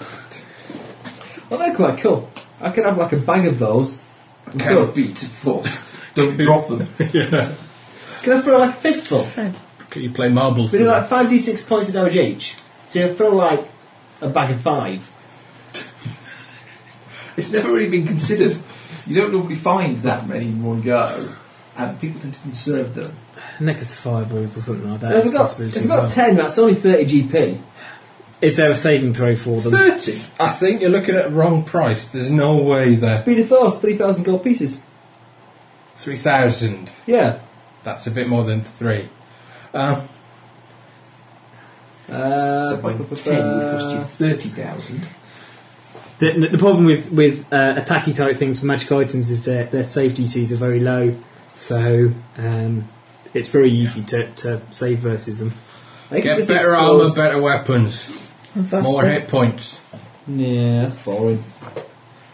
[SPEAKER 2] Well, they're quite cool. I could have like a bag of those. Cool.
[SPEAKER 3] beat of force. Don't drop them.
[SPEAKER 16] Can I throw like a fistful?
[SPEAKER 5] So,
[SPEAKER 4] Could you play marbles?
[SPEAKER 16] We
[SPEAKER 4] with
[SPEAKER 16] do like 5d6 points of damage each. So you throw like a bag of five.
[SPEAKER 3] It's never really been considered. You don't normally find that many in one go, and people tend to conserve them.
[SPEAKER 6] Necklace of fireballs or something like that.
[SPEAKER 2] If
[SPEAKER 6] is
[SPEAKER 2] we've
[SPEAKER 6] a
[SPEAKER 2] got, if
[SPEAKER 6] possibility
[SPEAKER 2] we've
[SPEAKER 6] as
[SPEAKER 2] got
[SPEAKER 6] well.
[SPEAKER 2] 10, that's only 30 GP.
[SPEAKER 6] Is there a saving throw for them?
[SPEAKER 3] Thirty.
[SPEAKER 4] I think you're looking at the wrong price. There's no way there.
[SPEAKER 2] Be the first, 3,000 gold pieces.
[SPEAKER 4] 3,000.
[SPEAKER 2] Yeah.
[SPEAKER 4] That's a bit more than three. Um,
[SPEAKER 2] Uh,
[SPEAKER 3] so by ten would cost you thirty thousand.
[SPEAKER 6] The, the problem with with uh, attacky type things for magic items is their their save DCs are very low, so um, it's very easy to, to save versus them.
[SPEAKER 2] I could
[SPEAKER 4] get
[SPEAKER 2] just
[SPEAKER 4] better
[SPEAKER 2] explode.
[SPEAKER 4] armour, better weapons,
[SPEAKER 5] and faster.
[SPEAKER 4] more hit points.
[SPEAKER 2] Yeah, that's boring.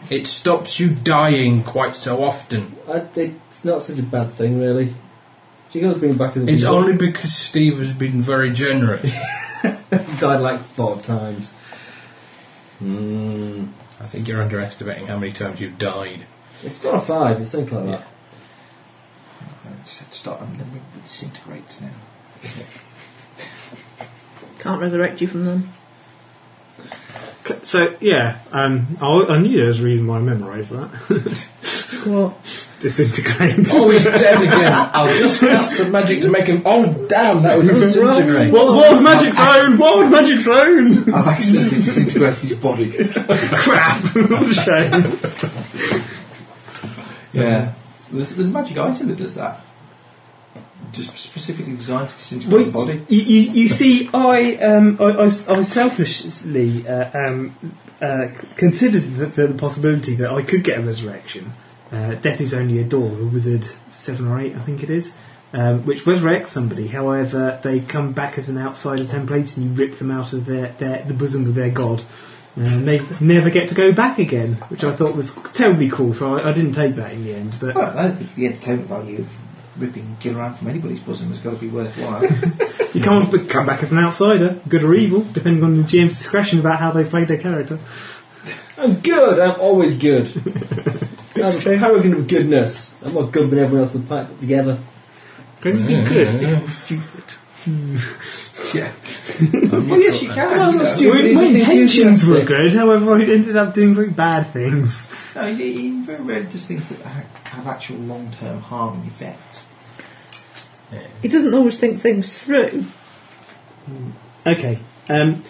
[SPEAKER 4] It stops you dying quite so often.
[SPEAKER 2] I, it's not such a bad thing, really. She goes bring back in the
[SPEAKER 4] It's only because Steve has been very (laughs) generous.
[SPEAKER 2] died like four times. Mm.
[SPEAKER 4] I think you're underestimating how many times you've died.
[SPEAKER 2] It's four or five, it's something like that.
[SPEAKER 3] I just had to start um, unlimited disintegrates now.
[SPEAKER 5] Can't resurrect you from them.
[SPEAKER 6] So yeah, um, I, I knew there was a reason why I memorised (laughs) that.
[SPEAKER 5] What?
[SPEAKER 6] Disintegrate.
[SPEAKER 4] (laughs) Oh, he's dead
[SPEAKER 3] (laughs)
[SPEAKER 4] again. I'll just cast some magic to make him. Oh, damn, that would disintegrate.
[SPEAKER 6] What World Magic Zone! World Magic Zone!
[SPEAKER 3] I've (laughs) accidentally disintegrated his body.
[SPEAKER 6] Crap! (laughs) What a shame.
[SPEAKER 3] Yeah. There's, there's a magic item that does that. Just specifically designed to disintegrate
[SPEAKER 6] Wait.
[SPEAKER 3] the body.
[SPEAKER 6] You, you, you see, I, um, I, I, s- I was selfishly uh, um, uh, c- considered the, the possibility that I could get a resurrection. Uh, death is only a door, a wizard 7 or 8, I think it is, um, which resurrects somebody. However, they come back as an outsider template and you rip them out of their, their the bosom of their god. Uh, And they never get to go back again, which I thought was terribly cool, so I, I didn't take that in the end. But
[SPEAKER 3] I don't know. The, the entertainment value of ripping Gilliran from anybody's bosom has got to be (laughs) worthwhile.
[SPEAKER 6] You come, come back as an outsider, good or evil, depending on the GM's discretion about how they played their character.
[SPEAKER 2] I'm good, I'm always
[SPEAKER 6] (laughs)
[SPEAKER 2] good. I'm a paragon of goodness. I'm more good than everyone else in the pack put together.
[SPEAKER 6] Couldn't be good if it was stupid.
[SPEAKER 3] yeah.
[SPEAKER 4] I'm
[SPEAKER 3] Well,
[SPEAKER 4] not
[SPEAKER 3] yes,
[SPEAKER 4] sure-
[SPEAKER 3] you can.
[SPEAKER 17] my
[SPEAKER 3] though.
[SPEAKER 17] my intentions were good, however, I ended up doing very bad things.
[SPEAKER 3] No, you, you very rarely does things that ha- have actual long-term harming effects.
[SPEAKER 5] He doesn't always think things through,
[SPEAKER 17] Okay.
[SPEAKER 6] Um,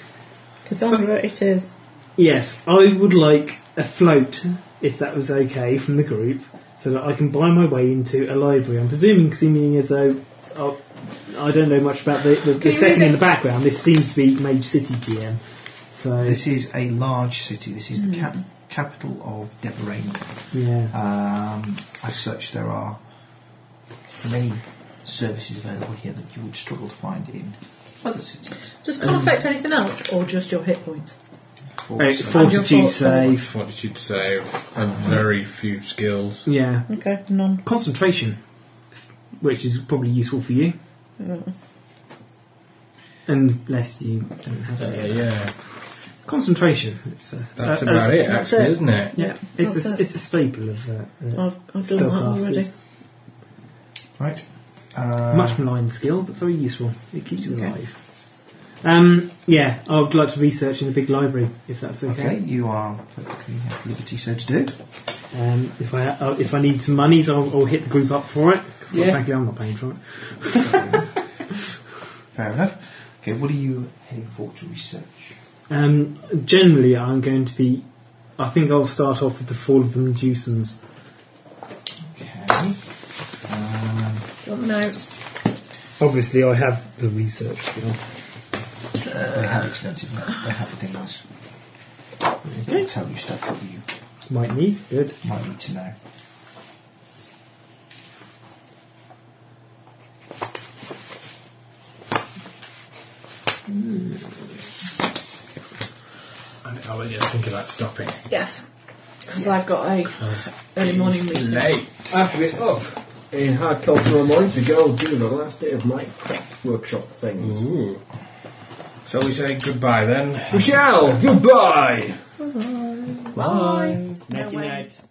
[SPEAKER 5] Cassandra. It is.
[SPEAKER 6] yes, I would like a float, if that was okay, from the group, so that I can buy my way into a library. I'm presuming, seeming as though uh, I don't know much about the, the, the
[SPEAKER 5] you
[SPEAKER 6] setting
[SPEAKER 5] read
[SPEAKER 6] in
[SPEAKER 5] it?
[SPEAKER 6] the background. This seems to be Mage City GM. So
[SPEAKER 3] This is a large city. This is the cap- capital of Deverania.
[SPEAKER 6] yeah.
[SPEAKER 3] Um, as such, there are many services available here that you would struggle to find in other cities.
[SPEAKER 5] Does it not affect anything else, or just your hit points?
[SPEAKER 3] For
[SPEAKER 6] Uh,
[SPEAKER 3] some-
[SPEAKER 6] fortitude
[SPEAKER 5] thoughts on
[SPEAKER 6] save.
[SPEAKER 4] Fortitude save and very few skills.
[SPEAKER 6] Yeah.
[SPEAKER 5] Okay, none.
[SPEAKER 6] Concentration, which is probably useful for you. Unless you don't have
[SPEAKER 4] Uh,
[SPEAKER 6] any.
[SPEAKER 4] yeah,
[SPEAKER 6] Concentration. It's, uh,
[SPEAKER 4] that's
[SPEAKER 6] uh,
[SPEAKER 4] about
[SPEAKER 6] uh,
[SPEAKER 4] it,
[SPEAKER 5] that's
[SPEAKER 4] actually,
[SPEAKER 5] it.
[SPEAKER 4] is isn't it?
[SPEAKER 6] Yeah, it's
[SPEAKER 5] That's
[SPEAKER 6] a,
[SPEAKER 5] it.
[SPEAKER 6] it's a staple of uh, uh,
[SPEAKER 5] I've, I've done that already.
[SPEAKER 6] spellcasters.
[SPEAKER 3] right. Uh,
[SPEAKER 6] Much maligned skill, but very useful. It keeps you alive. Um, yeah, I would like to research in a big library if that's
[SPEAKER 3] okay,
[SPEAKER 6] okay.
[SPEAKER 3] you are perfectly at liberty so to do.
[SPEAKER 6] Um, if I uh, if I need some monies, I'll, I'll hit the group up for it. 'cause quite
[SPEAKER 3] Yeah.
[SPEAKER 6] frankly, I'm not paying for it.
[SPEAKER 3] Fair enough. Okay, what are you heading for to research?
[SPEAKER 6] Um, generally, I'm going to be. I think I'll start off with the Fall of the Medusans.
[SPEAKER 3] Okay. Um,
[SPEAKER 5] Got notes.
[SPEAKER 17] Obviously, I have the research skill.
[SPEAKER 3] they have extensive maps. They have things. They will tell you stuff that you
[SPEAKER 17] Might need. Good.
[SPEAKER 3] might need to know.
[SPEAKER 4] I think I was just thinking about stopping.
[SPEAKER 5] Yes, because I've got a early morning meeting.
[SPEAKER 4] Late.
[SPEAKER 18] I have to be up in hardcore tomorrow morning to go do the last day of my craft workshop things.
[SPEAKER 4] Ooh. Shall we say goodbye then?
[SPEAKER 18] We shall! Goodbye!
[SPEAKER 5] Bye.
[SPEAKER 17] Nighty night.